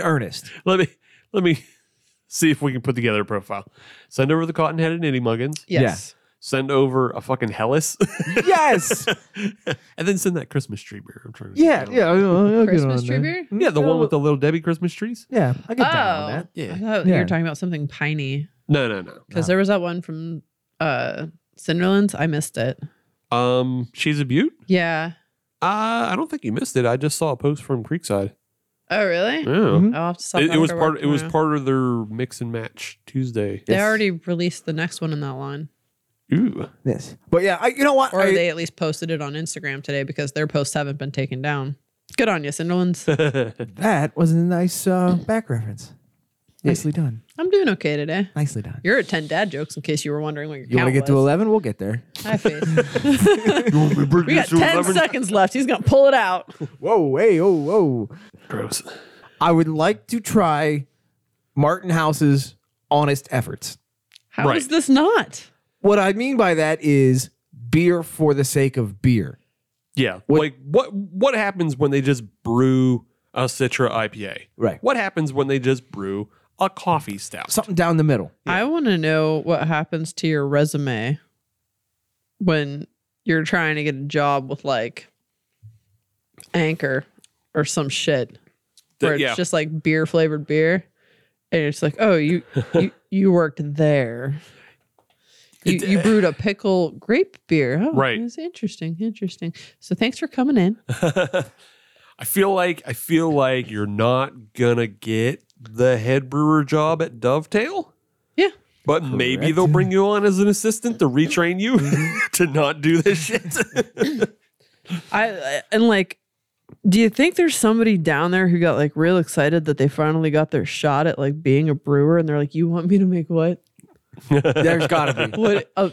earnest. Let me let me see if we can put together a profile. Send over the cotton headed nitty muggins. Yes. Send over a fucking Hellas. Yes. and then send that Christmas tree beer. I'm trying to yeah. Yeah. I'll, I'll get Christmas on tree that. beer? Yeah, the one with the little Debbie Christmas trees. Yeah. I get down on Oh. that. I Yeah. thought you Yeah. were talking about something piney No, no, no. because there was that one from uh Cinderlands. I missed it. Um, she's a beaut. Yeah. Uh, I don't think you missed it. I just saw a post from Creekside. Oh, really? Yeah. I'll have to stop. It, by it was for part. work It was tomorrow. part of their mix and match Tuesday. They already released the next one in that line, Ooh, Yes. But yeah, I, you know what? or I- they at least posted it on Instagram today because their posts haven't been taken down. Good on you, Cinderlands. that was a nice uh, back reference. Nicely done. I'm doing okay today. Nicely done. You're at 10 dad jokes in case you were wondering what your You want to count get to was. 11? We'll get there. High face. we got 10 seconds left. He's going to pull it out. Whoa. Hey. Oh, whoa. gross. I would like to try Martin House's honest efforts. How is Right. this not? What I mean by that is beer for the sake of beer. Yeah, like what? What happens when they just brew a Citra IPA? Right. What happens when they just brew a coffee stout? Something down the middle. I want to know what happens to your resume when you're trying to get a job with like Anchor or some shit Th- where it's yeah. just like beer flavored beer. And it's like, oh, you you, you worked there. You, you brewed a pickle grape beer. Oh, Right. It's interesting. Interesting. So thanks for coming in. I feel like I feel like you're not gonna get the head brewer job at Dovetail. Yeah. But maybe they'll bring you on as an assistant to retrain you Mm-hmm. to not do this shit. I, I and like, do you think there's somebody down there who got like real excited that they finally got their shot at like being a brewer, and they're like, "You want me to make what? There's got to be. What? Oh,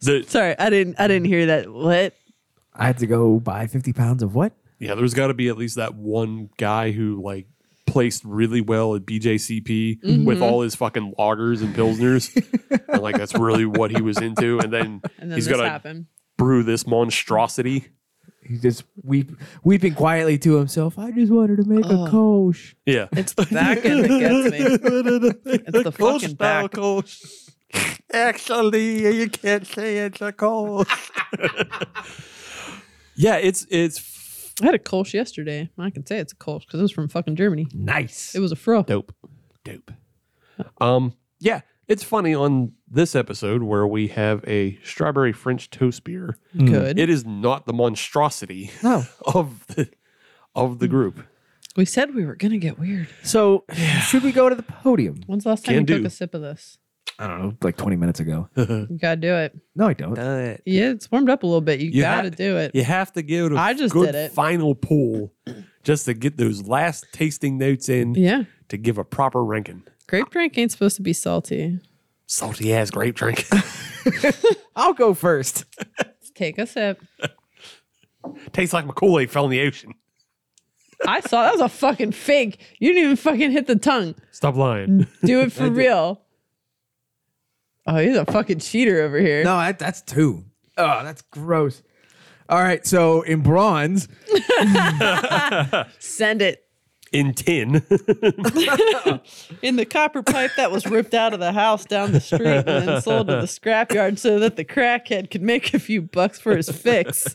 The- sorry, I didn't. I didn't hear that. What? I had to go buy 50 pounds of what? yeah, there's got to be at least that one guy who like placed really well at BJCP Mm-hmm. with all his fucking loggers and pilsners, and like that's really what he was into. And then, And then he's this gonna happened. brew this monstrosity. He just weep, weeping quietly to himself. I just wanted to make a Oh. kosh. Yeah, It's the back end that gets me. it's the fucking back. Actually, you can't say it's a cold. yeah, it's it's I had a Kolsch yesterday. I can say it's a Kolsch because it was from fucking Germany. Nice. It was a fro. dope, dope. Um, yeah, it's funny on this episode where we have a strawberry French toast beer. Good. Mm. It is not the monstrosity No. of the of the group. we said we were gonna get weird. So, should we go to the podium? When's the last time Can you do. took a sip of this? I don't know, like 20 minutes ago. You gotta do it. No, I don't. Yeah, it's warmed up a little bit. You, You gotta had- do it. You have to give it a I just good did it. final pull just to get those last tasting notes in yeah. to give a proper ranking. Grape drink ain't supposed to be salty. salty ass grape drink. I'll go first. Take a sip. Tastes like my Kool Aid fell in the ocean. I saw that was a fucking fake. You didn't even fucking hit the tongue. Stop lying. Do it for real. Oh, he's a fucking cheater over here. No, that, that's two. Oh, that's gross. All right, so in bronze, Send it In tin. in the copper pipe that was ripped out of the house down the street and then sold to the scrapyard so that the crackhead could make a few bucks for his fix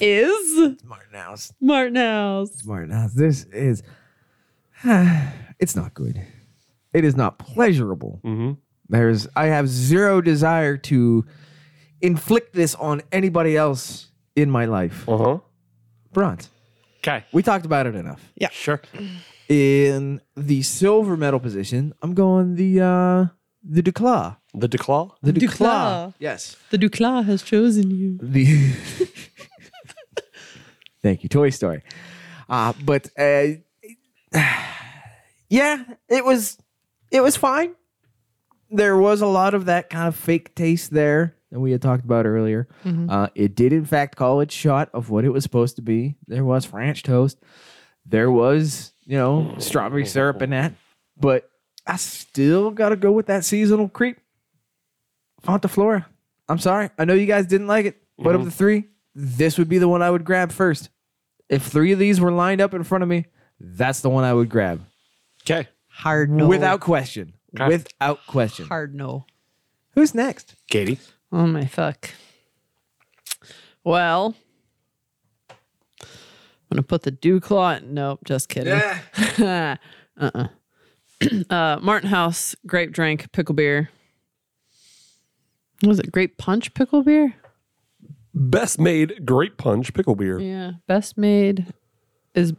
is Martin House. Martin House. Martin House. This is, it's not good. It is not pleasurable. mm-hmm. There's, I have zero desire to inflict this on anybody else in my life. Uh huh. Bronze. Okay. We talked about it enough. Yeah. Sure. In the silver medal position, I'm going the uh the Duclaw. The Declaw. The Duclaw. Yes. The Duclaw has chosen you. The Thank you, Toy Story. Uh but uh yeah, it was it was fine. There was a lot of that kind of fake taste there that we had talked about earlier. Uh, it did, in fact, call its shot of what it was supposed to be. There was French toast. There was, you know, strawberry syrup in that. But I still got to go with that seasonal creep. Fontaflora. I'm sorry. I know you guys didn't like it, but Mm-hmm. of the three, this would be the one I would grab first. If three of these were lined up in front of me, that's the one I would grab. Okay. Hard no. Without question. Okay. Without question. hard no. Who's next? Katie. Oh my fuck. Well, I'm gonna put the dew claw. Nope, just kidding. uh uh uh. Martin House grape drink pickle beer. What was it grape punch pickle beer? Best made grape punch pickle beer. Yeah, best made is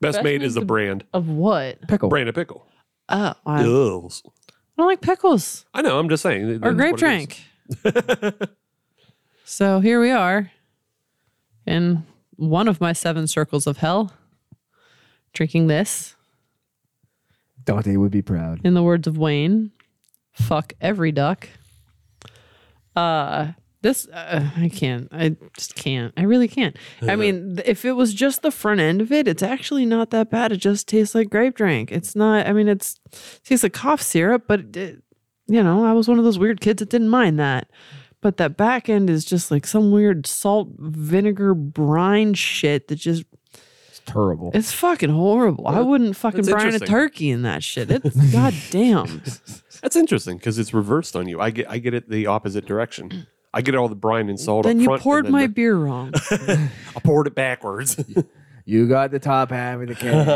Best, Best made Made's is the the- brand. of what? Pickle. Brand of pickle. Oh, I I Eels. don't like pickles I know. I'm just saying. or that's grape what it is. drink. so here we are in one of my seven circles of hell, drinking this. Dante would be proud. in the words of Wayne, fuck every duck. Uh this uh, I can't. I just can't. I really can't. I mean, th- if it was just the front end of it, it's actually not that bad. It just tastes like grape drink. It's not. I mean, it's tastes like cough syrup, but it, you know, I was one of those weird kids that didn't mind that. But that back end is just like some weird salt vinegar brine shit that just It's terrible. it's fucking horrible. I wouldn't fucking that's brine a interesting. turkey in that shit. It's goddamn. That's interesting because it's reversed on you. I get I get it the opposite direction. I get all the brine and salt. Then up you front and poured then my the- beer wrong. I poured it backwards. You got the top half of the cake. Katie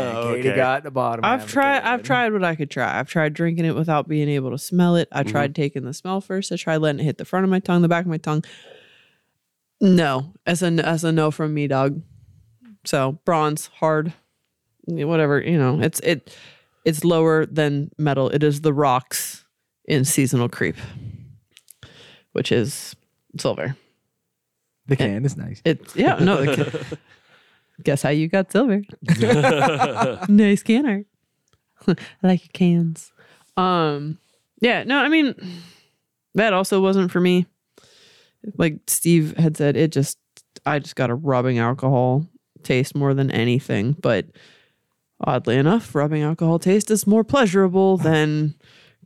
Okay. got the bottom. half I've of the tried. cake. I've tried what I could try. I've tried drinking it without being able to smell it. I Mm-hmm. tried taking the smell first. I tried letting it hit the front of my tongue, the back of my tongue. No, as a as a no from me, dog. So bronze, hard, whatever you know. It's it. It's lower than metal. It is the rocks in seasonal creep, which is silver. The can is nice. It's yeah. No, the- guess how you got silver. nice can art. I like your cans. Um, yeah, no, I mean, that also wasn't for me. Like Steve had said, it just, I just got a rubbing alcohol taste more than anything. But oddly enough, rubbing alcohol taste is more pleasurable than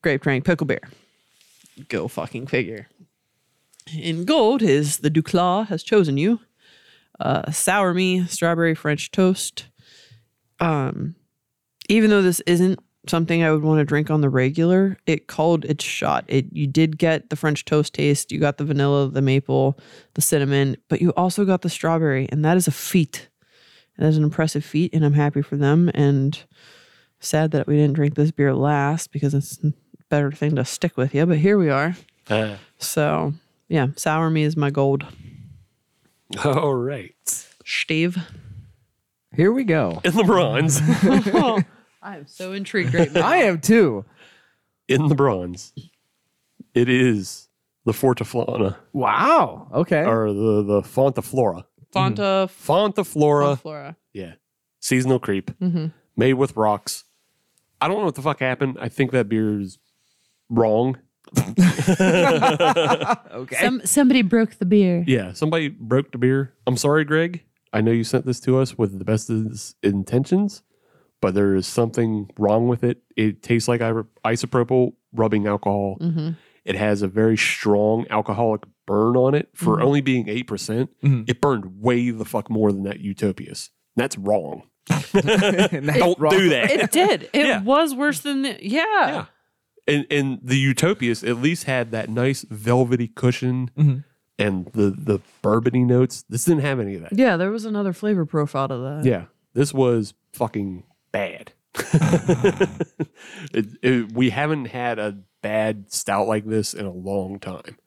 grape drink pickle beer. Go fucking figure. In gold is the Duclaw has chosen you. Uh, sour me, strawberry French toast um even though this isn't something I would want to drink on the regular, it called its shot. It you did get the French toast taste, you got the vanilla, the maple, the cinnamon, but you also got the strawberry, and that is a feat. And that is an impressive feat, and I'm happy for them. And sad that we didn't drink this beer last because it's a better thing to stick with you. But here we are. So yeah, sour me is my gold. all right. Steve. Here we go. In the bronze. I am so intrigued right now. I am too. In the bronze. It is the Fortiflana Wow. Okay. or the the Fontaflora. Fanta Fontaflora. Flora. Yeah. Seasonal creep. Made with rocks. I don't know what the fuck happened. I think that beer is wrong. Okay. Some, somebody broke the beer. Yeah, somebody broke the beer. I'm sorry, Greg. I know you sent this to us with the best of s- intentions, but there is something wrong with it. It tastes like ir- isopropyl rubbing alcohol. Mhm. It has a very strong alcoholic burn on it for only being 8%. percent Mhm. It burned way the fuck more than that Utopias. That's wrong. And that's Don't wrong. do that. It did. It Yeah. was worse than the, yeah. Yeah. And and the Utopias at least had that nice velvety cushion Mhm. and the the bourbony notes. This didn't have any of that. Yeah, there was another flavor profile to that. Yeah. This was fucking bad. it, it, we haven't had a bad stout like this in a long time.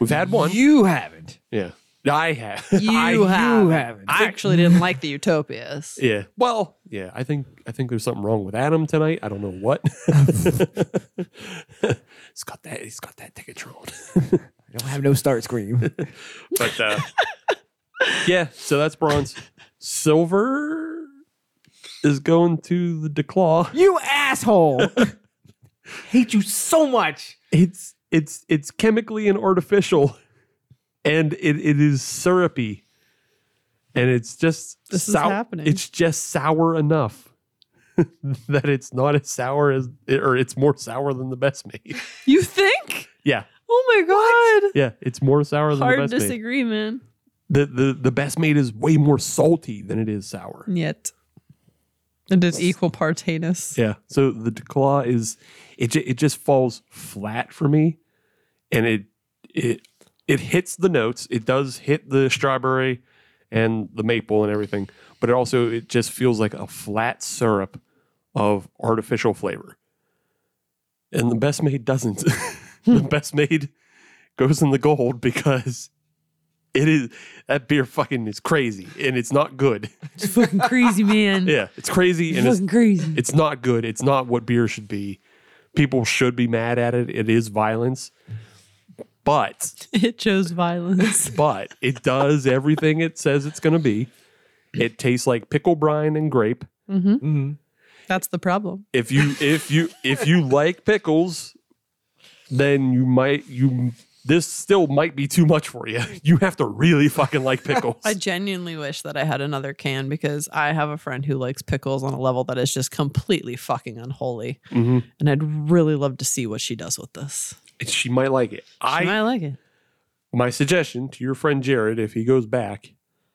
We've had one. You haven't. yeah. I have. You I, have. You haven't. I actually didn't like the Utopias. yeah. Well, yeah, I think I think there's something wrong with Adam tonight. I don't know what. he's got that he's got that Ticketron. I don't have no start scream. But uh, yeah, so that's bronze. Silver is going to the DeClaw. you asshole. Hate you so much. It's it's it's chemically and artificial, and it, it is syrupy, and it's just This is happening. It's just sour enough that it's not as sour as or it's more sour than the best made. You think? Yeah, Oh my yeah, it's more sour than god. Hard the best made. disagree, man. The, the the best made is way more salty than it is sour. Yet. It is equal parts heinous. Yeah. So the claw is it ju- it just falls flat for me, and it it it hits the notes. It does hit the strawberry and the maple and everything, but it also it just feels like a flat syrup of artificial flavor. And the best made doesn't. the best made goes in the gold because it is that beer fucking is crazy and it's not good. It's fucking crazy, man. Yeah, it's crazy and it's crazy. it's not good. It's not what beer should be. People should be mad at it. It is violence. But It shows violence. but it does everything it says it's going to be. It tastes like pickle brine and grape. That's the problem. If you if you if you like pickles, then you might you this still might be too much for you. You have to really fucking like pickles. I genuinely wish that I had another can because I have a friend who likes pickles on a level that is just completely fucking unholy. Mhm. And I'd really love to see what she does with this. She might like it. I I might like it. my suggestion to your friend Jared, if he goes back,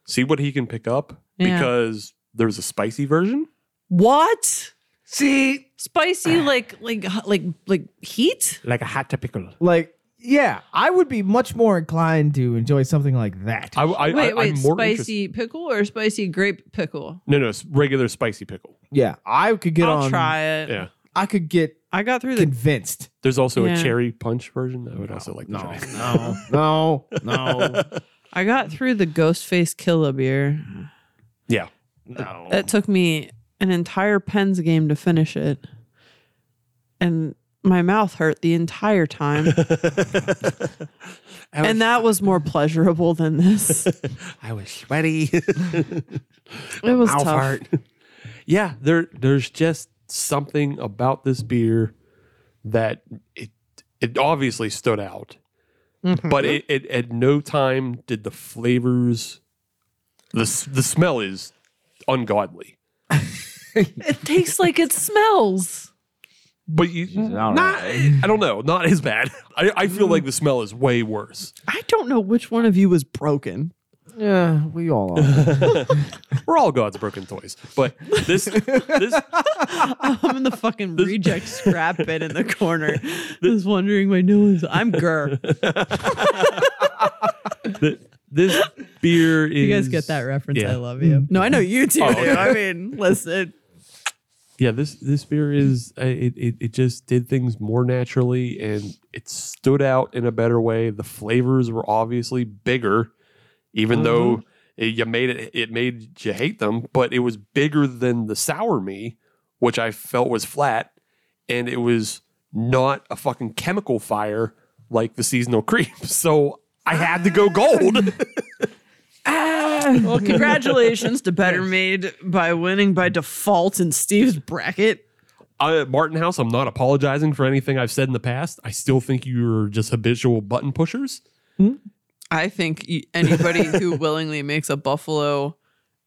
see what he can pick up Yeah. because there's a spicy version. What? See, Spicy like like h- like like heat? Like a hot pickle. like, yeah, I would be much more inclined to enjoy something like that. I, I, wait, I, wait, I'm more spicy Interested. pickle or spicy grape pickle? No, no, s- regular spicy pickle. yeah, I could get I'll on. try it. Yeah. I could get I got through the convinced. There's also Yeah. a cherry punch version. I would also like to try. no, no, no, I got through the Ghostface Killer beer. Yeah. no. It took me an entire Pens game to finish it. And my mouth hurt the entire time. and that was more pleasurable than this. I was sweaty. It was tough. yeah, there there's just something about this beer that it it obviously stood out. Mm-hmm. But it, it at no time did the flavors the s- the smell is ungodly. It tastes like it smells. But you all not I don't know, not as bad. I, I feel like the smell is way worse. I don't know which one of you was broken. Yeah, we all are. We're all God's broken toys. But this this I'm in the fucking reject scrap bin in the corner. Just wondering why no one's. I'm Gurr. th- this beer is You guys get that reference? yeah. I love you. No, I know you too. Oh, okay. I mean, listen. yeah this this beer is uh, it, it it just did things more naturally and it stood out in a better way the flavors were obviously bigger even though Mm-hmm. it, you made it it made you hate them but it was bigger than the sour me which i felt was flat and it was not a fucking chemical fire like the seasonal creep so i had to go gold Well, congratulations to Better Made by winning by default in Steve's bracket. I, at Martin House, I'm not apologizing for anything I've said in the past. I still think you're just habitual button pushers. I think y- anybody who willingly makes a buffalo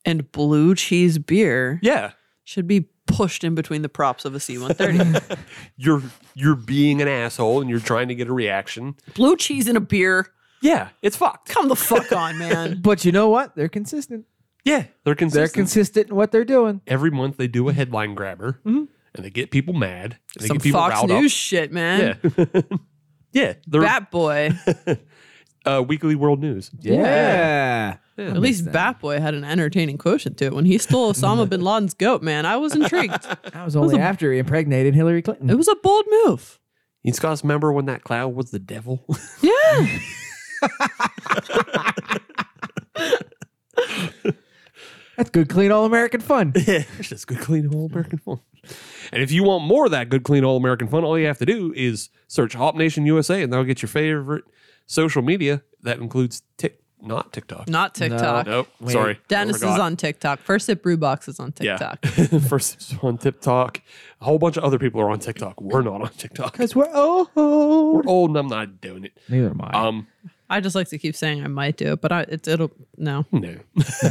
and blue cheese beer Yeah, should be pushed in between the props of a C-130. you're you're being an asshole and you're trying to get a reaction. blue cheese and a beer. Yeah, it's fucked. Come the fuck on, man. But you know what? They're consistent. Yeah, they're They're consistent. consistent in what they're doing. Every month they do a headline grabber, and they get people mad. and They Some get people Fox riled News shit, up. man. Yeah, yeah. They're Bat Boy. uh, Weekly World News. Yeah. At least Bat Boy had an entertaining quotient to it. When he stole Osama bin Laden's goat, man, I was intrigued. That was only after he impregnated Hillary Clinton. It was a bold move. You guys remember when that cloud was the devil? Yeah. That's good, clean, all American fun. Yeah, it's just good, clean, all American fun. And if you want more of that good, clean, all American fun, all you have to do is search Hop Nation USA, and that'll get your favorite social media. That includes Tik, not TikTok. Not TikTok. Nope. Sorry, Dennis is Forgot. on TikTok. First Sip Brew Box is on Yeah. TikTok. First it's on TikTok. A whole bunch of other people are on TikTok. We're not on TikTok. Because we're old. We're old, and I'm not doing it. Neither am I. Um, I just like to keep saying I might do it, but I, it, it'll, no. no.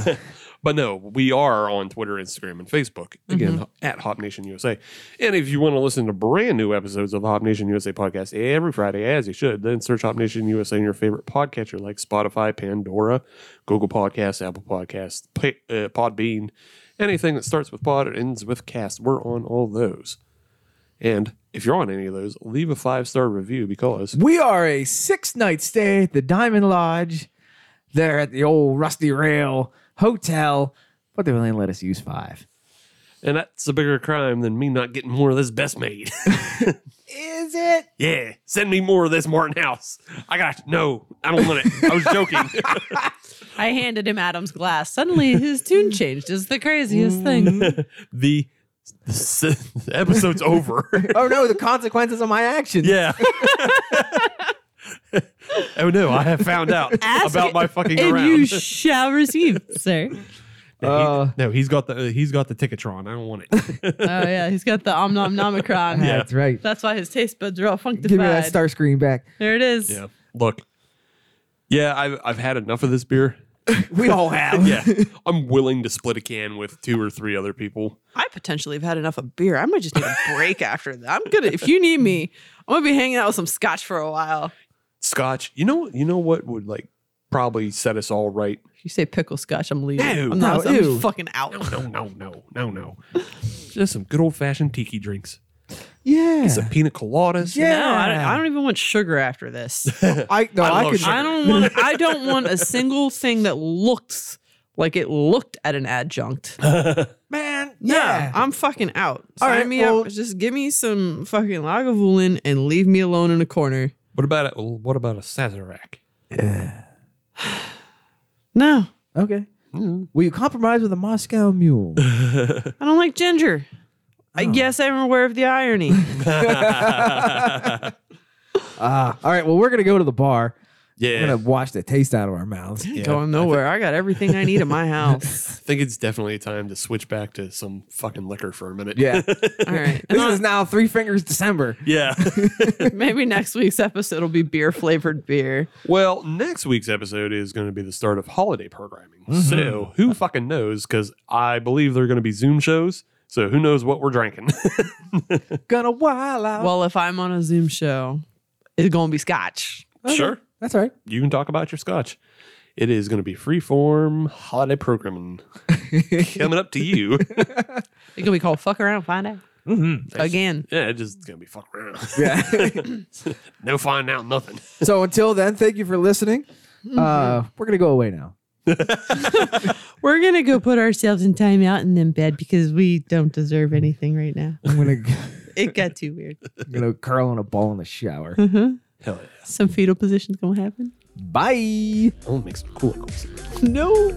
but no, we are on Twitter, Instagram, and Facebook. Again, at Hop Nation USA. And if you want to listen to brand new episodes of the Hop Nation USA podcast every Friday, as you should, then search Hop Nation USA in your favorite podcatcher like Spotify, Pandora, Google Podcasts, Apple Podcasts, Pa- uh, Podbean, anything that starts with pod and ends with cast. We're on all those. And if you're on any of those, leave a five star review because We are a six night stay at the Diamond Lodge. They're at the old Rusty Rail Hotel, but they only let us use five. and that's a bigger crime than me not getting more of this best made. Is it? Yeah, send me more of this Martin House. I got no. I don't want it. I was joking. I handed him Adam's glass. Suddenly his tune changed. It's the craziest thing. the, the s- the episode's over. Oh no, the consequences of my actions. yeah. oh no, I have found out Ask about my fucking And around. you shall receive, sir. no, he, no, he's got the he's got the Ticketron. I don't want it. Oh, yeah. He's got the omnomnomicron. Yeah. That's right. That's why his taste buds are all functified. Give me that star screen back. There it is. yeah, look. Yeah, I've I've had enough of this beer. We all have. Yeah, I'm willing to split a can with two or three other people. I potentially have had enough of beer. I might just need a break after that. I'm gonna if you need me, I'm gonna be hanging out with some scotch for a while. Scotch. You know you know what would like probably set us all right If you say pickle scotch, I'm leaving. Ew. I'm not No, I'm ew. fucking out. No, no, no, no, no. Just some good old fashioned tiki drinks. Yeah. Some pina coladas. Yeah. No, I don't, I don't even want sugar after this. I, no, I I, love could. sugar. I don't want I don't want a single thing that looks like it looked at an adjunct. Man. No, Yeah. I'm fucking out. All Sign right, me well- up. Just give me some fucking Lagavulin and leave me alone in a corner. What about a what about a Sazerac? No, Okay. Mm-hmm. Will you compromise with a Moscow mule? I don't like ginger. I guess I'm aware of the irony. Ah, all right. Well, we're gonna go to the bar. We're Yeah, gonna wash the taste out of our mouths. yeah. Going nowhere. I got everything I need at my I house. think it's definitely time to switch back to some fucking liquor for a minute. Yeah. All right. Um, this is now Three Fingers December. yeah. Maybe next week's episode will be beer flavored beer. well, next week's episode is going to be the start of holiday programming. Mm-hmm. So who fucking knows? Because I believe they're going to be Zoom shows. So who knows what we're drinking? Gonna wild out. Well, if I'm on a Zoom show, it's going to be scotch. Sure, That's all right. you can talk about your scotch. It is going to be freeform holiday programming coming up to you. It's going to be called fuck around, find out. Again. Yeah, it's just gonna be fuck around. Yeah. no find out nothing. so until then, thank you for listening. Uh, we're gonna go away now. We're going to go put ourselves in timeout and then bed because we don't deserve anything right now. I'm gonna It got too weird. I'm gonna curl on a ball in the shower. Hell yeah. Some fetal position's going to happen. Bye. I'll make some cool uncles. No.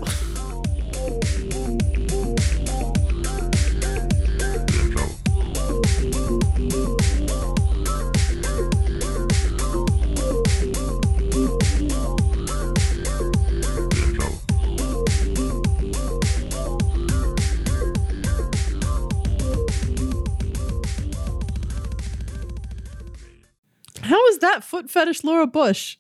How is that foot fetish Laura Bush?